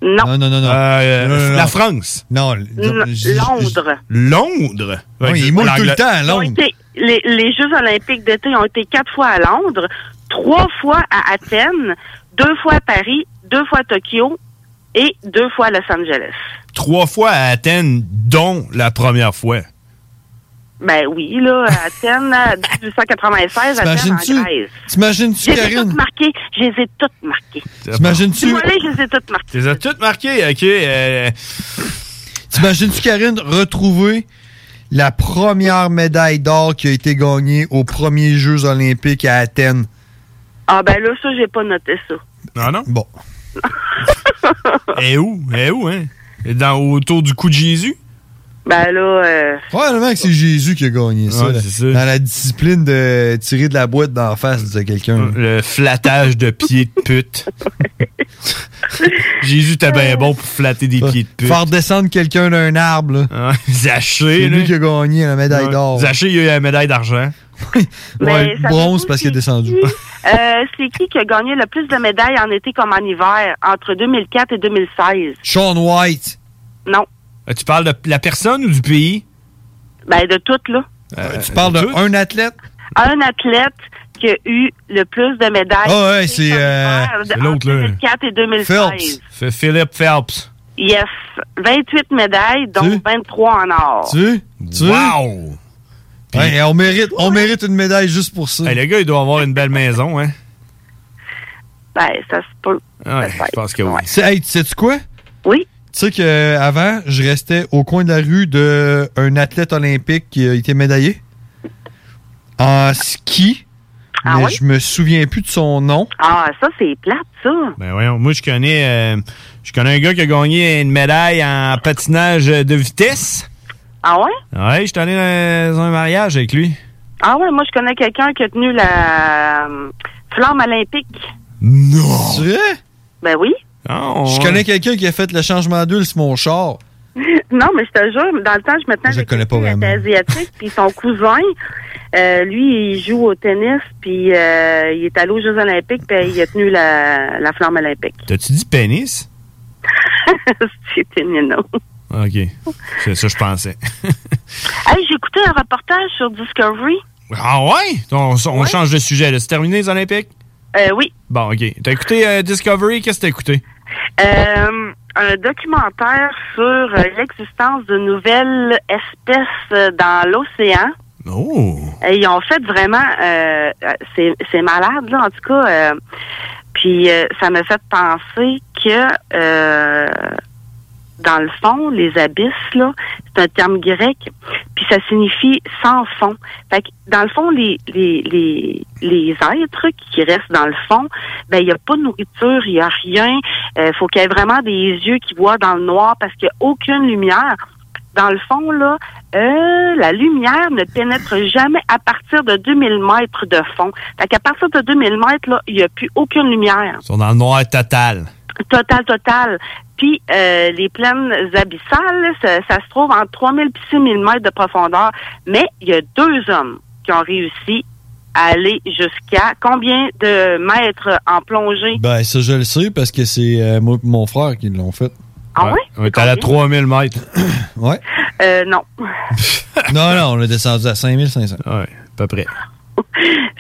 [SPEAKER 23] Non.
[SPEAKER 7] Non, non, non, non.
[SPEAKER 6] Euh,
[SPEAKER 7] Non, non, non.
[SPEAKER 6] La France?
[SPEAKER 7] Non.
[SPEAKER 23] L- Londres.
[SPEAKER 6] Londres?
[SPEAKER 7] Oui, ils moulent tout le temps à
[SPEAKER 23] Ils ont
[SPEAKER 6] Hmm.
[SPEAKER 23] été- les, les Jeux Olympiques d'été ont été quatre fois à Londres, trois fois à Athènes, deux fois à Paris, deux fois à Tokyo et deux fois à Los Angeles.
[SPEAKER 6] Trois fois à Athènes, dont la première fois.
[SPEAKER 23] Ben oui, là, à Athènes, à 1896, Athènes en
[SPEAKER 7] T'imagines-tu?
[SPEAKER 23] Grèce. Je
[SPEAKER 7] T'imagines-tu,
[SPEAKER 23] les ai
[SPEAKER 6] (laughs)
[SPEAKER 7] Karine?
[SPEAKER 23] toutes marquées. Je les ai toutes marquées.
[SPEAKER 7] T'imagines-tu?
[SPEAKER 23] Moi, là, je les ai toutes marquées.
[SPEAKER 6] Tu les as toutes marquées, OK. euh,
[SPEAKER 7] T'imagines-tu, Karine, retrouver la première médaille d'or qui a été gagnée aux premiers Jeux Olympiques à Athènes?
[SPEAKER 23] Ah, ben là, ça, j'ai pas noté ça.
[SPEAKER 6] Ah, Non, non.
[SPEAKER 7] Bon.
[SPEAKER 6] Et où? Et où, hein? Dans, autour du cou de Jésus?
[SPEAKER 23] Ben là, euh,
[SPEAKER 7] Probablement que c'est Jésus qui a gagné ça,
[SPEAKER 6] Ouais,
[SPEAKER 7] là,
[SPEAKER 6] c'est ça.
[SPEAKER 7] Dans la discipline de tirer de la boîte d'en face de quelqu'un.
[SPEAKER 6] Le flattage de pieds de pute. (laughs) Jésus t'es bien bon pour flatter des pieds de pute.
[SPEAKER 7] Faire descendre quelqu'un d'un arbre, là.
[SPEAKER 6] Zaché,
[SPEAKER 7] C'est
[SPEAKER 6] là.
[SPEAKER 7] lui qui a gagné la médaille
[SPEAKER 6] Ouais.
[SPEAKER 7] d'or.
[SPEAKER 6] Zaché, il a eu la médaille d'argent.
[SPEAKER 7] Ouais,
[SPEAKER 23] Mais ça
[SPEAKER 7] bronze parce qu'il est (laughs) descendu.
[SPEAKER 23] euh, c'est qui qui a gagné le plus de médailles en été comme en hiver entre 2004 et 2016?
[SPEAKER 7] Sean White.
[SPEAKER 23] Non.
[SPEAKER 6] Euh, Tu parles de la personne ou du pays?
[SPEAKER 23] Ben, de toutes, là.
[SPEAKER 6] Euh,
[SPEAKER 7] tu parles d'un athlète?
[SPEAKER 23] Un athlète qui a eu le plus de médailles
[SPEAKER 6] Ah ouais, c'est, euh,
[SPEAKER 23] en
[SPEAKER 6] c'est l'autre, là.
[SPEAKER 23] 2004 et 2016.
[SPEAKER 6] Fait Philippe Phelps.
[SPEAKER 23] Yes. 28 médailles, dont 23 en or.
[SPEAKER 7] Tu veux? Tu veux?
[SPEAKER 6] Wow!
[SPEAKER 7] Ouais, on, mérite, on mérite une médaille juste pour ça.
[SPEAKER 6] le gars, il doit avoir une belle maison, hein? Ah,
[SPEAKER 23] Ben, ça se peut.
[SPEAKER 6] Ouais, je pense que oui.
[SPEAKER 7] C'est- Hey, tu sais-tu quoi?
[SPEAKER 23] Oui.
[SPEAKER 7] Tu sais qu'avant, je restais au coin de la rue d'un athlète olympique qui a été médaillé en ski.
[SPEAKER 23] Ah
[SPEAKER 7] mais
[SPEAKER 23] oui?
[SPEAKER 7] je me souviens plus de son nom.
[SPEAKER 23] Ah, ça, c'est plate, ça.
[SPEAKER 6] Ben voyons, moi je connais euh, je connais un gars qui a gagné une médaille en patinage de vitesse.
[SPEAKER 23] Ah ouais?
[SPEAKER 6] Ouais, je suis allé dans un mariage avec lui.
[SPEAKER 23] Ah ouais, moi, je connais quelqu'un qui a tenu la euh, flamme olympique.
[SPEAKER 6] Non!
[SPEAKER 7] C'est vrai?
[SPEAKER 23] Ben oui. (laughs)
[SPEAKER 7] Je connais quelqu'un qui a fait le changement d'huile sur mon char.
[SPEAKER 23] Non, mais je te jure, dans le temps, je me tenais
[SPEAKER 7] Je le
[SPEAKER 23] avec
[SPEAKER 7] connais pas
[SPEAKER 23] un
[SPEAKER 7] vraiment. (laughs)
[SPEAKER 23] asiatique, puis son cousin, euh, lui, il joue au tennis, puis euh, il est allé aux Jeux olympiques, puis il a tenu la, la flamme olympique. (laughs)
[SPEAKER 6] T'as-tu dit pénis?
[SPEAKER 23] C'était non.
[SPEAKER 6] OK. C'est ça que je pensais.
[SPEAKER 23] Hey, j'ai écouté un reportage sur Discovery.
[SPEAKER 6] Ah ouais? On, on change de sujet là. C'est terminé les Olympiques?
[SPEAKER 23] Euh, oui.
[SPEAKER 6] Bon, OK. T'as écouté euh, Discovery, qu'est-ce que t'as écouté?
[SPEAKER 23] Euh, un documentaire sur euh, l'existence de nouvelles espèces euh, dans l'océan.
[SPEAKER 6] Oh!
[SPEAKER 23] Et ils ont fait vraiment, euh, euh, c'est c'est malade là, en tout cas. euh, puis euh, ça m'a fait penser que euh, dans le fond, les abysses là, c'est un terme grec, puis ça signifie sans fond. Fait que dans le fond, les les les les êtres qui restent dans le fond, ben il y a pas de nourriture, il y a rien. Euh, faut qu'il y ait vraiment des yeux qui voient dans le noir parce qu'il n'y a aucune lumière dans le fond, là, euh, la lumière ne pénètre jamais à partir de 2000 mètres de fond. Fait qu'à partir de 2000 mètres, là, il n'y a plus aucune lumière.
[SPEAKER 6] Ils sont dans le noir total.
[SPEAKER 23] Total, total. Puis euh, les plaines abyssales, là, ça, ça se trouve entre 3000 et 6000 mètres de profondeur. Mais il y a deux hommes qui ont réussi à aller jusqu'à combien de mètres en plongée?
[SPEAKER 7] Ben, ça, je le sais parce que c'est euh, moi et mon frère qui l'ont fait.
[SPEAKER 23] Ah ouais?
[SPEAKER 7] On est allé à 3000 mètres. (coughs) ouais.
[SPEAKER 23] Euh,
[SPEAKER 7] (laughs)
[SPEAKER 23] non.
[SPEAKER 7] Non, non, on est descendu à 5500. Ouais, à peu près.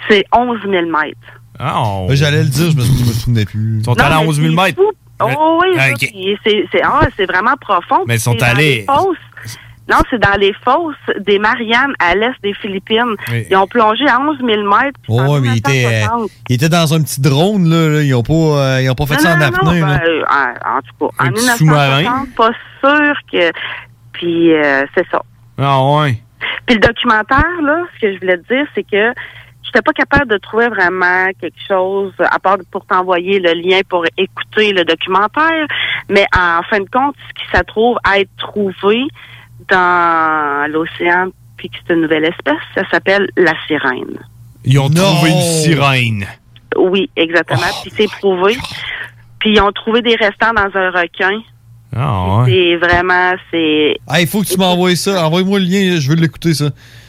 [SPEAKER 23] C'est 11 000 mètres.
[SPEAKER 7] Ben, J'allais le dire, je me, sou- je me souvenais plus. Ils
[SPEAKER 23] Non, mais c'est fou. Oh oui, ça, puis c'est c'est- ah, c'est vraiment profond.
[SPEAKER 7] Mais ils sont
[SPEAKER 23] C'est dans
[SPEAKER 7] allés-
[SPEAKER 23] les fosses. Non, c'est dans les fosses des Mariannes à l'est des Philippines.
[SPEAKER 7] Oui.
[SPEAKER 23] Ils ont plongé à 11 000 mètres.
[SPEAKER 7] Ouais, ouais, mais il était, euh,
[SPEAKER 23] 1960.
[SPEAKER 7] il était dans un petit drone, là. là. Ils n'ont pas, euh, ils ont pas fait
[SPEAKER 23] Non,
[SPEAKER 7] ça en
[SPEAKER 23] non, non,
[SPEAKER 7] apnée,
[SPEAKER 23] ben,
[SPEAKER 7] là.
[SPEAKER 23] euh, en, en tout cas,
[SPEAKER 7] Un
[SPEAKER 23] en
[SPEAKER 7] petit sous-marin.
[SPEAKER 23] 1960, pas sûr que... Puis euh, c'est ça.
[SPEAKER 6] Ah ouais.
[SPEAKER 23] Puis le documentaire, là, ce que je voulais te dire, c'est que j'étais pas capable de trouver vraiment quelque chose, à part pour t'envoyer le lien pour écouter le documentaire. Mais en fin de compte, ce qui se trouve à être trouvé dans l'océan, puis que c'est une nouvelle espèce, ça s'appelle la sirène.
[SPEAKER 6] Ils ont trouvé une sirène.
[SPEAKER 23] Oui, exactement.
[SPEAKER 7] Oh
[SPEAKER 23] puis c'est prouvé. Puis ils ont trouvé des restants dans un requin.
[SPEAKER 6] Ah
[SPEAKER 23] C'est vraiment, c'est
[SPEAKER 7] Ah, il faut que tu m'envoies ça. Envoie-moi le lien, je veux l'écouter, ça.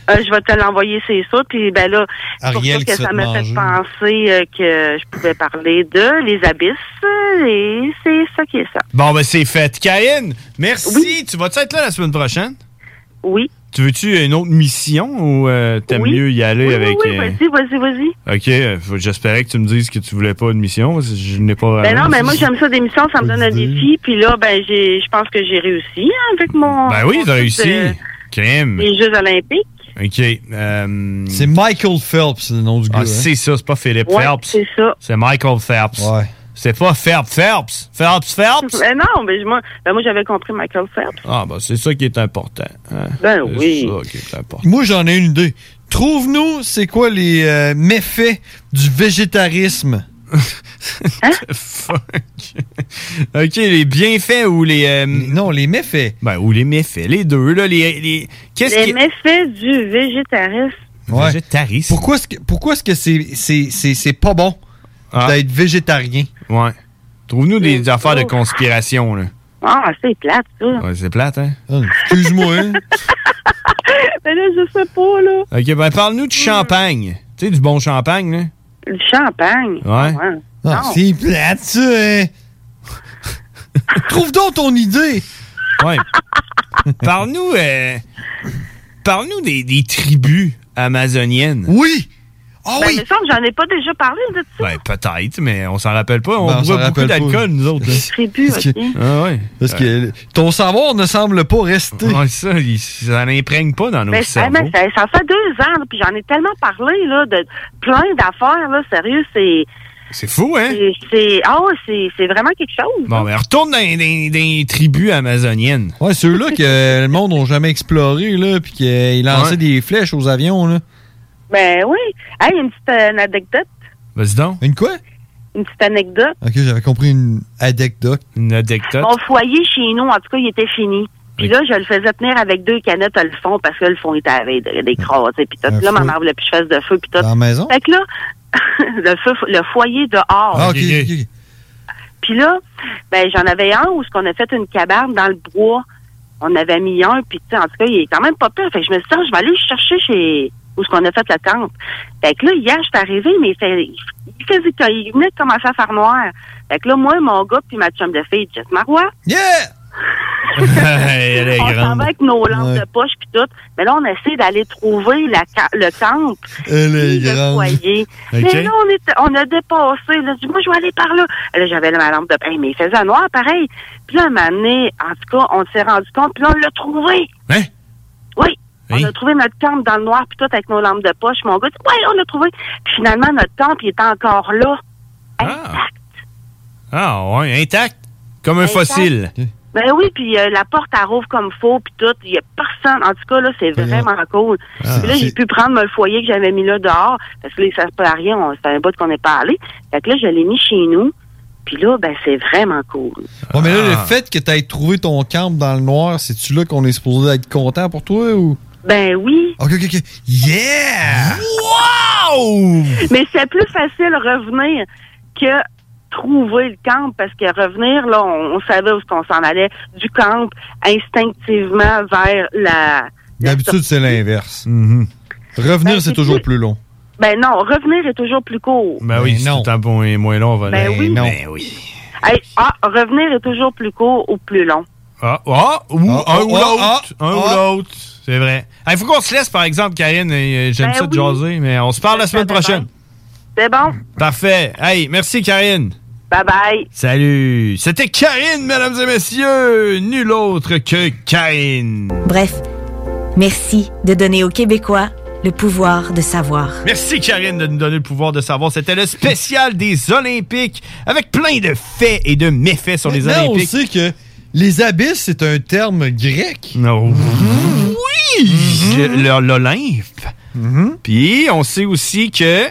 [SPEAKER 23] Euh, je vais te l'envoyer, c'est sûr. Puis ben là, c'est pour
[SPEAKER 7] Ariel
[SPEAKER 23] ça
[SPEAKER 7] qui
[SPEAKER 23] que
[SPEAKER 7] se
[SPEAKER 23] ça
[SPEAKER 7] fait
[SPEAKER 23] m'a fait
[SPEAKER 7] manger.
[SPEAKER 23] penser euh, que je pouvais parler de les abysses. euh, Et c'est ça qui est ça.
[SPEAKER 6] Bon, ben c'est fait. Karine, merci. Tu vas-tu être là la semaine prochaine?
[SPEAKER 23] Oui.
[SPEAKER 6] Tu veux-tu une autre mission ou euh, t'aimes mieux y aller avec...
[SPEAKER 23] Oui,
[SPEAKER 6] euh,
[SPEAKER 23] vas-y, vas-y, vas-y.
[SPEAKER 6] Ok, euh, faut- j'espérais que tu me dises que tu voulais pas une mission. Je n'ai
[SPEAKER 23] Ben
[SPEAKER 6] pas... vraiment.
[SPEAKER 23] non, mais moi j'aime ça d'émission, ça me donne un défi. Puis là, ben j'ai, je pense que j'ai réussi hein, avec mon.
[SPEAKER 6] Ben oui,
[SPEAKER 23] mon
[SPEAKER 6] t'as
[SPEAKER 23] truc
[SPEAKER 6] réussi.
[SPEAKER 23] de-
[SPEAKER 6] Crème.
[SPEAKER 23] Les Jeux Olympiques.
[SPEAKER 6] OK. C'est
[SPEAKER 7] Michael Phelps, le nom du
[SPEAKER 6] Ah,
[SPEAKER 7] gars, hein?
[SPEAKER 6] c'est ça, c'est pas Philippe
[SPEAKER 23] Ouais,
[SPEAKER 6] Phelps.
[SPEAKER 23] c'est ça.
[SPEAKER 6] C'est Michael Phelps.
[SPEAKER 7] Ouais.
[SPEAKER 6] C'est pas Phelps, Phelps. Phelps, Phelps.
[SPEAKER 23] Ben non, mais moi, ben moi j'avais compris Michael Phelps.
[SPEAKER 6] Ah, ben c'est ça qui est important. hein.
[SPEAKER 23] Ben
[SPEAKER 6] C'est
[SPEAKER 23] oui.
[SPEAKER 6] ça qui est important.
[SPEAKER 7] Moi, j'en ai une idée. Trouve-nous, c'est quoi les euh, méfaits du (laughs) végétarisme?
[SPEAKER 6] OK, les bienfaits ou les... non, les méfaits. Ben, ou les méfaits. Les deux, là. Les, les... Qu'est-ce
[SPEAKER 23] Les
[SPEAKER 6] qui...
[SPEAKER 23] méfaits du végétarisme.
[SPEAKER 7] Ouais.
[SPEAKER 6] Végétarisme.
[SPEAKER 7] Pourquoi est-ce que pourquoi est-ce que c'est c'est c'est c'est pas bon d'être végétarien?
[SPEAKER 6] Ah. Ouais. Trouve-nous des affaires de conspiration, là.
[SPEAKER 23] Ah, c'est plate, ça.
[SPEAKER 6] Ouais, hein. c'est plate, hein?
[SPEAKER 7] Ah, Excuse-moi.
[SPEAKER 23] (laughs) Mais Ben là, je sais pas, là.
[SPEAKER 6] OK, ben parle-nous de champagne. Tu sais, du bon champagne, là.
[SPEAKER 23] Du champagne.
[SPEAKER 6] Ouais.
[SPEAKER 23] Ouais.
[SPEAKER 7] Ah,
[SPEAKER 23] Non.
[SPEAKER 7] c'est plate, ça,
[SPEAKER 6] (laughs)
[SPEAKER 7] hein? Trouve donc ton idée!
[SPEAKER 6] Ouais. (laughs) Parle-nous euh, parle-nous des, des tribus amazoniennes.
[SPEAKER 7] Oui!
[SPEAKER 6] Ah
[SPEAKER 23] ben, il me semble que j'en ai pas déjà parlé de ça.
[SPEAKER 6] Ben, peut-être, mais on s'en rappelle pas. On
[SPEAKER 7] Ben, on s'en
[SPEAKER 6] boit beaucoup
[SPEAKER 7] rappelle pas.
[SPEAKER 6] d'alcool, nous autres. là.
[SPEAKER 23] Tribu,
[SPEAKER 7] Parce que-
[SPEAKER 23] ok.
[SPEAKER 6] Ah ouais.
[SPEAKER 7] Parce que
[SPEAKER 6] Euh.
[SPEAKER 7] ton savoir ne semble pas rester.
[SPEAKER 6] Ouais, ça, il- ça n'imprègne pas dans nos
[SPEAKER 23] Ben, ça,
[SPEAKER 6] cerveaux.
[SPEAKER 23] ben, ça- ça fait deux ans, là, puis j'en ai tellement parlé, là, de plein d'affaires, là, sérieux, c'est...
[SPEAKER 6] C'est fou, hein?
[SPEAKER 23] c'est- C'est... Ah ouais, c'est, c'est vraiment quelque chose.
[SPEAKER 6] Bon, ben, retourne dans dans- dans les tribus amazoniennes.
[SPEAKER 7] Ouais, ceux-là que euh, le monde n'a jamais exploré, là, puis qu'ils lançaient
[SPEAKER 6] Ouais.
[SPEAKER 7] des flèches aux avions, là.
[SPEAKER 23] Ben oui. Hey, une petite euh, une anecdote.
[SPEAKER 6] Vas-y donc.
[SPEAKER 7] Une quoi?
[SPEAKER 23] Une petite anecdote.
[SPEAKER 7] Ok, j'avais compris une anecdote.
[SPEAKER 6] Une anecdote?
[SPEAKER 23] Mon foyer chez nous, en tout cas, il était fini. Puis
[SPEAKER 7] Oui.
[SPEAKER 23] là, je le faisais tenir avec deux canettes à le fond parce que le fond était avec des, des crasses et puis tout.
[SPEAKER 7] Un
[SPEAKER 23] Là, ma
[SPEAKER 7] feu.
[SPEAKER 23] mère voulait plus que je fasse de feu puis tout.
[SPEAKER 7] Dans la maison?
[SPEAKER 23] Fait que là, (laughs) le, feu, le foyer dehors.
[SPEAKER 7] Ah, ok, ok, ok.
[SPEAKER 23] Puis là, ben j'en avais un où ce qu'on a fait une cabane dans le bois. On avait mis un, puis tu sais, en tout cas, il est quand même pas pire. Fait que je me suis dit, Ah, je vais aller le chercher chez où ce qu'on a fait la tente. Fait que là, hier, je suis arrivée, mais il, fait- il faisait quand il venait de commencer à faire noir. Fait que là, moi, mon gars, puis ma chum de fille, Jess Marois,
[SPEAKER 7] Yeah!
[SPEAKER 6] Elle est
[SPEAKER 23] on s'en
[SPEAKER 6] grande.
[SPEAKER 23] va avec nos lampes
[SPEAKER 6] Ben, Ouais.
[SPEAKER 23] de poche puis tout. Mais là, on essaie d'aller trouver la ca- le camp
[SPEAKER 7] Elle est
[SPEAKER 23] le
[SPEAKER 7] grande.
[SPEAKER 23] foyer.
[SPEAKER 7] Ok.
[SPEAKER 23] Mais là, on, était- on a dépassé. Là, Je dis, moi, je vais aller par là. Et là, j'avais ma lampe de pain, mais il faisait noir, pareil. Puis là, à un moment donné, en tout cas, on s'est rendu compte, puis là, on l'a trouvé.
[SPEAKER 6] Hein?
[SPEAKER 23] Oui.
[SPEAKER 6] Hein?
[SPEAKER 23] On a trouvé notre camp dans le noir, puis tout, avec nos lampes de poche. Mon gars, dit, ouais, on l'a trouvé. Puis finalement, notre camp, il est encore là.
[SPEAKER 6] Ah ouais, intact. Comme un
[SPEAKER 23] Intact.
[SPEAKER 6] fossile.
[SPEAKER 23] Ben oui, puis euh, la porte, elle rouvre comme faut, puis tout. Il n'y a personne. En tout cas, là, c'est vraiment cool.
[SPEAKER 6] Ben Ah,
[SPEAKER 23] Puis là, j'ai
[SPEAKER 6] c'est-
[SPEAKER 23] pu prendre le foyer que j'avais mis là dehors, parce que là, ça ne à rien. On- C'est un bout qu'on n'est pas allé. Fait que là, je l'ai mis chez nous. Puis là, ben, c'est vraiment cool.
[SPEAKER 7] Ouais, mais là,
[SPEAKER 23] Ah.
[SPEAKER 7] le fait que tu trouvé ton camp dans le noir, c'est-tu là qu'on est supposé être content pour toi ou.
[SPEAKER 23] Ben oui.
[SPEAKER 7] Ok, ok, ok. Yeah!
[SPEAKER 23] Wow! Mais c'est plus facile revenir que trouver le camp parce que revenir là on, on savait où ce qu'on s'en allait du camp instinctivement vers la
[SPEAKER 6] Mm-hmm.
[SPEAKER 7] D'habitude, c'est l'inverse. Revenir, c'est toujours plus long.
[SPEAKER 23] Ben non, revenir est toujours plus court.
[SPEAKER 6] Ben oui, si tout bon et moins long, on va
[SPEAKER 23] Ben
[SPEAKER 6] Ben
[SPEAKER 23] oui.
[SPEAKER 6] non.
[SPEAKER 23] Ben Hey, ah, revenir est toujours plus court ou plus long.
[SPEAKER 6] Ah, ah, ou un ou
[SPEAKER 23] ah,
[SPEAKER 6] l'autre.
[SPEAKER 23] ah,
[SPEAKER 6] un
[SPEAKER 23] ah.
[SPEAKER 6] ou l'autre. C'est vrai. Il faut qu'on se laisse, par exemple, Karine. et, euh, J'aime
[SPEAKER 23] Ben
[SPEAKER 6] ça de
[SPEAKER 23] oui.
[SPEAKER 6] jaser, mais on se parle la semaine prochaine.
[SPEAKER 23] C'est bon?
[SPEAKER 6] Parfait. Hey, merci, Karine.
[SPEAKER 23] Bye bye.
[SPEAKER 6] Salut. C'était Karine, mesdames et messieurs. Nul autre que Karine.
[SPEAKER 24] Bref, merci de donner aux Québécois le pouvoir de savoir.
[SPEAKER 6] Merci Karine de nous donner le pouvoir de savoir. C'était le spécial des Olympiques avec plein de faits et de méfaits sur les
[SPEAKER 7] Maintenant, on
[SPEAKER 6] Olympiques.
[SPEAKER 7] sait que les abysses, c'est un terme grec.
[SPEAKER 6] Non. Oui! Le- le- L'Olympe. Mm-hmm. Puis on sait aussi que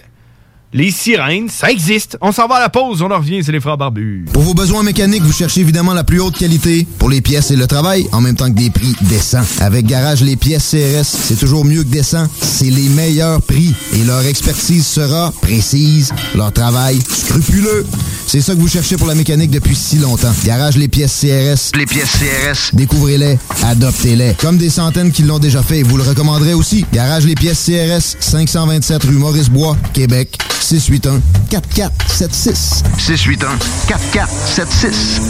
[SPEAKER 6] les sirènes, ça existe. On s'en va à la pause, on en revient, c'est les frères barbus.
[SPEAKER 8] Pour vos besoins mécaniques, vous cherchez évidemment la plus haute qualité pour les pièces et le travail, en même temps que des prix décents. Avec Garage Les Pièces CRS, c'est toujours mieux que décent. C'est les meilleurs prix et leur expertise sera précise, leur travail scrupuleux. C'est ça que vous cherchez pour la mécanique depuis si longtemps. Garage Les Pièces CRS. Les pièces CRS. Découvrez-les, adoptez-les. Comme des centaines qui l'ont déjà fait, vous le recommanderez aussi. Garage Les Pièces CRS, 527 rue Maurice-Bois, Québec, 681 4476.
[SPEAKER 1] 681 4476.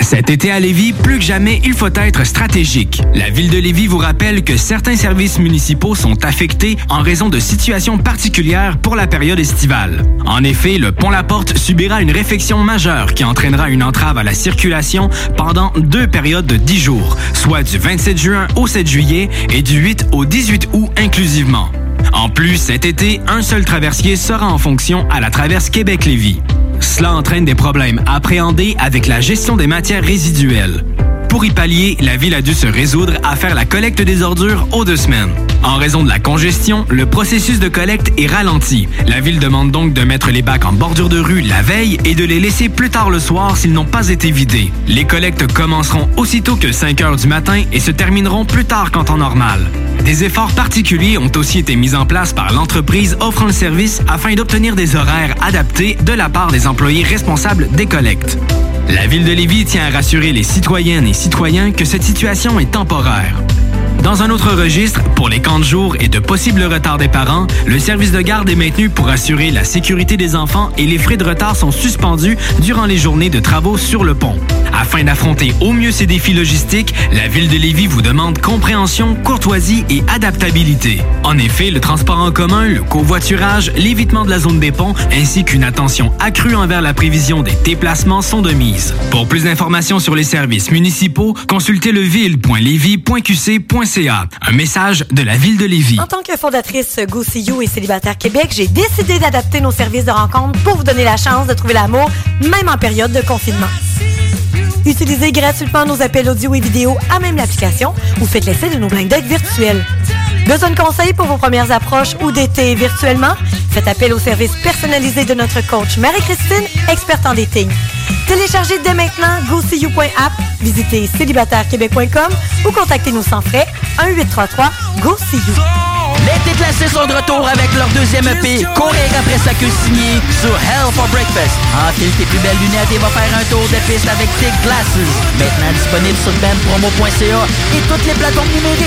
[SPEAKER 2] Cet été à Lévis, plus que jamais, il faut être stratégique. La ville de Lévis vous rappelle que certains services municipaux sont affectés en raison de situations particulières pour la période estivale. En effet, le pont La Porte subira une réfection majeure qui entraînera une entrave à la circulation pendant deux périodes de 10 jours, soit du 27 juin au 7 juillet et du 8 au 18 août inclusivement. En plus, cet été, un seul traversier sera en fonction à la traverse Québec-Lévis. Cela entraîne des problèmes appréhendés avec la gestion des matières résiduelles. Pour y pallier, la ville a dû se résoudre à faire la collecte des ordures aux deux semaines. En raison de la congestion, le processus de collecte est ralenti. La ville demande donc de mettre les bacs en bordure de rue la veille et de les laisser plus tard le soir s'ils n'ont pas été vidés. Les collectes commenceront aussitôt que 5 heures du matin et se termineront plus tard qu'en temps normal. Des efforts particuliers ont aussi été mis en place par l'entreprise offrant le service afin d'obtenir des horaires adaptés de la part des employés responsables des collectes. La ville de Lévis tient à rassurer les citoyennes et citoyens que cette situation est temporaire. Dans un autre registre, pour les camps de jour et de possibles retards des parents, le service de garde est maintenu pour assurer la sécurité des enfants et les frais de retard sont suspendus durant les journées de travaux sur le pont. Afin d'affronter au mieux ces défis logistiques, la ville de Lévis vous demande compréhension, courtoisie et adaptabilité. En effet, le transport en commun, le covoiturage, l'évitement de la zone des ponts ainsi qu'une attention accrue envers la prévision des déplacements sont de mise. Pour plus d'informations sur les services municipaux, consultez le E ville.levy.qc.ca. Un message de la ville de Lévis.
[SPEAKER 25] En tant que fondatrice Go See You et Célibataire Québec, j'ai décidé d'adapter nos services de rencontre pour vous donner la chance de trouver l'amour, même en période de confinement. Utilisez gratuitement nos appels audio et vidéo à même l'application ou faites l'essai de nos blind dates virtuels. Besoin de conseils pour vos premières approches ou d'été virtuellement? Faites appel au service personnalisé de notre coach Marie-Christine, experte en dating. Téléchargez dès maintenant GoSeeYou.app, visitez célibatairequebec.com ou contactez-nous sans frais 1-833-GoSeeYou.
[SPEAKER 13] Les déclassés sont de retour avec leur deuxième EP, Courir après sa queue signée, sur Hell for Breakfast. Enfile tes plus belles lunettes et va faire un tour de piste avec Tic Glasses. Maintenant disponible sur benpromo.ca et toutes les plateformes numériques.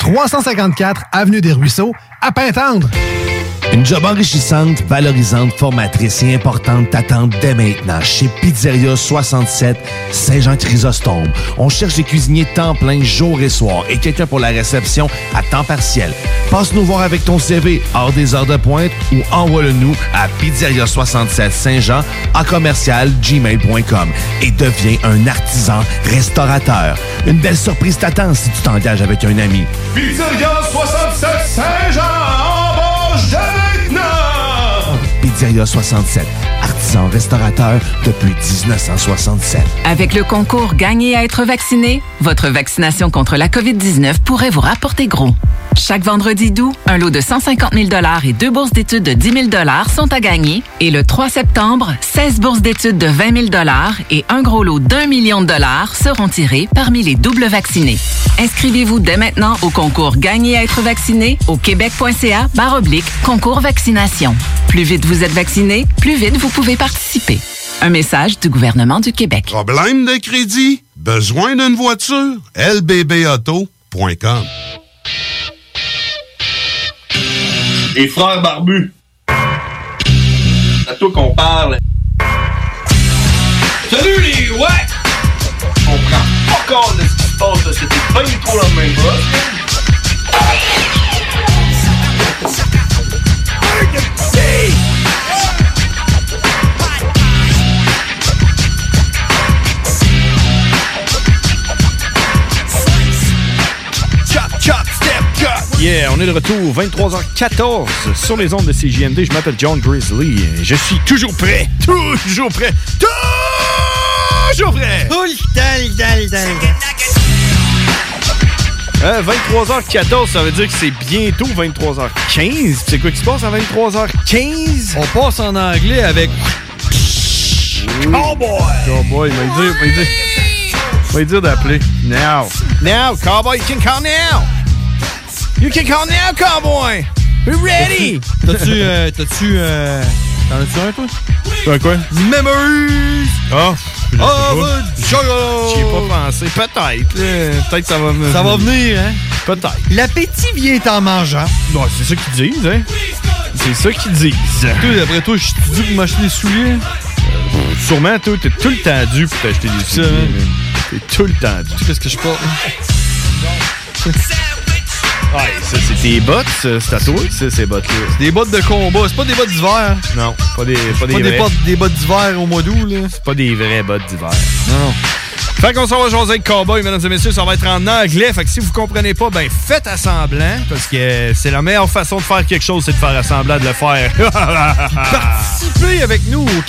[SPEAKER 17] 354 Avenue des Ruisseaux, à Pintendre.
[SPEAKER 12] Une job enrichissante, valorisante, formatrice et importante t'attend dès maintenant chez Pizzeria 67 Saint-Jean-Chrysostome. On cherche des cuisiniers temps plein jour et soir et quelqu'un pour la réception à temps partiel. Passe nous voir avec ton CV hors des heures de pointe ou envoie-le-nous à Pizzeria 67 Saint-Jean à commercial gmail.com et deviens un artisan restaurateur. Une belle surprise t'attend si tu t'engages avec un ami.
[SPEAKER 26] Pizzeria 67 Saint-Jean, embauche dès maintenant!
[SPEAKER 12] Pizzeria 67, artisans restaurateurs depuis 1967.
[SPEAKER 19] Avec le concours Gagner à être vacciné, votre vaccination contre la COVID-19 pourrait vous rapporter gros. Chaque vendredi doux, un lot de 150 000 et deux bourses d'études de 10 000 sont à gagner. Et le 3 septembre, 16 bourses d'études de 20 000 et un gros lot d'un million de dollars seront tirés parmi les doubles vaccinés. Inscrivez-vous dès maintenant au concours Gagner à être vacciné au québec.ca barre oblique concours vaccination. Plus vite vous êtes vacciné, plus vite vous pouvez participer. Un message du gouvernement du Québec.
[SPEAKER 16] Problème de crédit? Besoin d'une voiture? lbbauto.com
[SPEAKER 26] Les frères barbus. C'est à toi qu'on parle. Salut les ouais! On prend pas compte de ce qui se passe, là. c'était pas du tout la même chose.
[SPEAKER 18] Chop, chop, step, cut.
[SPEAKER 6] Yeah, on est de retour, 23h14 sur les ondes de CJMD. Je m'appelle John Grizzly et je suis toujours prêt, toujours prêt, toujours prêt. Euh, 23h14, ça veut dire que c'est bientôt 23h15. C'est quoi qui se passe à 23h15? On passe en anglais avec...
[SPEAKER 18] Cowboy!
[SPEAKER 6] Cowboy, il va lui dire, il va lui dire, il va lui dire d'appeler. Now.
[SPEAKER 18] Now, cowboy, you can call now. You can call now, cowboy. We're ready.
[SPEAKER 7] T'as-tu. euh, T'as-tu. euh, T'en as-tu un, toi
[SPEAKER 6] T'as quoi
[SPEAKER 7] Memories
[SPEAKER 6] Ah!
[SPEAKER 7] Oh,
[SPEAKER 6] J'y ai pas pensé. Peut-être. là. Peut-être que ça va me-
[SPEAKER 7] Ça va venir, hein
[SPEAKER 6] Peut-être.
[SPEAKER 7] L'appétit vient en mangeant.
[SPEAKER 6] Ouais, c'est ça qu'ils disent, hein. C'est ça qu'ils disent.
[SPEAKER 7] Toi, d'après toi, je suis dû pour m'acheter des souliers.
[SPEAKER 6] Euh, Sûrement, toi, t'es tout le temps dû pour t'acheter des souliers. man. T'es tout le temps dû.
[SPEAKER 7] Qu'est-ce que je porte
[SPEAKER 6] hein? Ouais, ça, c'est tes bottes, ça. c'est à toi, ça, ces bottes-là.
[SPEAKER 7] C'est des bottes de combat, c'est pas des bottes d'hiver.
[SPEAKER 6] Non, pas des, pas des,
[SPEAKER 7] Pas des
[SPEAKER 6] vraies.
[SPEAKER 7] bottes, des bottes d'hiver au mois d'août, là.
[SPEAKER 6] C'est pas des vraies bottes d'hiver. Non. Fait qu'on s'en va jaser avec Cowboy, mesdames et messieurs, ça va être en anglais. Fait que si vous comprenez pas, ben faites à semblant, parce que c'est la meilleure façon de faire quelque chose, c'est de faire à semblant de le faire. (laughs)
[SPEAKER 7] Participez avec nous au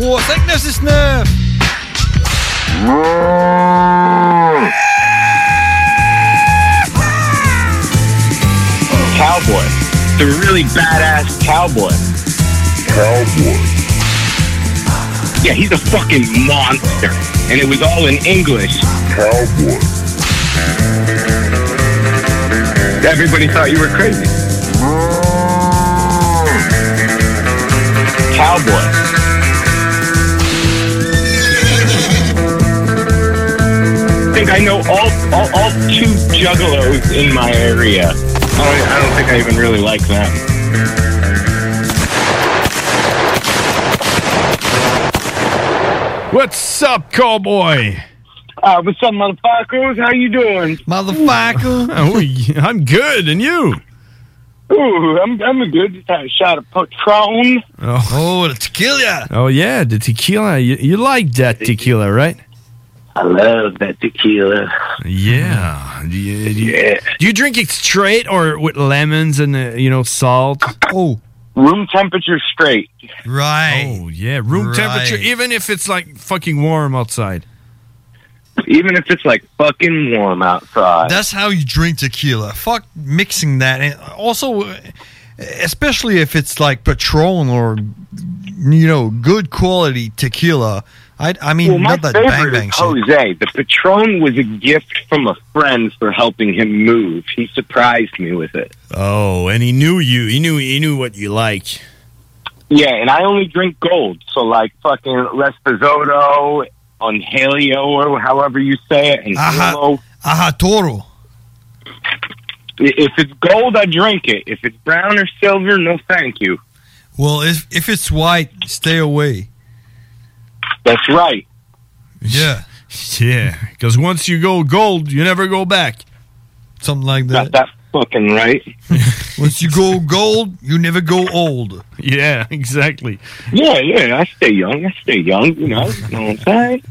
[SPEAKER 7] 418-903-5969.
[SPEAKER 26] Cowboy. The really badass cowboy. Cowboy. Yeah, he's a fucking monster. And it was all in English. Cowboy. Everybody thought you were crazy. Cowboy. I think I know all, all, all two juggalos in my area. I don't, I don't think I even really like them.
[SPEAKER 6] What's up, Cowboy?
[SPEAKER 26] Uh, what's up, motherfuckers? How you doing?
[SPEAKER 7] Motherfucker.
[SPEAKER 6] Ah (laughs) I'm good, and you?
[SPEAKER 26] Ooh, I'm, I'm good. Just had a shot of Patron.
[SPEAKER 6] Oh,
[SPEAKER 7] oh the tequila.
[SPEAKER 6] Oh, yeah, the tequila. You, you like that tequila, right?
[SPEAKER 26] I love that tequila.
[SPEAKER 6] Yeah. Ah, Do you, do you- do you drink it straight or with lemons and, uh, you know, salt?
[SPEAKER 7] Oh.
[SPEAKER 26] Room temperature straight.
[SPEAKER 7] Right.
[SPEAKER 6] Oh, yeah. Room
[SPEAKER 26] Right.
[SPEAKER 6] temperature, even if it's like fucking warm outside.
[SPEAKER 26] Even if it's like fucking warm outside.
[SPEAKER 7] That's how you drink tequila. Fuck mixing that. And also, uh, especially if it's like Patron or, you know, good quality tequila. I, I mean,
[SPEAKER 26] well, my
[SPEAKER 7] not that bang
[SPEAKER 26] favorite
[SPEAKER 7] bang
[SPEAKER 26] is
[SPEAKER 7] shit.
[SPEAKER 26] Jose. The Patron was a gift from a friend for helping him move. He surprised me with it.
[SPEAKER 6] Oh, and he knew you. He knew he knew what you like.
[SPEAKER 26] Yeah, and I only drink gold. So, like fucking Resposado, Angelio, or however you say it, and Hilo.
[SPEAKER 7] Aha Toro.
[SPEAKER 26] If it's gold, I drink it. If it's brown or silver, no thank you.
[SPEAKER 7] Well, if, if it's white, stay away.
[SPEAKER 26] That's right.
[SPEAKER 7] Yeah.
[SPEAKER 6] Yeah, because once you go gold, you never go back.
[SPEAKER 7] Something like that.
[SPEAKER 26] that fucking right.
[SPEAKER 7] Once you go gold, you never go old.
[SPEAKER 6] (laughs) Yeah, exactly.
[SPEAKER 26] Yeah, yeah, I stay young. I stay young, you know. you know what I'm saying?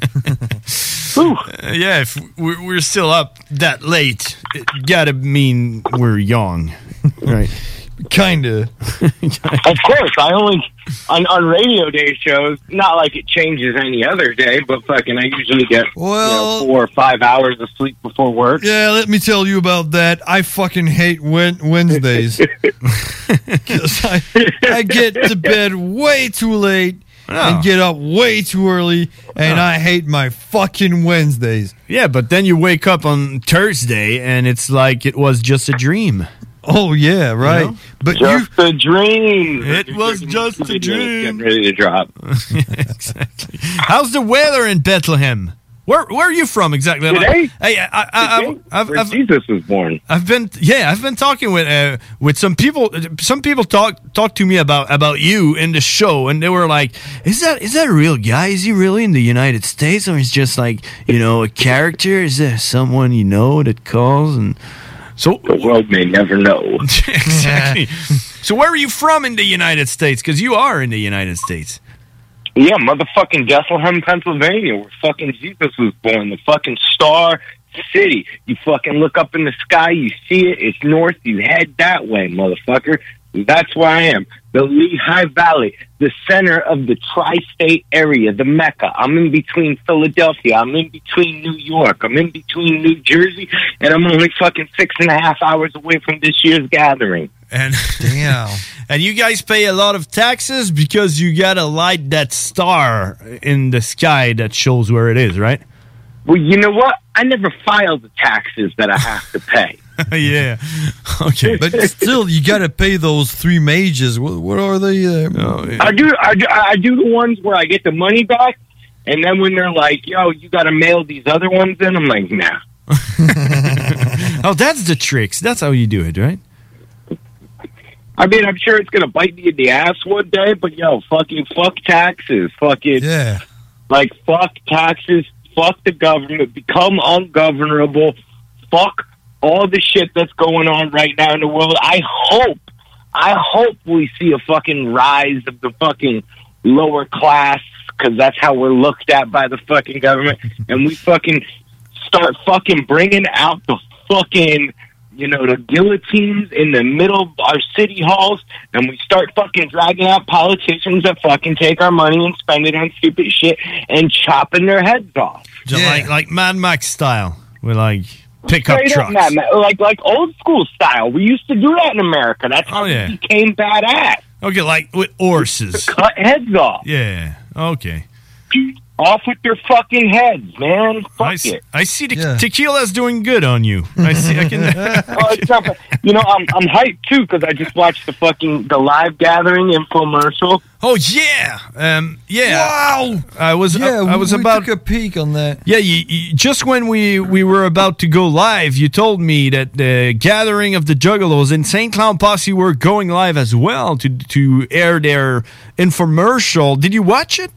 [SPEAKER 26] (laughs) Whew.
[SPEAKER 6] Uh, yeah, if we're, we're still up that late, it gotta mean we're young, (laughs) right?
[SPEAKER 26] (laughs)
[SPEAKER 7] Kinda.
[SPEAKER 26] Of course, I only on on radio day shows. Not like it changes any other day, but fucking, I usually get you know, four or five hours of sleep before work.
[SPEAKER 7] (laughs) Yeah, let me tell you about that. I fucking hate Wed-
[SPEAKER 6] (laughs)
[SPEAKER 7] Wednesdays. 'Cause I, I get to bed way too late
[SPEAKER 6] Oh.
[SPEAKER 7] and get up way too early, and
[SPEAKER 6] Oh.
[SPEAKER 7] I hate my fucking Wednesdays.
[SPEAKER 6] Yeah, but then you wake up on Thursday and it's like it was just a dream.
[SPEAKER 7] Oh yeah, right. But
[SPEAKER 26] just a dream.
[SPEAKER 6] It was just a dream.
[SPEAKER 26] Getting ready to drop.
[SPEAKER 6] (laughs) (laughs) exactly. How's the weather in Bethlehem? Where Where are you from exactly?
[SPEAKER 26] Today?
[SPEAKER 6] Hey, I, I, I,
[SPEAKER 26] Today?
[SPEAKER 6] I've,
[SPEAKER 26] Where
[SPEAKER 6] I've,
[SPEAKER 26] Jesus was born.
[SPEAKER 6] I've been yeah, I've been talking with uh, with some people. Some people talk talk to me about about you in the show, and they were like, "Is that is that a real guy? Is he really in the United States, or is just like you know a character? Is there someone you know that calls?" And so
[SPEAKER 26] The world may never know.
[SPEAKER 6] (laughs) exactly. so where are you from in the United States? Because you are in the United States.
[SPEAKER 26] Yeah, motherfucking Bethlehem, Pennsylvania, where fucking Jesus was born, the fucking star city. You fucking look up in the sky, you see it, it's north, you head that way, motherfucker. That's where I am. The Lehigh Valley, the center of the tri state area, the Mecca. I'm in between Philadelphia, I'm in between New York, I'm in between New Jersey, and I'm only fucking six and a half hours away from this year's gathering.
[SPEAKER 6] And damn. (laughs) and you guys pay a lot of taxes because you gotta light that star in the sky that shows where it is, right?
[SPEAKER 26] Well, you know what? I never filed the taxes that I have to pay.
[SPEAKER 6] (laughs) yeah.
[SPEAKER 7] (laughs)
[SPEAKER 6] Okay.
[SPEAKER 7] But still, you got to pay those three mages. What, what are they? Uh,
[SPEAKER 26] I do, I do, I do the ones where I get the money back, and then when they're like, "Yo, you got to mail these other ones in," I'm like, "Nah."
[SPEAKER 6] Oh, that's the tricks. That's how you do it, right?
[SPEAKER 26] I mean, I'm sure it's gonna bite me in the ass one day, but yo, fucking fuck taxes, fucking
[SPEAKER 7] yeah,
[SPEAKER 26] like fuck taxes, fuck the government, become ungovernable, fuck all the shit that's going on right now in the world. I hope, I hope we see a fucking rise of the fucking lower class because that's how we're looked at by the fucking government, and we fucking start fucking bringing out the fucking you know the guillotines in the middle of our city halls and we start fucking dragging out politicians that fucking take our money and spend it on stupid shit and chopping their heads off
[SPEAKER 6] Just like like Mad Max style. We're like pickup
[SPEAKER 26] Straight up, oh.
[SPEAKER 6] trucks.
[SPEAKER 26] man, man, like like old school style we used to do that in america that's how
[SPEAKER 6] Oh, yeah.
[SPEAKER 26] we became badass
[SPEAKER 6] okay like with horses
[SPEAKER 26] cut heads off
[SPEAKER 6] Yeah. Okay.
[SPEAKER 26] off with their fucking heads man fuck
[SPEAKER 6] I see,
[SPEAKER 26] it
[SPEAKER 6] I see te- tequila's doing good on you. I see. I can. (laughs)
[SPEAKER 26] oh, it's not, bad. you know, I'm I'm hyped too because I just watched the fucking the live gathering infomercial.
[SPEAKER 6] Oh yeah, um, yeah. Wow. I was.
[SPEAKER 7] yeah,
[SPEAKER 6] I, I was
[SPEAKER 7] we
[SPEAKER 6] about.
[SPEAKER 7] took a peek on that.
[SPEAKER 6] Yeah, you, you, just when we, we were about to go live, you told me that the gathering of the Juggalos and Saint Clown Posse were going live as well to to air their infomercial. Did you watch it?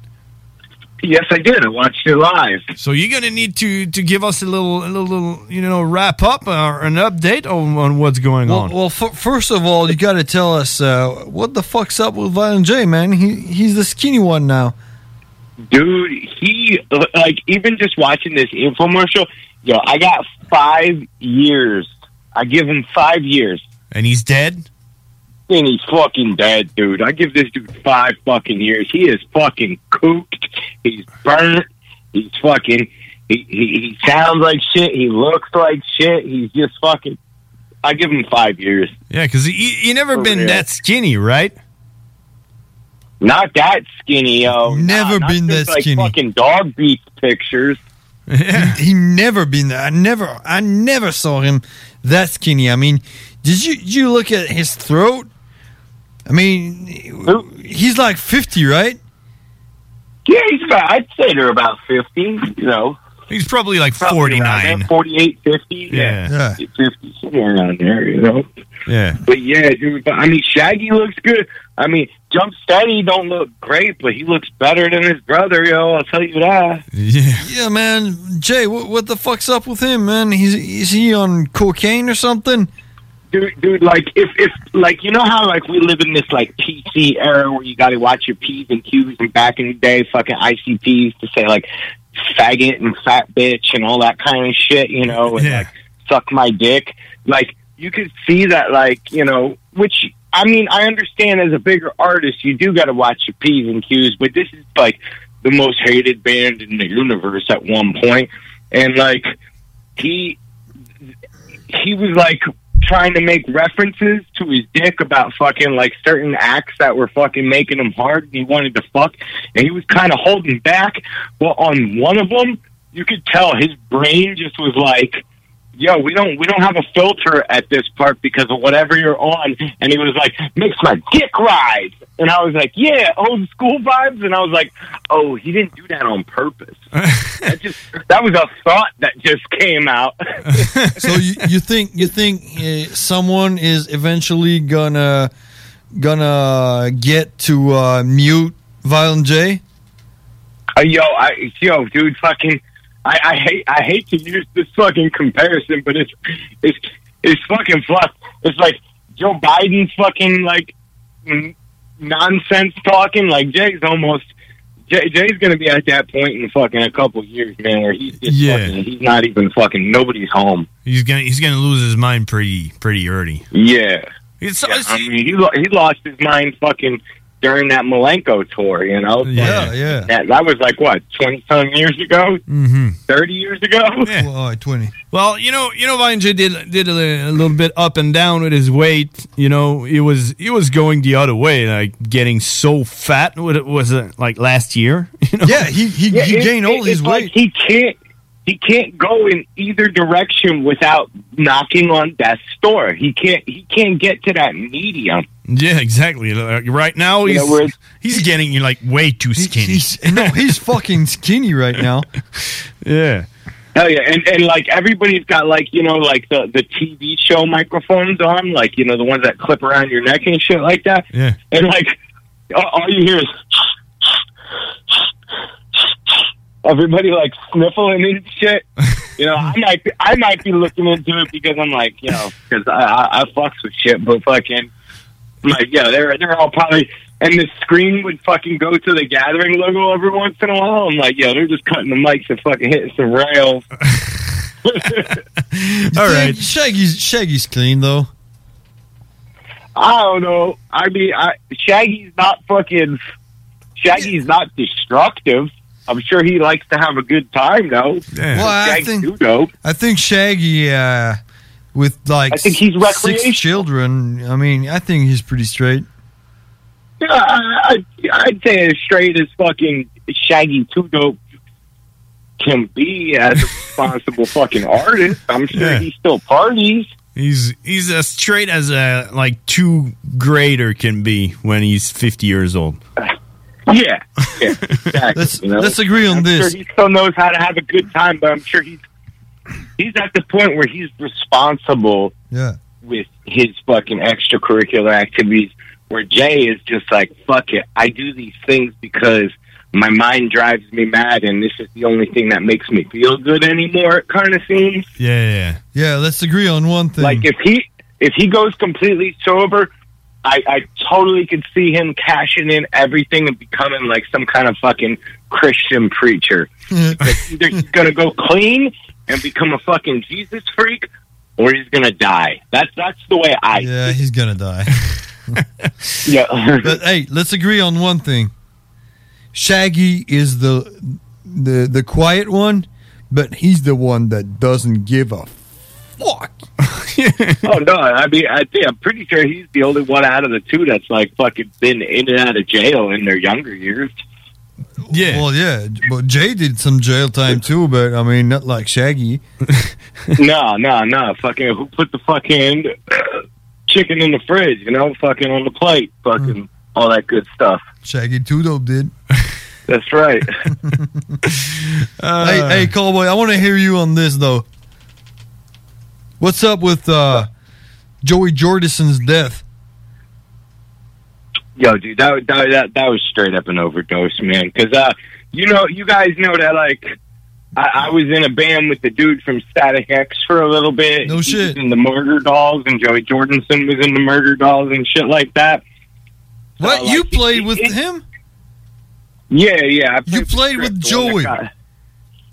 [SPEAKER 26] Yes, I did. I watched it live.
[SPEAKER 6] So you're gonna need to to give us a little a little, little you know wrap up or an update on, on what's going
[SPEAKER 7] Well,
[SPEAKER 6] on.
[SPEAKER 7] well f- first of all, you got to tell us uh, what the fuck's up with Violent J, man. He he's the skinny
[SPEAKER 6] (laughs)
[SPEAKER 7] one now.
[SPEAKER 26] dude he like even just watching this infomercial yo i got five years i give him five years
[SPEAKER 6] and he's dead
[SPEAKER 26] and he's fucking dead dude i give this dude five fucking years he is fucking cooked he's burnt he's fucking he, he, he sounds like shit he looks like shit he's just fucking i give him five years
[SPEAKER 6] Yeah, because you you never
[SPEAKER 26] Over
[SPEAKER 6] been
[SPEAKER 26] there.
[SPEAKER 6] that skinny, right?
[SPEAKER 26] not that skinny yo
[SPEAKER 7] Never
[SPEAKER 26] Nah, not
[SPEAKER 7] been
[SPEAKER 26] just
[SPEAKER 7] that
[SPEAKER 26] like
[SPEAKER 7] skinny.
[SPEAKER 26] fucking dog beef pictures
[SPEAKER 7] He, he never been there. I never I never saw him that skinny. I mean, did you did you look at his throat? I mean, he's like fifty, right?
[SPEAKER 26] Yeah, he's about. I'd say they're about fifty. You know,
[SPEAKER 6] he's probably like
[SPEAKER 26] forty-nine, forty-eight, fifty. 48, 50.
[SPEAKER 6] Yeah.
[SPEAKER 26] fifty somewhere around there. You know,
[SPEAKER 6] Yeah.
[SPEAKER 26] but yeah, dude. But I mean, Shaggy looks good. I mean, Jump Steady don't look great, but he looks better than his brother. Yo, I'll tell you that.
[SPEAKER 6] Yeah,
[SPEAKER 7] yeah, man. Jay, what, what the fuck's up with him, man? He's is he on cocaine or something?
[SPEAKER 26] Dude, dude, like if if like you know how like we live in this like PC era where you got to watch your p's and q's and back in the day, fucking ICPs to say like faggot and fat bitch and all that kind of shit. You know, and,
[SPEAKER 6] Yeah.
[SPEAKER 26] like suck my dick. Like you could see that, like you know, which I mean, I understand as a bigger artist, you do got to watch your P's and Q's, but this is like the most hated band in the universe at one point. And like, he, he was like trying to make references to his dick about fucking like certain acts that were fucking making him hard and he wanted to fuck and he was kind of holding back well on one of them you could tell his brain just was like yo we don't we don't have a filter at this part because of whatever you're on and he was like makes my dick rise and i was like yeah old school vibes and i was like oh he didn't do that on purpose that just that was a thought that just came out
[SPEAKER 7] (laughs) so you, you think you think uh, someone is eventually gonna gonna get to uh, mute Violent J?
[SPEAKER 26] Uh, yo, I, yo, dude, fucking, I, I hate, I hate to use this fucking comparison, but it's, it's, it's fucking fluff. It's like Joe Biden's fucking like n- nonsense talking. Like Jay's almost, Jay, Jay's gonna be at that point in fucking a couple years, man, where he's just
[SPEAKER 6] Yeah.
[SPEAKER 26] fucking, he's not even fucking, nobody's home.
[SPEAKER 6] He's gonna he's gonna lose his mind pretty pretty early.
[SPEAKER 26] Yeah. Yeah, I mean, (laughs) he, lo- he lost his mind fucking during that Malenko tour, you know?
[SPEAKER 7] Yeah, yeah.
[SPEAKER 26] That, that was like, what, 20 some years ago?
[SPEAKER 7] Mm-hmm.
[SPEAKER 26] 30 years ago?
[SPEAKER 7] Well, all right, 20.
[SPEAKER 6] Well, you know, you know, Vinger did did a, a little bit up and down with his weight. You know, it was it was going the other way, like getting so fat. What it was uh, like last year? You know?
[SPEAKER 7] (laughs) Yeah, he he,
[SPEAKER 26] Yeah, it- it- it's Like he can't he can't go in either direction without knocking on death's door. He can't he can't get to that medium.
[SPEAKER 6] Yeah, exactly. Like, right now,
[SPEAKER 26] You
[SPEAKER 6] he's
[SPEAKER 26] know, where it's-
[SPEAKER 6] he's getting you like way too skinny.
[SPEAKER 7] no, he's fucking skinny right now.
[SPEAKER 6] (laughs) yeah.
[SPEAKER 26] Hell yeah, and and like everybody's got like you know like the the TV show microphones on, like you know the ones that clip around your neck and shit like that.
[SPEAKER 6] Yeah.
[SPEAKER 26] (laughs) And like all all you hear is everybody like sniffling and shit. You know, I might be, I might be looking into it because I'm like you know because I, I I fucks with shit, but fucking like yeah they're they're all probably. And the screen would fucking go to the gathering logo every once in a while. I'm like, yo, they're just cutting the mics and fucking hitting some rails.
[SPEAKER 7] All right, Shaggy's Shaggy's clean though.
[SPEAKER 26] I don't know. I mean, I, Shaggy's not fucking. Shaggy's not destructive. I'm sure he likes to have a good time, though.
[SPEAKER 7] Well, I
[SPEAKER 26] Shaggy
[SPEAKER 7] think-
[SPEAKER 26] do dope.
[SPEAKER 7] I think Shaggy uh, with like
[SPEAKER 26] I think he's
[SPEAKER 7] s-
[SPEAKER 26] recreational.
[SPEAKER 7] six children. I mean, I think he's pretty straight.
[SPEAKER 26] Yeah, I, I, I'd say as straight as fucking Shaggy too dope can be as a responsible fucking artist. I'm sure
[SPEAKER 6] Yeah.
[SPEAKER 26] he still parties.
[SPEAKER 6] He's he's as straight as a like two grader can be when he's fifty years old.
[SPEAKER 26] Yeah,
[SPEAKER 6] (laughs)
[SPEAKER 26] yeah exactly.
[SPEAKER 6] Let's-
[SPEAKER 26] you know?
[SPEAKER 6] let's agree on
[SPEAKER 26] I'm
[SPEAKER 6] this.
[SPEAKER 26] Sure he still knows how to have a good time, but I'm sure he's he's at the point where he's responsible
[SPEAKER 7] Yeah.
[SPEAKER 26] with his fucking extracurricular activities. Where Jay is just like, fuck it, I do these things because my mind drives me mad, and this is the only thing that makes me feel good anymore. It kind of seems
[SPEAKER 6] Yeah, yeah.
[SPEAKER 7] Yeah, let's agree on one thing.
[SPEAKER 26] like if he if he goes completely sober. I, I totally could see him cashing in everything and becoming like some kind of fucking Christian preacher. either he's gonna go clean and become a fucking Jesus freak, or he's gonna die. That's that's the way I.
[SPEAKER 7] yeah, he's gonna die.
[SPEAKER 26] Yeah.
[SPEAKER 7] but hey, let's agree on one thing. Shaggy is the the the quiet one, but he's the one that doesn't give a
[SPEAKER 26] (laughs) oh no, I mean, I think I'm pretty sure he's the only one out of the two that's like fucking been in and out of jail in their younger years.
[SPEAKER 6] Yeah.
[SPEAKER 7] Well, yeah. But Jay did some jail time too, but I mean, not like Shaggy.
[SPEAKER 26] (laughs) no, no, no, fucking who put the fucking chicken in the fridge? You know, fucking on the plate, fucking all that good stuff.
[SPEAKER 7] Shaggy Two Dope did.
[SPEAKER 26] That's right. (laughs)
[SPEAKER 7] hey, hey, Cowboy, I want to hear you on this though. What's up with uh, Joey Jordison's death?
[SPEAKER 26] Yo, dude, that that that, that was straight up an overdose, man. Because uh, you know, you guys know that like. I, I was in a band with the dude from Static X for a little bit. No shit. was in the Murder Dolls, and Joey Jordanson was in the Murder Dolls and shit like that.
[SPEAKER 7] What you played with him?
[SPEAKER 26] Yeah, yeah. I
[SPEAKER 7] You played with Joey.
[SPEAKER 26] No,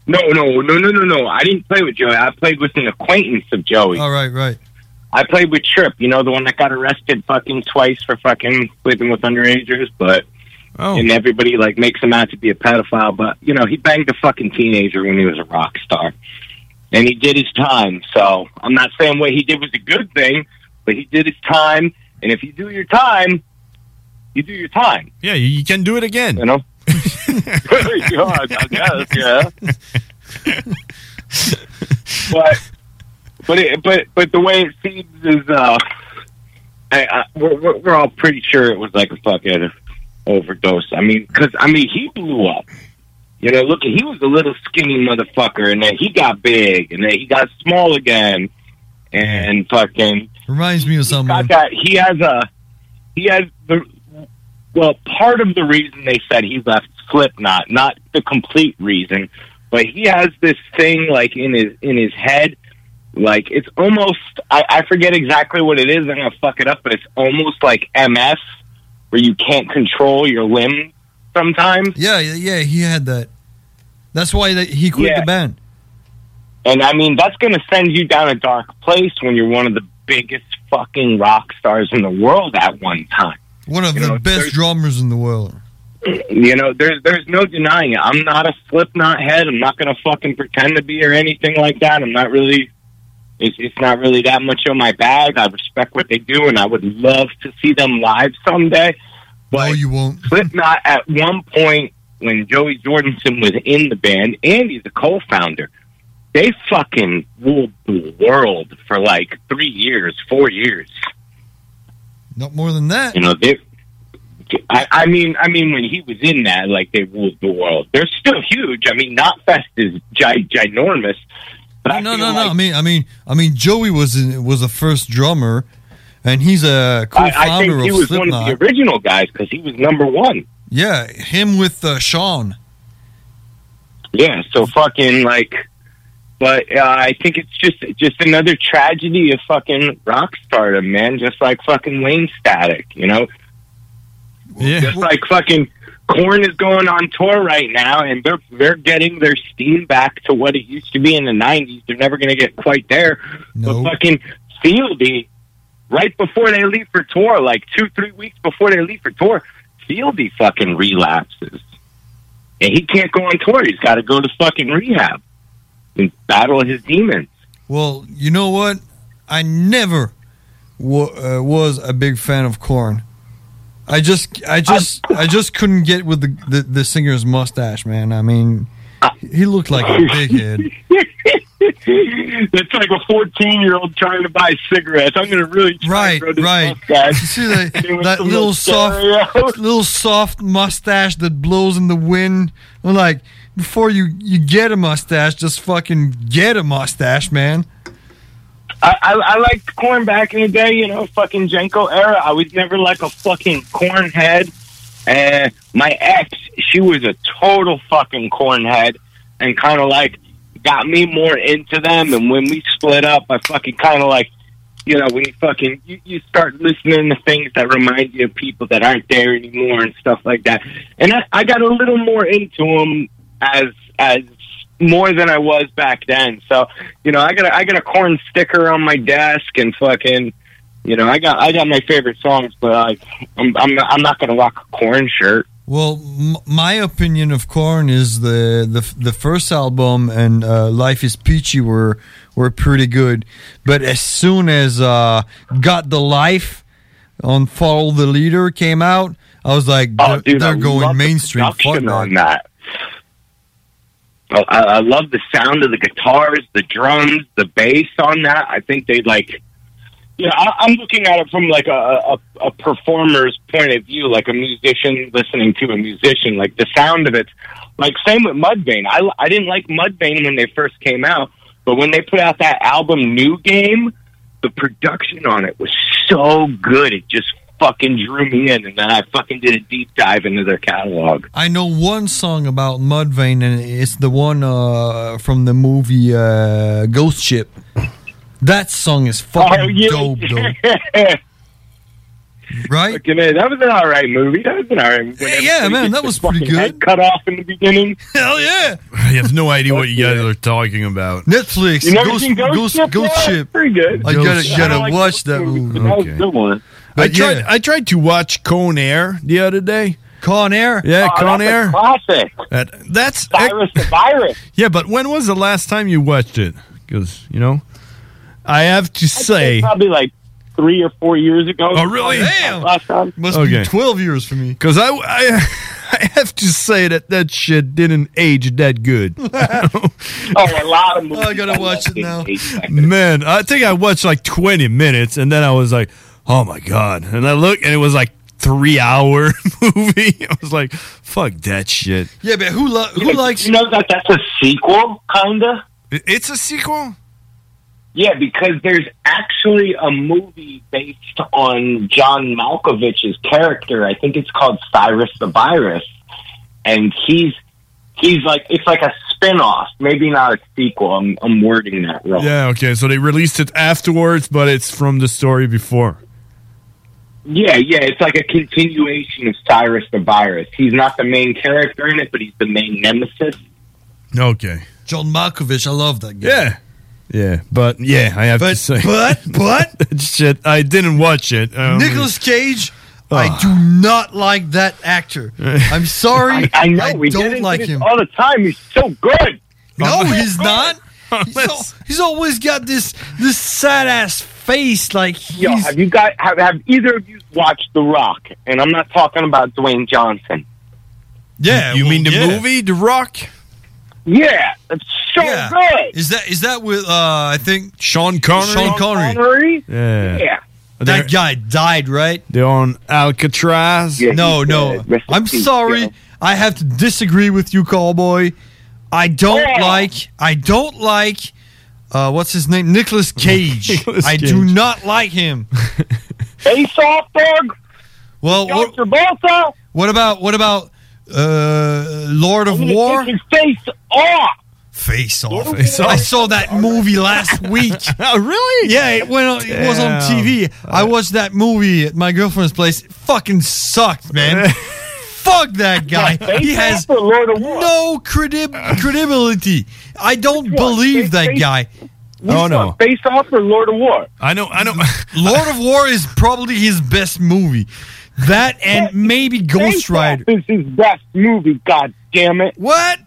[SPEAKER 26] no, no, no, no, no. I didn't play with Joey. I played with an acquaintance of Joey.
[SPEAKER 7] Oh, All right, right.
[SPEAKER 26] I played with Trip, you know, the one that got arrested fucking twice for fucking sleeping with underagers, but
[SPEAKER 6] Oh.
[SPEAKER 26] and everybody like makes him out to be a pedophile, but you know, he banged a fucking teenager when he was a rock star. And he did his time. So I'm not saying what he did was a good thing, but he did his time and if you do your time, you do your time.
[SPEAKER 6] Yeah, you- you can do it again. You
[SPEAKER 26] know? (laughs) God, I guess, yeah.
[SPEAKER 6] (laughs)
[SPEAKER 26] but but it, but but the way it seems is uh, I, I, we're, we're we're all pretty sure it was like a fucking overdose. I mean, because I mean he blew up. You know, look, he was a little skinny motherfucker, and then he got big, and then he got small again, and fucking
[SPEAKER 7] Reminds me of someone.
[SPEAKER 26] got that. He has a he has the well. Part of the reason they said he left Slipknot, not the complete reason, but he has this thing like in his in his head. Like it's almost I, I forget exactly what it is. I'm gonna fuck it up, but it's almost like MS, where you can't control your limb sometimes.
[SPEAKER 7] Yeah, yeah, yeah, he had that. That's why they, he quit
[SPEAKER 26] Yeah.
[SPEAKER 7] the band.
[SPEAKER 26] And I mean, that's going to send you down a dark place when you're one of the biggest fucking rock stars in the world at one time.
[SPEAKER 7] One of
[SPEAKER 26] You
[SPEAKER 7] the
[SPEAKER 26] know,
[SPEAKER 7] best drummers in the world.
[SPEAKER 26] You know, there's there's no denying it. I'm not a Slipknot head. I'm not going to fucking pretend to be or anything like that. I'm not really. It's, it's not really that much on my bag. I respect what they do, and I would love to see them live someday. But
[SPEAKER 7] you won't.
[SPEAKER 26] Slipknot at one point when Joey Jordanson was in the band, and he's a co-founder. They fucking ruled the world for like three years, four years.
[SPEAKER 7] Not more than (laughs) that.
[SPEAKER 26] You know, they. I, I mean, I mean, when he was in that, like they ruled the world. They're still huge. I mean, Not Fest is gi- ginormous. But I
[SPEAKER 7] no,
[SPEAKER 26] feel
[SPEAKER 7] no, no.
[SPEAKER 26] like-
[SPEAKER 7] I mean, I mean, I mean, Joey was in, was the first drummer, and he's a
[SPEAKER 26] I,
[SPEAKER 7] co-founder
[SPEAKER 26] I think he
[SPEAKER 7] of
[SPEAKER 26] was
[SPEAKER 7] Slipknot.
[SPEAKER 26] one of the original guys because he was number one.
[SPEAKER 7] yeah, him with uh, Sean.
[SPEAKER 26] Yeah, so fucking like, but uh, I think it's just just another tragedy of fucking rock stardom, man. Just like fucking Wayne Static, you know.
[SPEAKER 6] Yeah.
[SPEAKER 26] Just like fucking Corn is going on tour right now, and they're they're getting their steam back to what it used to be in the '90s. They're never going to get quite there. But fucking Fieldy, right before they leave for tour, like two three weeks before they leave for tour, Fieldy fucking relapses, and he can't go on tour. He's got to go to fucking rehab and battle his demons.
[SPEAKER 7] Well, you know what? I never wa- uh, was a big fan of Corn. I just, I just, I, just couldn't get with the, the the singer's mustache, man. I mean, he looked like a big head.
[SPEAKER 26] That's like a 14 year old trying to buy cigarettes. I'm going to really try right, to grow this right. mustache.
[SPEAKER 7] See that,
[SPEAKER 26] (laughs) Doing
[SPEAKER 7] that
[SPEAKER 26] some
[SPEAKER 7] little soft,
[SPEAKER 26] stereo.
[SPEAKER 7] (laughs) little soft mustache that blows in the wind. I'm like, before you you get a mustache, just fucking get a mustache, man.
[SPEAKER 26] I, I, I liked corn back in the day, you know, fucking Jenko era. I was never like a fucking corn head. And my ex, she was a total fucking corn head and kind of like got me more into them. And when we split up, I fucking kind of like, you know, when you fucking, you, you start listening to things that remind you of people that aren't there anymore and stuff like that. And I, I got a little more into them as, as more than I was back then. So, you know, I got a, I got a corn sticker on my desk and fucking, you know, I got I got my favorite songs, but like I'm I'm not, I'm not gonna rock a corn shirt.
[SPEAKER 7] Well, m- my opinion of Korn is the the, the first album and uh, Life is Peachy were were pretty good, but as soon as uh, Got the Life on Follow the Leader came out, I was like,
[SPEAKER 26] Oh,
[SPEAKER 7] they're, they're going mainstream. Fuck
[SPEAKER 26] production
[SPEAKER 7] that.
[SPEAKER 26] on that. I, I I love the sound of the guitars, the drums, the bass on that. I think they like. Yeah, I, I'm looking at it from like a, a a performer's point of view, like a musician listening to a musician. Like the sound of it, like same with Mudvayne. I l- I didn't like Mudvayne when they first came out, but when they put out that album New Game, the production on it was so good. It just fucking drew me in, and then I fucking did a deep dive into their catalog.
[SPEAKER 7] I know one song about Mudvayne, and it's the one uh, from the movie uh, Ghost
[SPEAKER 26] Oh, (laughs)
[SPEAKER 7] Ship. That song is fucking dope, though. Right.
[SPEAKER 26] Okay, man, that was an all right movie. That was an all right movie.
[SPEAKER 7] Yeah, yeah,
[SPEAKER 26] Everybody
[SPEAKER 7] man,
[SPEAKER 26] gets their
[SPEAKER 7] that was pretty
[SPEAKER 26] fucking head
[SPEAKER 7] good.
[SPEAKER 26] Cut off in the beginning.
[SPEAKER 7] Hell yeah!
[SPEAKER 6] I have no idea what you guys are talking about.
[SPEAKER 7] Netflix.
[SPEAKER 26] You never
[SPEAKER 7] Ghost,
[SPEAKER 26] seen Ghost
[SPEAKER 7] Ghost,
[SPEAKER 26] Ship?
[SPEAKER 7] Ghost
[SPEAKER 26] Yeah,
[SPEAKER 7] Ship.
[SPEAKER 26] pretty good.
[SPEAKER 7] I gotta,
[SPEAKER 6] Ghost Ship.
[SPEAKER 7] gotta
[SPEAKER 6] I like
[SPEAKER 7] watch that movie.
[SPEAKER 6] that was a good
[SPEAKER 26] one.
[SPEAKER 6] I
[SPEAKER 7] But yeah.
[SPEAKER 6] tried. I tried to watch Con Air the other day.
[SPEAKER 7] Con Air.
[SPEAKER 6] Yeah,
[SPEAKER 26] Oh,
[SPEAKER 6] Con
[SPEAKER 26] that's a
[SPEAKER 6] Air.
[SPEAKER 26] classic.
[SPEAKER 6] That- that's
[SPEAKER 26] Virus to virus.
[SPEAKER 6] (laughs) yeah. But when was the last time you watched it? Because you know, I have to say.
[SPEAKER 26] Probably like three or four years ago.
[SPEAKER 6] Oh, really? Damn.
[SPEAKER 26] Last time.
[SPEAKER 7] Must
[SPEAKER 6] Okay.
[SPEAKER 7] be 12 years for
[SPEAKER 6] (laughs)
[SPEAKER 7] me.
[SPEAKER 6] Because I, I, I have to say that that shit didn't age that
[SPEAKER 7] (laughs)
[SPEAKER 6] good.
[SPEAKER 26] Oh, a lot of movies.
[SPEAKER 7] I gotta watch it now.
[SPEAKER 6] Man, I think I watched like 20 minutes and then I was like, oh my God. And I looked and it was like three hour (laughs) movie. I was like, fuck that shit.
[SPEAKER 7] Yeah, but who,
[SPEAKER 6] Uh,
[SPEAKER 7] lo- who
[SPEAKER 26] You know-
[SPEAKER 7] likes.
[SPEAKER 26] You know that that's a sequel, kinda.
[SPEAKER 6] I- It's a sequel?
[SPEAKER 26] Yeah, because there's actually a movie based on John Malkovich's character. I think it's called Cyrus the Virus, and he's he's like it's like a spin-off, maybe not a sequel. I'm I'm wording that wrong.
[SPEAKER 6] Yeah, okay. So they released it afterwards, but it's from the story before.
[SPEAKER 26] Yeah, yeah, it's like a continuation of Cyrus the Virus. He's not the main character in it, but he's the main nemesis.
[SPEAKER 6] Okay.
[SPEAKER 7] John Malkovich. I love that guy.
[SPEAKER 6] Yeah. Yeah, but yeah, I have to say. (laughs)
[SPEAKER 7] But, but,
[SPEAKER 6] that shit, I didn't watch it. Um, Ah.
[SPEAKER 7] Nicolas Cage, I do not like that
[SPEAKER 6] (laughs)
[SPEAKER 7] actor. I'm sorry.
[SPEAKER 26] I, I know we get
[SPEAKER 7] don't
[SPEAKER 26] into
[SPEAKER 7] like
[SPEAKER 26] this
[SPEAKER 7] him.
[SPEAKER 26] all the time. He's so good.
[SPEAKER 7] No, he's not. He's, al- he's always got this this sad ass face. Like he's,
[SPEAKER 26] Yo, have you guys have, have either of you watched The Rock? And I'm not talking about Dwayne Johnson.
[SPEAKER 7] yeah.
[SPEAKER 6] you
[SPEAKER 7] well,
[SPEAKER 6] mean the
[SPEAKER 7] yeah.
[SPEAKER 6] movie, The Rock?
[SPEAKER 26] Yeah, it's so
[SPEAKER 7] Yeah.
[SPEAKER 26] good.
[SPEAKER 7] Is that is that with uh I think
[SPEAKER 6] Sean Connery?
[SPEAKER 7] Sean Connery?
[SPEAKER 26] Connery?
[SPEAKER 6] Yeah.
[SPEAKER 26] Yeah.
[SPEAKER 6] They're-
[SPEAKER 7] That guy died, right?
[SPEAKER 6] They're on Alcatraz.
[SPEAKER 26] Yeah,
[SPEAKER 7] No,
[SPEAKER 26] he's
[SPEAKER 7] no.
[SPEAKER 26] dead. Rest in
[SPEAKER 7] I'm
[SPEAKER 26] peace,
[SPEAKER 7] sorry.
[SPEAKER 26] yo.
[SPEAKER 7] I have to disagree with you, Cowboy. I don't
[SPEAKER 26] Yeah.
[SPEAKER 7] like. I don't like. Uh, what's his
[SPEAKER 6] (laughs)
[SPEAKER 7] name? Nicholas Cage.
[SPEAKER 6] Nicolas
[SPEAKER 7] I do
[SPEAKER 6] Cage.
[SPEAKER 7] not
[SPEAKER 6] (laughs)
[SPEAKER 7] like him.
[SPEAKER 26] Face off, dog.
[SPEAKER 7] Well,
[SPEAKER 26] John
[SPEAKER 7] what,
[SPEAKER 26] Travolta.
[SPEAKER 7] what about what about uh, Lord of
[SPEAKER 26] I'm gonna
[SPEAKER 7] War?
[SPEAKER 26] take his face off.
[SPEAKER 7] Face off.
[SPEAKER 6] Face Off.
[SPEAKER 7] I saw that movie last
[SPEAKER 26] (laughs)
[SPEAKER 7] week.
[SPEAKER 6] Oh, really?
[SPEAKER 7] Yeah, it went. On, it was on
[SPEAKER 6] Damn.
[SPEAKER 7] TV. I watched that movie at my girlfriend's place. It fucking sucked, man. (laughs) Fuck
[SPEAKER 6] (laughs)
[SPEAKER 7] that guy.
[SPEAKER 26] Face
[SPEAKER 7] He has
[SPEAKER 26] off or Lord of War.
[SPEAKER 7] no credi- credibility. I don't believe that guy.
[SPEAKER 26] Which
[SPEAKER 6] Oh, no.
[SPEAKER 26] one, Face off or Lord of War.
[SPEAKER 6] I know. I know.
[SPEAKER 7] (laughs) Lord of War is probably his best movie. That and maybe Ghost
[SPEAKER 26] Face Off
[SPEAKER 7] Rider.
[SPEAKER 26] is his best movie. God damn it.
[SPEAKER 7] What?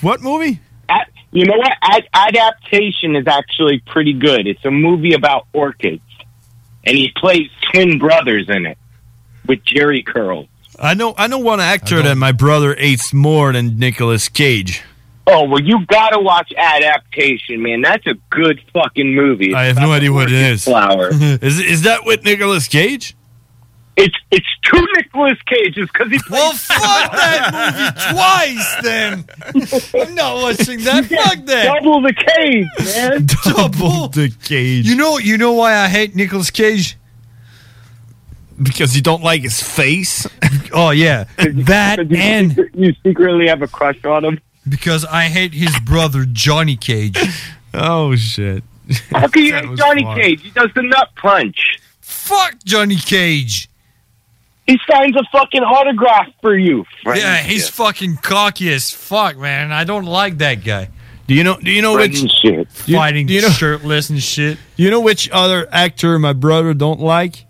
[SPEAKER 6] what movie?
[SPEAKER 26] Ad- you know what? Ad- adaptation is actually pretty good. It's a movie about orchids, and he plays twin brothers in it with Jerry Curl.
[SPEAKER 6] I know. I know one actor that my brother hates more than Nicolas Cage.
[SPEAKER 26] Oh well, you gotta watch adaptation, man. That's a good fucking movie.
[SPEAKER 6] I have no idea what it is.
[SPEAKER 26] Flower.
[SPEAKER 6] (laughs) Is is that with Nicolas Cage?
[SPEAKER 26] it's it's two Nicolas Cages because he
[SPEAKER 7] Well,
[SPEAKER 26] plays. (laughs)
[SPEAKER 7] fuck that movie twice then. I'm not watching that. Fuck that.
[SPEAKER 26] Double the cage, man.
[SPEAKER 7] (laughs) Double.
[SPEAKER 6] The Cage.
[SPEAKER 7] You know, you know why I hate Nicolas Cage?
[SPEAKER 6] because you don't like his face.
[SPEAKER 7] Oh yeah, that
[SPEAKER 26] You-
[SPEAKER 7] and
[SPEAKER 26] (laughs) you secretly have a crush on him.
[SPEAKER 7] because I hate his brother Johnny Cage.
[SPEAKER 6] (laughs) Oh shit.
[SPEAKER 26] How can you
[SPEAKER 6] That
[SPEAKER 26] hate
[SPEAKER 6] was
[SPEAKER 26] Johnny
[SPEAKER 6] fun.
[SPEAKER 26] Cage? He does the nut punch.
[SPEAKER 7] Fuck Johnny Cage.
[SPEAKER 26] He signs a fucking autograph for you.
[SPEAKER 7] Yeah, he's fucking cocky as fuck, man. I don't like that guy.
[SPEAKER 6] Do you know? Do you know which?
[SPEAKER 26] Friendship.
[SPEAKER 6] do you-
[SPEAKER 7] Fighting
[SPEAKER 6] do you know,
[SPEAKER 7] shirtless and shit.
[SPEAKER 6] do you know which other actor my brother don't like?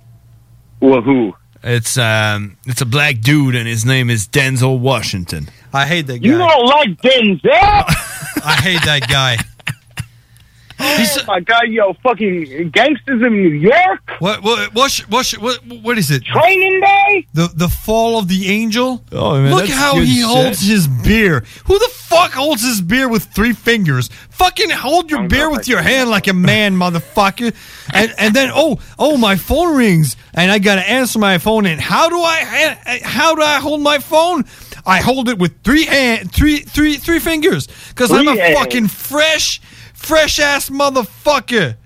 [SPEAKER 26] Well, who?
[SPEAKER 6] It's um, it's a black dude, and his name is Denzel Washington.
[SPEAKER 7] I hate that guy.
[SPEAKER 26] You don't like
[SPEAKER 7] (laughs)
[SPEAKER 26] Denzel?
[SPEAKER 7] I hate that
[SPEAKER 6] (laughs)
[SPEAKER 7] guy.
[SPEAKER 26] oh my god, yo, fucking gangsters in New York,
[SPEAKER 7] What what what sh- what, sh- what what is it?
[SPEAKER 26] training day.
[SPEAKER 7] The the fall of the angel.
[SPEAKER 6] Oh, man,
[SPEAKER 7] Look
[SPEAKER 6] that's
[SPEAKER 7] how
[SPEAKER 6] good
[SPEAKER 7] he
[SPEAKER 6] shit.
[SPEAKER 7] holds his beer. Who the fuck holds his beer with three fingers? Fucking hold your beer with your hand like a man, (laughs) motherfucker. And and then oh oh my phone rings and I gotta answer my phone. And how do I eh, how do I hold my phone? I hold it with three hand three three three fingers because I'm
[SPEAKER 26] Three
[SPEAKER 7] a
[SPEAKER 26] hands.
[SPEAKER 7] fucking fresh fresh
[SPEAKER 26] (laughs)
[SPEAKER 7] ass motherfucker.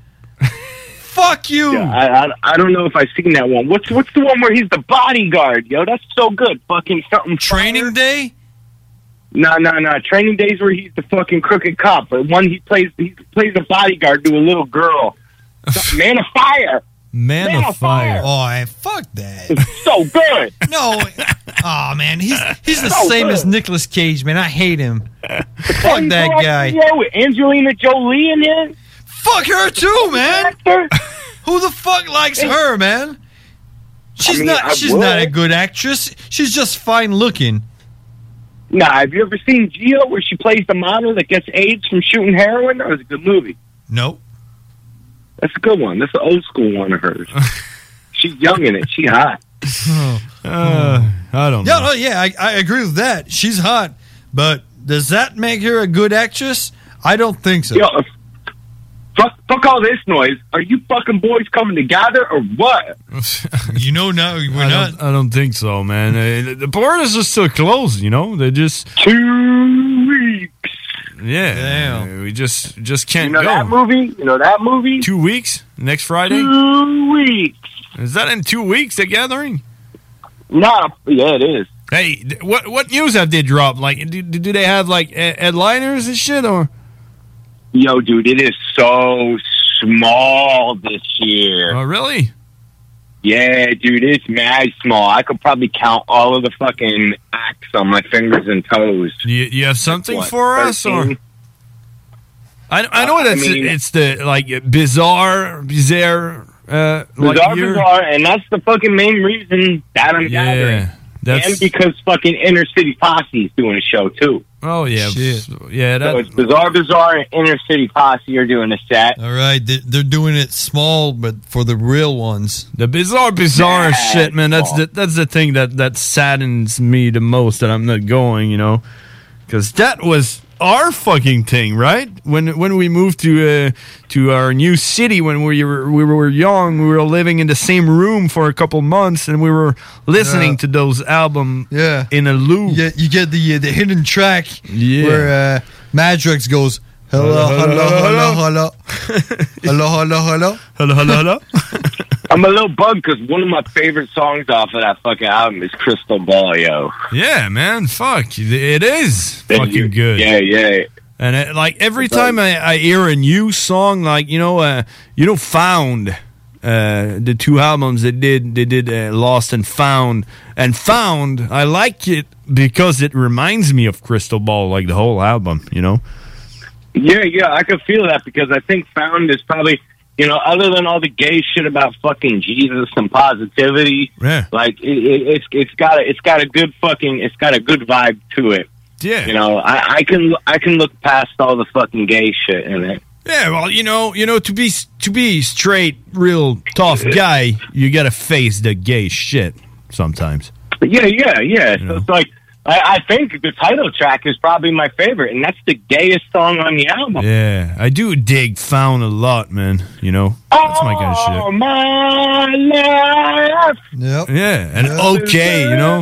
[SPEAKER 7] Fuck you.
[SPEAKER 26] Yeah, I, I I don't know if I've seen that one. What's what's the one where he's the bodyguard? Yo, that's so good. Fucking something.
[SPEAKER 7] Training day.
[SPEAKER 26] No, no, no. Training days where he's the fucking crooked
[SPEAKER 7] (laughs)
[SPEAKER 26] cop, but one he plays he plays a bodyguard to a little girl. Man of Fire.
[SPEAKER 6] Man,
[SPEAKER 26] Man of of Fire. Fire.
[SPEAKER 7] Oh, hey, fuck that.
[SPEAKER 26] so
[SPEAKER 7] (laughs)
[SPEAKER 26] good.
[SPEAKER 7] No. Oh man, he's he's the
[SPEAKER 26] So
[SPEAKER 7] same
[SPEAKER 26] good.
[SPEAKER 7] as Nicolas Cage, man. I hate him. Fuck
[SPEAKER 26] And
[SPEAKER 7] that
[SPEAKER 26] Brad
[SPEAKER 7] guy.
[SPEAKER 26] Pitt With Angelina Jolie in there.
[SPEAKER 7] Fuck her too, man. (laughs) Who the fuck likes her, man? She's
[SPEAKER 26] mean,
[SPEAKER 7] not
[SPEAKER 26] I
[SPEAKER 7] she's not a
[SPEAKER 26] would.
[SPEAKER 7] good actress. She's
[SPEAKER 6] (laughs)
[SPEAKER 7] just fine looking.
[SPEAKER 26] Nah, have you ever seen Geo where she plays the model that gets AIDS from shooting heroin? That was a good movie.
[SPEAKER 7] Nope.
[SPEAKER 26] That's a good one. That's an old school one of
[SPEAKER 6] (laughs)
[SPEAKER 26] hers. She's young in it. She hot.
[SPEAKER 6] Oh,
[SPEAKER 7] Uh,
[SPEAKER 6] I don't
[SPEAKER 7] know. No, no, yeah, I, I agree with that. She's hot, but does that make her a good actress? I don't think so.
[SPEAKER 26] uh, fuck, fuck all this noise. Are you fucking boys coming together or what?
[SPEAKER 7] (laughs) you know, no, we're
[SPEAKER 6] I
[SPEAKER 7] not.
[SPEAKER 6] Don't, I don't think so, man. Uh, the border is just so close, you know. They just
[SPEAKER 26] two weeks.
[SPEAKER 6] Yeah, Uh, we just just can't
[SPEAKER 26] You know
[SPEAKER 6] go.
[SPEAKER 26] that movie? You know that movie?
[SPEAKER 6] Two weeks next Friday.
[SPEAKER 26] Two weeks.
[SPEAKER 6] Is that in two weeks? The gathering?
[SPEAKER 26] Nah, yeah, it is.
[SPEAKER 6] Hey, th- what what news have they dropped? Like, do, do they have like he- headliners and shit or?
[SPEAKER 26] Yo, dude, it is so small this year.
[SPEAKER 6] Oh, really?
[SPEAKER 26] Yeah, dude, it's mad small. I could probably count all of the fucking acts on my fingers and toes.
[SPEAKER 6] Do you, you have something
[SPEAKER 26] What,
[SPEAKER 6] for us or?
[SPEAKER 26] 13?
[SPEAKER 6] I, I know
[SPEAKER 26] I
[SPEAKER 6] that's
[SPEAKER 26] mean-
[SPEAKER 6] it's the like bizarre bizarre uh like
[SPEAKER 26] Bizarre,
[SPEAKER 6] year.
[SPEAKER 26] bizarre, and that's the fucking main reason that I'm
[SPEAKER 6] Yeah,
[SPEAKER 26] gathering.
[SPEAKER 6] that's-
[SPEAKER 26] And because fucking Inner City Posse is doing a show too.
[SPEAKER 6] Oh yeah, yeah.
[SPEAKER 26] So
[SPEAKER 6] That,
[SPEAKER 26] it's Bizarre Bizarre and Inner City Posse are doing a set.
[SPEAKER 6] (laughs)
[SPEAKER 7] All right, they- they're doing it small, but for the real ones.
[SPEAKER 6] The bizarre, bizarre shit, man. That's the that's the thing that that saddens me the most that I'm not going, you know, because that was our fucking thing, right? When when we moved to uh, to our new city when we were we were young, we were living in the same room for a couple months, and we were listening
[SPEAKER 7] Yeah.
[SPEAKER 6] to those albums
[SPEAKER 7] Yeah.
[SPEAKER 6] in a loop.
[SPEAKER 7] Yeah, you get the uh, the hidden track
[SPEAKER 6] Yeah.
[SPEAKER 7] where uh, Madrox goes hello hello hello hello
[SPEAKER 6] (laughs)
[SPEAKER 7] hello hello hello
[SPEAKER 6] hello hello hello.
[SPEAKER 26] I'm a little bummed because one of my favorite songs off of that fucking album is Crystal Ball, yo.
[SPEAKER 6] Yeah, man. Fuck, it is fucking good.
[SPEAKER 26] Yeah, yeah.
[SPEAKER 6] And it, like every time I, I hear a new song, like you know, uh, you know, found uh, the two albums they did, they did uh, Lost and Found, and Found, I like it because it reminds me of Crystal Ball, like the whole album, you know.
[SPEAKER 26] Yeah, yeah, I could feel that because I think Found is probably, you know, other than all the gay shit about fucking Jesus and positivity,
[SPEAKER 6] Yeah.
[SPEAKER 26] like it, it, it's it's got a, it's got a good fucking it's got a good vibe to it.
[SPEAKER 6] Yeah,
[SPEAKER 26] You know, I, I can I can look past all the fucking gay shit in it.
[SPEAKER 6] Yeah, well, you know, you know, to be s- to be straight, real (laughs) tough guy, you gotta face the gay shit sometimes.
[SPEAKER 26] Yeah, yeah, yeah. So it's like I, I think the title track is probably my favorite, and that's the gayest song on the album.
[SPEAKER 6] Yeah, I do dig Found a lot, man. You know, that's my kind of shit.
[SPEAKER 26] Oh my life.
[SPEAKER 6] Yeah, and okay, you know.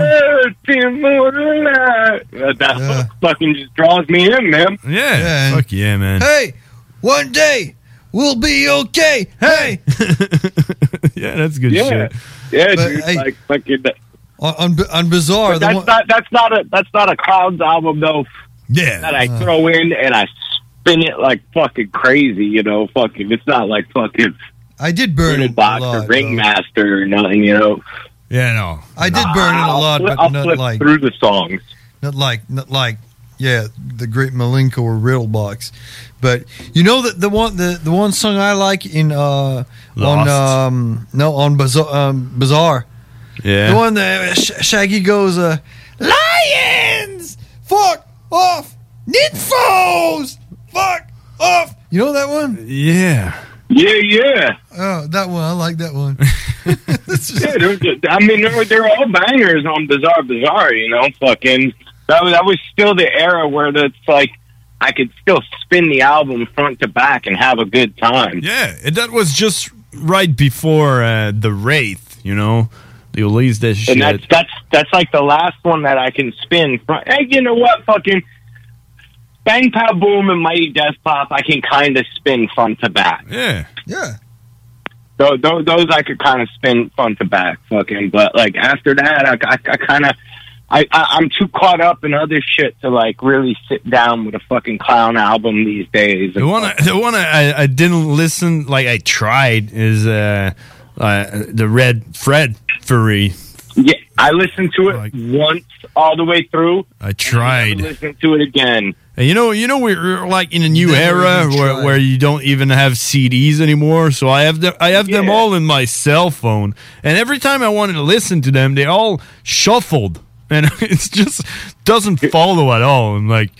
[SPEAKER 26] That fucking just draws me in, man.
[SPEAKER 6] Yeah,
[SPEAKER 7] Yeah.
[SPEAKER 6] fuck yeah, man.
[SPEAKER 7] hey one day we'll be okay hey
[SPEAKER 6] yeah that's good
[SPEAKER 26] yeah. Yeah,
[SPEAKER 7] But,
[SPEAKER 26] dude.
[SPEAKER 7] hey.
[SPEAKER 26] like fucking.
[SPEAKER 7] on on, B- on bizarre
[SPEAKER 26] But
[SPEAKER 7] the
[SPEAKER 26] that's
[SPEAKER 7] one-
[SPEAKER 26] not that's not a that's not a clouds album though.
[SPEAKER 6] Yeah,
[SPEAKER 26] that I
[SPEAKER 7] Uh-huh.
[SPEAKER 26] throw in and I spin it like fucking crazy. You know, fucking. It's not like fucking
[SPEAKER 7] I did burn it a
[SPEAKER 26] box
[SPEAKER 7] lot,
[SPEAKER 26] or ringmaster or nothing. You know,
[SPEAKER 6] Yeah, no.
[SPEAKER 7] I did burn it a
[SPEAKER 26] I'll
[SPEAKER 7] lot,
[SPEAKER 26] flip-
[SPEAKER 7] but
[SPEAKER 26] I'll
[SPEAKER 7] not
[SPEAKER 26] flip
[SPEAKER 7] like
[SPEAKER 26] through the
[SPEAKER 7] (laughs)
[SPEAKER 26] songs.
[SPEAKER 7] Not like not like yeah, the great Malenko or Riddle box. But you know that the one the, the one song I like in uh on
[SPEAKER 6] Lost.
[SPEAKER 7] um no on Bazaar um, Bazaar.
[SPEAKER 6] Yeah.
[SPEAKER 7] The one that Sh- Shaggy goes uh Lions fuck off ninfos fuck off. You know that one?
[SPEAKER 6] Yeah.
[SPEAKER 26] Yeah, yeah.
[SPEAKER 7] Oh, that one I like that (laughs) one.
[SPEAKER 26] yeah,
[SPEAKER 7] (laughs)
[SPEAKER 26] they're, ju- I mean, they're, they're all bangers on Bizarre Bizarre, you know, fucking. That was, that was still the era where that's like, I could still spin the album front to back and have a good time.
[SPEAKER 6] Yeah, and that was just right before uh, the wraith, you know. They released that shit.
[SPEAKER 26] And that's, that's, that's like the last one that I can spin front. Hey, you know what, fucking. Bang Pow Boom and Mighty Death Pop, I can kind of spin front to back.
[SPEAKER 6] yeah.
[SPEAKER 26] Those, those I could kind of spin front to back, fucking. But like after that, I, I, I kind of, I, I, I'm too caught up in other shit to like really sit down with a fucking clown album these days.
[SPEAKER 6] The one I, the one I, I didn't listen like I tried is uh uh, the Red Fred Fury.
[SPEAKER 26] Yeah, I listened to it once all the way through.
[SPEAKER 6] I tried.
[SPEAKER 26] Listen to it again.
[SPEAKER 6] And you know, you know, we're like in a new
[SPEAKER 26] Never
[SPEAKER 6] era
[SPEAKER 26] even
[SPEAKER 6] where,
[SPEAKER 26] tried.
[SPEAKER 6] where you don't even have CDs anymore. So I have them, I have them all in my cell phone, and every time I wanted to listen to them, they all shuffled, and (laughs) it's just doesn't follow at all. I'm like,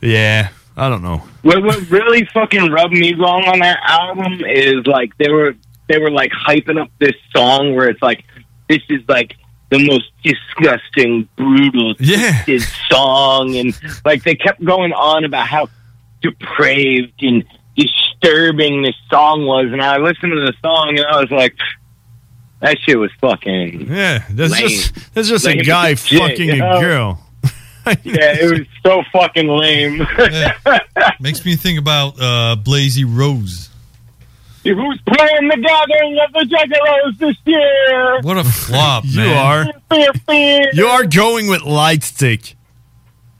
[SPEAKER 6] yeah, I don't know.
[SPEAKER 26] What, what really fucking rubbed me wrong on that album is like they were they were like hyping up this song where it's like this is like the most disgusting, brutal, twisted song, and like they kept going on about how depraved and disturbing this song was, and I listened to the song and I was like, that shit was fucking
[SPEAKER 6] Yeah,
[SPEAKER 26] (laughs)
[SPEAKER 6] that's
[SPEAKER 26] lame.
[SPEAKER 6] just that's just
[SPEAKER 26] Lame
[SPEAKER 6] a
[SPEAKER 26] as
[SPEAKER 6] guy
[SPEAKER 26] shit,
[SPEAKER 6] fucking
[SPEAKER 26] you know?
[SPEAKER 6] a girl. (laughs)
[SPEAKER 26] yeah, it was so fucking lame.
[SPEAKER 7] Makes me think about uh, Blazy Rose.
[SPEAKER 26] Who's playing the gathering of the Juggalos this year?
[SPEAKER 7] What a flop,
[SPEAKER 6] you
[SPEAKER 7] man.
[SPEAKER 6] are you are going with light stick.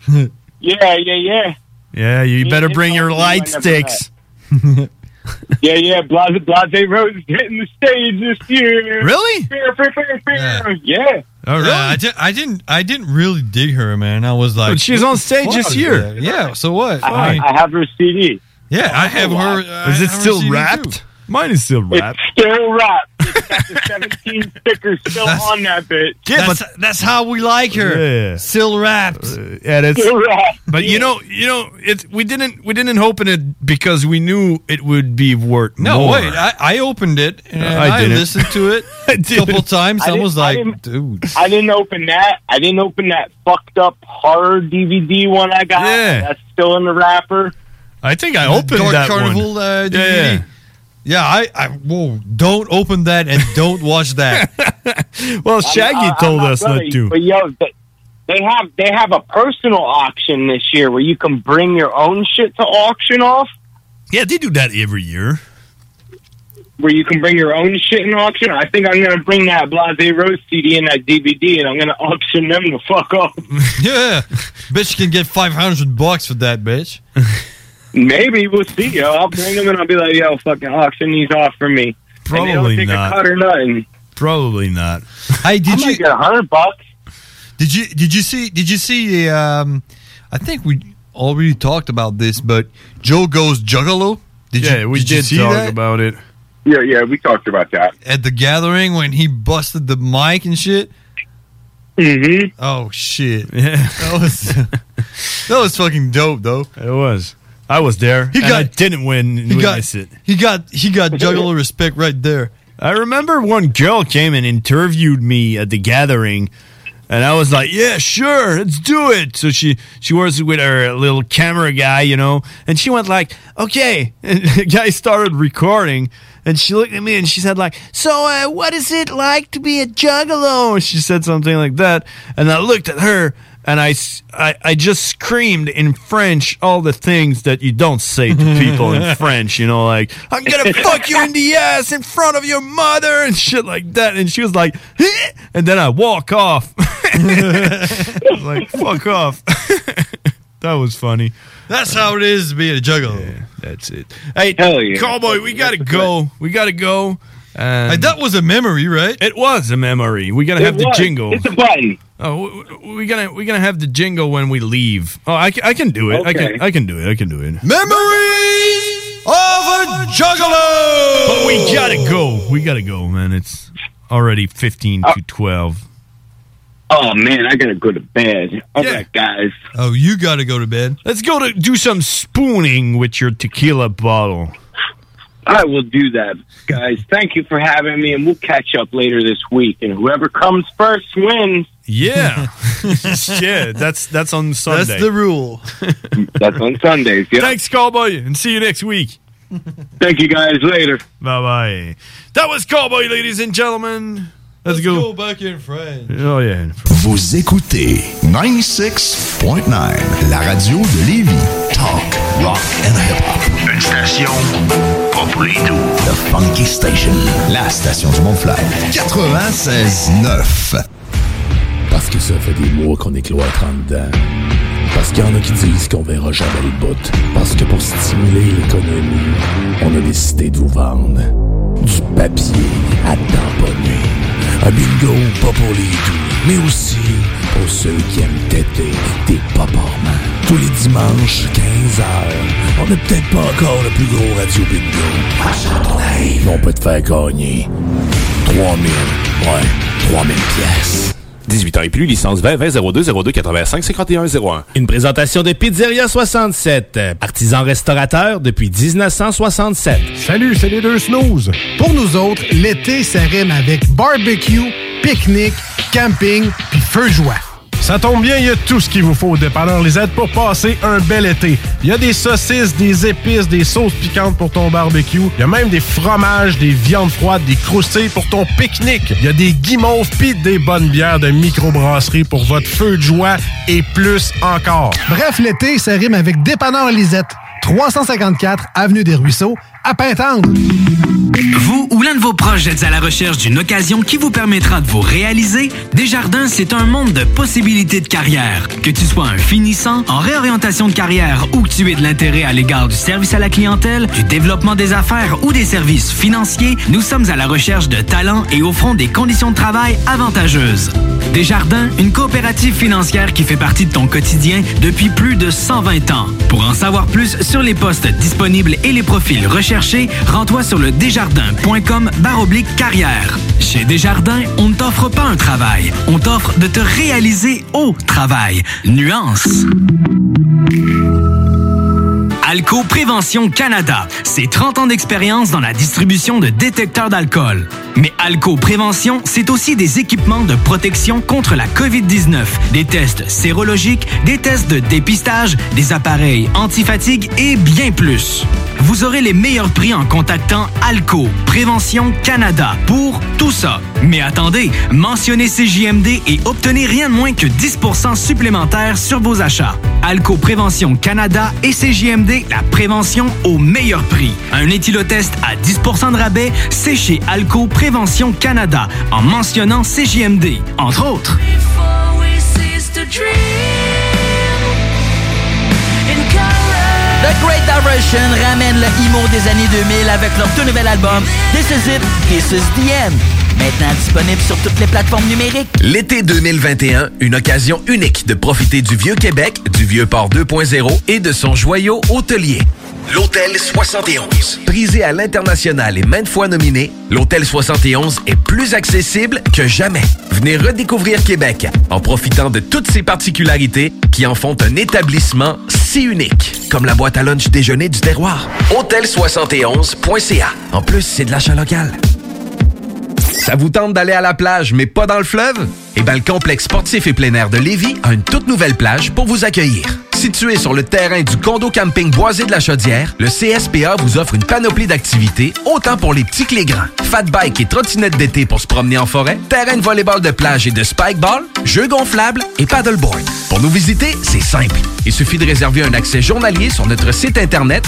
[SPEAKER 26] Yeah, yeah, yeah.
[SPEAKER 6] Yeah, you better bring your light
[SPEAKER 26] I remember
[SPEAKER 6] sticks.
[SPEAKER 26] Yeah, yeah. Blase, Blase Rose is hitting the stage this year.
[SPEAKER 7] Really?
[SPEAKER 26] Fear, fear, fear, fear. Yeah.
[SPEAKER 7] All right. Oh, I, di- I didn't. I didn't really dig her, man. I was like,
[SPEAKER 26] But she's
[SPEAKER 7] what
[SPEAKER 26] on
[SPEAKER 7] the
[SPEAKER 26] stage
[SPEAKER 7] fuck
[SPEAKER 26] this
[SPEAKER 7] is
[SPEAKER 26] year.
[SPEAKER 7] that? Yeah. So what?
[SPEAKER 26] I, I have her CD.
[SPEAKER 7] Yeah, I have her.
[SPEAKER 6] Is it still wrapped? Mine is still wrapped.
[SPEAKER 26] It's still
[SPEAKER 6] (laughs)
[SPEAKER 26] wrapped. It's got the 17 stickers still on that bitch.
[SPEAKER 7] that's, that's how we like her.
[SPEAKER 6] Yeah. Uh,
[SPEAKER 7] Still wrapped.
[SPEAKER 6] and
[SPEAKER 26] (laughs)
[SPEAKER 6] it's
[SPEAKER 26] Still wrapped.
[SPEAKER 6] but you know you know it's we didn't we didn't open it because we knew it would be worth
[SPEAKER 7] No,
[SPEAKER 6] more.
[SPEAKER 7] wait. I, I opened it and
[SPEAKER 6] Uh,
[SPEAKER 7] I,
[SPEAKER 6] I didn't.
[SPEAKER 7] listened
[SPEAKER 6] (laughs)
[SPEAKER 7] to it a couple times.
[SPEAKER 26] I
[SPEAKER 7] I,
[SPEAKER 26] didn't-
[SPEAKER 7] was
[SPEAKER 26] I
[SPEAKER 7] like,
[SPEAKER 26] didn't-
[SPEAKER 7] dude.
[SPEAKER 26] I didn't open that. I didn't open that fucked up horror DVD one I got.
[SPEAKER 7] Yeah.
[SPEAKER 26] That's still in the wrapper.
[SPEAKER 6] I think I
[SPEAKER 7] The
[SPEAKER 6] opened
[SPEAKER 7] Dark
[SPEAKER 6] that
[SPEAKER 7] Carnival
[SPEAKER 6] one.
[SPEAKER 7] Uh, DVD.
[SPEAKER 6] Yeah,
[SPEAKER 7] Yeah,
[SPEAKER 6] yeah.
[SPEAKER 7] I, I. Whoa! Don't open that and don't watch (laughs) that.
[SPEAKER 6] well,
[SPEAKER 7] Shaggy
[SPEAKER 26] I'm- I'm
[SPEAKER 7] told us not
[SPEAKER 26] really,
[SPEAKER 7] to.
[SPEAKER 26] But yo, th- they have they have a personal auction this year where you can bring your own shit to auction off.
[SPEAKER 6] Yeah, they do that every year.
[SPEAKER 26] Where you can bring your own shit in auction. I think I'm gonna bring that Blase Rose CD and that DVD, and I'm gonna (laughs) auction them the fuck off.
[SPEAKER 7] (laughs) yeah, bitch can get five hundred bucks for that bitch.
[SPEAKER 26] Maybe we'll see. Yo, I'll bring them and I'll be like, yo, fucking auction these off for me. And they
[SPEAKER 6] Probably
[SPEAKER 26] don't take
[SPEAKER 6] not.
[SPEAKER 26] A cut or nothing.
[SPEAKER 6] Probably not.
[SPEAKER 7] Hey, did
[SPEAKER 26] I
[SPEAKER 7] you
[SPEAKER 26] might get a hundred bucks?
[SPEAKER 7] Did you did you see did you see the um I think we already talked about this, but Joe goes Juggalo? Did
[SPEAKER 6] yeah,
[SPEAKER 7] you
[SPEAKER 6] we
[SPEAKER 7] did,
[SPEAKER 6] did,
[SPEAKER 7] you see
[SPEAKER 6] talk
[SPEAKER 7] that?
[SPEAKER 6] about it.
[SPEAKER 26] Yeah, yeah, we talked about that.
[SPEAKER 7] At the gathering when he busted the mic and shit?
[SPEAKER 26] Mm-hmm.
[SPEAKER 7] Oh shit. Yeah. That
[SPEAKER 6] (laughs)
[SPEAKER 7] was That was fucking dope though.
[SPEAKER 6] It was. I was there.
[SPEAKER 7] He
[SPEAKER 6] and
[SPEAKER 7] got-
[SPEAKER 6] I didn't win.
[SPEAKER 7] He got,
[SPEAKER 6] witness it.
[SPEAKER 7] he got he got Juggalo respect right there.
[SPEAKER 6] I remember one girl came and interviewed me at the gathering, and I was like, "Yeah, sure, let's do it." So she she was with her little camera guy, you know, and she went like, "Okay," (laughs) and the guy started recording, and she looked at me and she said like, "So uh, what is it like to be a juggalo?" And she said something like that, and I looked at her. And I, s- I- I just screamed in French all the things that you don't say to people in French, you know, like, I'm gonna fuck you in the ass in front of your mother and shit like that. And she was like, "Huh?" and then I walk off. (laughs) I was like, fuck off. (laughs) that was funny.
[SPEAKER 7] That's how it is to be a juggalo.
[SPEAKER 6] that's it. Hey, Cowboy, we gotta
[SPEAKER 7] That's
[SPEAKER 6] go. We gotta go. Um,
[SPEAKER 7] Hey, that was a memory, right?
[SPEAKER 6] It was a memory. We gotta
[SPEAKER 7] It
[SPEAKER 6] have the
[SPEAKER 7] was.
[SPEAKER 6] jingle.
[SPEAKER 7] It's a
[SPEAKER 26] button.
[SPEAKER 6] Oh, we- we, we gonna we gonna have the jingle when we leave. Oh, I, ca- I can do it. I
[SPEAKER 7] Okay.
[SPEAKER 6] can I can do it. I can do it.
[SPEAKER 7] Memories of a juggalo.
[SPEAKER 6] But we gotta go. We gotta go, man. It's already fifteen to twelve.
[SPEAKER 26] Oh man, I gotta go to bed. All right, guys.
[SPEAKER 7] Oh, you gotta go to bed.
[SPEAKER 6] Let's go to do some spooning with your tequila bottle.
[SPEAKER 26] I will do that, guys. Thank you for having me, and we'll catch up later this week. And whoever comes first wins.
[SPEAKER 6] (laughs) Yeah, yeah. That's that's on Sunday.
[SPEAKER 26] the
[SPEAKER 7] rule.
[SPEAKER 26] That's on Sundays. (laughs) Yeah.
[SPEAKER 6] Thanks, Cowboy, and see you next week.
[SPEAKER 26] Thank you, guys. Later.
[SPEAKER 6] Bye bye. That was Cowboy, ladies and gentlemen. Let's, go.
[SPEAKER 7] Go back in French.
[SPEAKER 6] Oh yeah.
[SPEAKER 27] Vous écoutez 96.9, la radio de Lévis. Talk, rock and hip-hop. Une station pas pour les doux. The Funky Station, la station du Mont-Fly. 96.9.
[SPEAKER 10] Parce que ça fait des mois qu'on est cloître en dedans. Parce qu'il y en a qui disent qu'on verra jamais le bout. Parce que pour stimuler l'économie, on a décidé de vous vendre du papier à tamponner. Un bingo pas pour les doux, mais aussi pour ceux qui aiment têter des paparmans. Tous les dimanches, 15h, on n'est peut-être pas encore le plus gros radio bingo. À Châteauneuf, on peut te faire gagner 3000, ouais, 3000 pièces.
[SPEAKER 28] 18 ans et plus, licence 20 20 02 02 85 51 01.
[SPEAKER 14] Une présentation de Pizzeria 67, euh, artisan restaurateur depuis 1967.
[SPEAKER 17] Salut, c'est les deux snooze. Pour nous autres, l'été, ça rime avec barbecue, pique-nique, camping, puis feu de joie.
[SPEAKER 20] Ça tombe bien, il y a tout ce qu'il vous faut au dépanneur Lisette pour passer un bel été. Il y a des saucisses, des épices, des sauces piquantes pour ton barbecue. Il y a même des fromages, des viandes froides, des croustilles pour ton pique-nique. Il y a des guimauves pis des bonnes bières de microbrasserie pour votre feu de joie et plus encore.
[SPEAKER 17] Bref, l'été, ça rime avec Dépanneur Lisette. 354 Avenue des Ruisseaux, à Pintendre.
[SPEAKER 2] Vous ou l'un de vos proches êtes à la recherche d'une occasion qui vous permettra de vous réaliser, Desjardins, c'est un monde de possibilités de carrière. Que tu sois un finissant, en réorientation de carrière ou que tu aies de l'intérêt à l'égard du service à la clientèle, du développement des affaires ou des services financiers, nous sommes à la recherche de talents et offrons des conditions de travail avantageuses. Desjardins, une coopérative financière qui fait partie de ton quotidien depuis plus de 120 ans. Pour en savoir plus sur les postes disponibles et les profils recherchés, rends-toi sur le desjardins.com baroblique carrière. Chez Desjardins, on ne t'offre pas un travail, on t'offre de te réaliser au travail. Nuance. Alco Prévention Canada, c'est 30 ans d'expérience dans la distribution de détecteurs d'alcool. Mais Alco Prévention, c'est aussi des équipements de protection contre la COVID-19, des tests sérologiques, des tests de dépistage, des appareils antifatigue et bien plus. Vous aurez les meilleurs prix en contactant Alco Prévention Canada pour tout ça. Mais attendez, mentionnez CJMD et obtenez rien de moins que 10 supplémentaire sur vos achats. Alco Prévention Canada et CJMD, la prévention au meilleur prix. Un éthylotest à 10 de rabais, c'est chez Alco Prévention Canada en mentionnant CJMD, entre autres.
[SPEAKER 29] Before we cease to dream in color.
[SPEAKER 13] The Great Diversion ramène le emo des années 2000 avec leur tout nouvel album This Is It, This Is The End. Maintenant disponible sur toutes les plateformes numériques.
[SPEAKER 1] L'été 2021, une occasion unique de profiter du vieux Québec, du vieux port 2.0 et de son joyau hôtelier. L'Hôtel 71. Prisé à l'international et maintes fois nominé, l'Hôtel 71 est plus accessible que jamais. Venez redécouvrir Québec en profitant de toutes ses particularités qui en font un établissement si unique, comme la boîte à lunch déjeuner du terroir. Hôtel71.ca. En plus, c'est de l'achat local. Ça vous tente d'aller à la plage, mais pas dans le fleuve? Eh bien, le complexe sportif et plein air de Lévis a une toute nouvelle plage pour vous accueillir. Situé sur le terrain du condo camping boisé de la Chaudière, le CSPA vous offre une panoplie d'activités, autant pour les petits que les grands. Fat bike et trottinette d'été pour se promener en forêt, terrain de volleyball de plage et de spikeball, jeux gonflables et paddleboard. Pour nous visiter, c'est simple. Il suffit de réserver un accès journalier sur notre site internet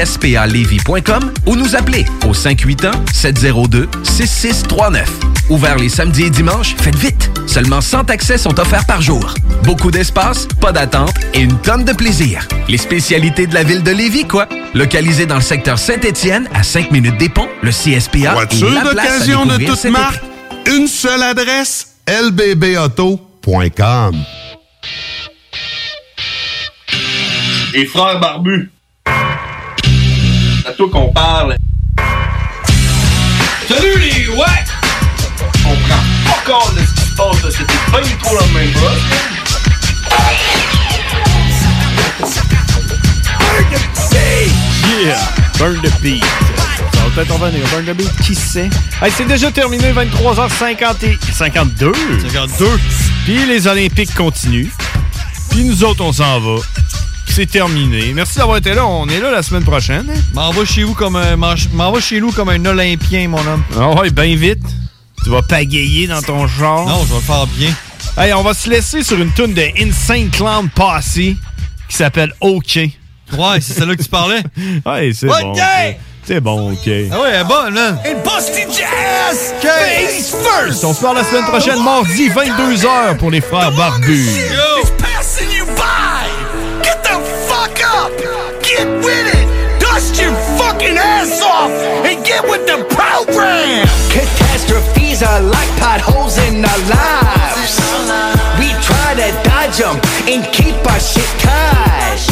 [SPEAKER 1] www.cspalevy.com ou nous appeler au 581-702-6639. Ouvert les samedis et dimanches, faites vite. Seulement 100 accès sont offerts par jour. Beaucoup d'espace, pas d'attente et une tonne de plaisir. Les spécialités de la ville de Lévis, quoi. Localisé dans le secteur Saint-Étienne, à 5 minutes des ponts, le CSPA est
[SPEAKER 16] Voiture
[SPEAKER 1] la place à
[SPEAKER 16] d'occasion de
[SPEAKER 1] découvrir
[SPEAKER 16] toute
[SPEAKER 1] cet été.
[SPEAKER 16] marque, une seule adresse, lbbauto.com.
[SPEAKER 18] Les frères barbus. À toi qu'on parle. Salut les ouais! On prend pas compte de ce qui se passe, là. c'était pas du tout la même
[SPEAKER 6] Yeah! Burn the beat. Ça va peut-être en venir. Burn the beat, qui sait? Hey, c'est déjà terminé, 23h50 et 52. 52. Puis les Olympiques continuent. Puis nous autres, on s'en va. Puis c'est terminé. Merci d'avoir été là. On est là la semaine prochaine. hein?
[SPEAKER 7] M'en va chez vous comme un, m'en- m'en va chez nous comme un Olympien, mon homme.
[SPEAKER 6] Ah ouais, bien vite. Tu vas pagayer dans ton genre. Non,
[SPEAKER 7] je vais le faire bien.
[SPEAKER 6] Hey, on va se laisser sur une tune de Insane Clown Posse qui s'appelle OK.
[SPEAKER 7] Ouais, c'est celle-là que tu parlais.
[SPEAKER 6] (laughs) ouais, c'est
[SPEAKER 7] OK!
[SPEAKER 6] bon. ça. C'est bon, OK.
[SPEAKER 7] Ah ouais, elle est bonne, hein?
[SPEAKER 6] And Busty Jazz! Face first! On se parle la semaine prochaine, mardi, 22h pour les frères barbus.
[SPEAKER 29] It's passing you by. Get the fuck up. Get with it. The
[SPEAKER 24] Bust your fucking ass off and get with the program! Catastrophes are like potholes in our lives. We try to dodge them and keep our shit tight.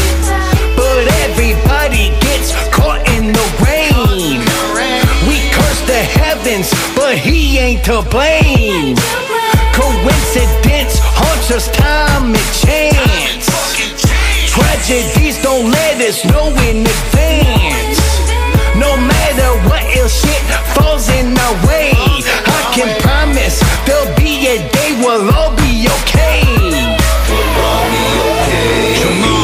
[SPEAKER 24] But everybody gets caught in the rain. We curse the heavens, but he ain't to blame. Coincidence haunts us time and chance. Tragedies don't let us know in advance. No matter what ill shit falls in our way, I can promise there'll be a day we'll all be okay. Come on. Come on. Come on.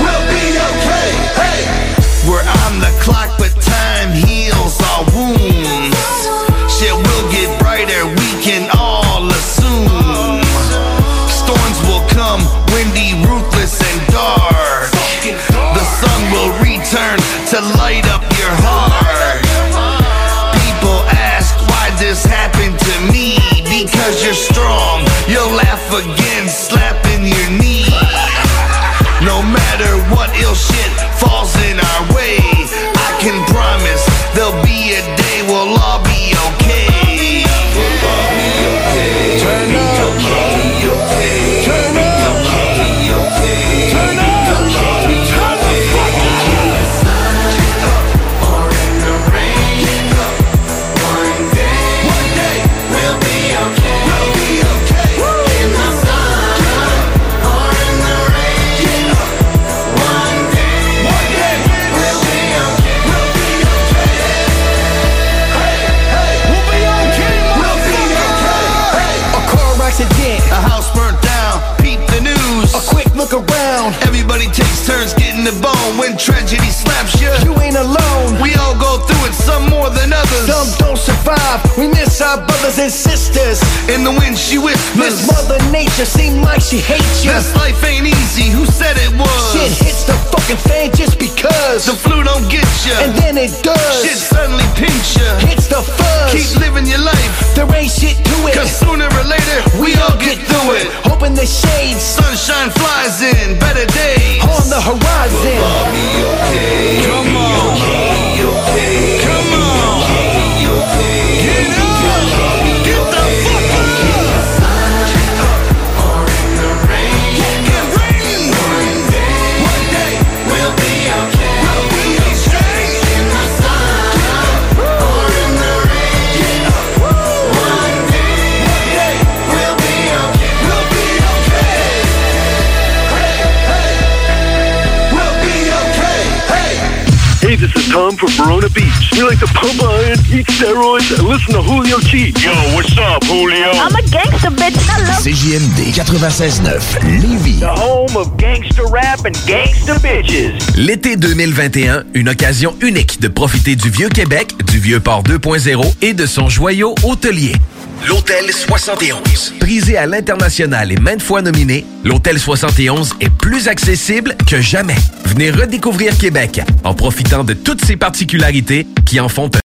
[SPEAKER 24] We'll be okay. Hey, we're on the clock, but time heals all wounds. Shit will get brighter, we can all assume. Storms will come, windy, ruthless, and dark. The sun will return to light up your heart. People ask why this happened to me. Because you're strong, you'll laugh again, slapping your knee. No matter what ill shit falls in our way, I can promise there'll be a day we'll all be okay. We'll all be okay. Turn up. Turn up. Turn up. Turn the fuck up. One day we'll be okay. We'll be okay. In the sun. A car accident, a house burnt down, peep the news. A quick look around, everybody takes turns getting the bone when tragedy slaps you. You ain't alone, we all go through it, some more than others. Some don't survive, we miss our brothers and sisters. In the wind, she whispers, Miss Mother Nature seem like she hates you. This life ain't easy, who said it was? Shit hits the fucking fan just because. The flu don't get you, and then it does. Shit suddenly pinch you, hits the fuzz. Keep living your life, there ain't shit to it. Cause sooner or later, we all get through it. Hoping the shade, sunshine flies in, better days on the horizon. Come on. Come on. Get up. Get the fuck up. Get rain. One day we'll be okay. We'll be okay. In the sun or in the rain. Get up. One day, one day we'll be okay. We'll be okay. Hey, hey, we'll be okay. Hey.
[SPEAKER 30] Hey, this is Tom from Verona Beach. We like to pump iron, eat steroids, and listen to Julio G. Yo, what's up, Julio?
[SPEAKER 15] a gangster bitch. I
[SPEAKER 27] CJMD 96.9, Lévis.
[SPEAKER 15] The home of gangster rap and gangster bitches.
[SPEAKER 1] L'été 2021, une occasion unique de profiter du vieux Québec, du vieux port 2.0 et de son joyau hôtelier. L'Hôtel 71. Prisé à l'international et maintes fois nominé, l'Hôtel 71 est plus accessible que jamais. Venez redécouvrir Québec en profitant de toutes ses particularités qui en font un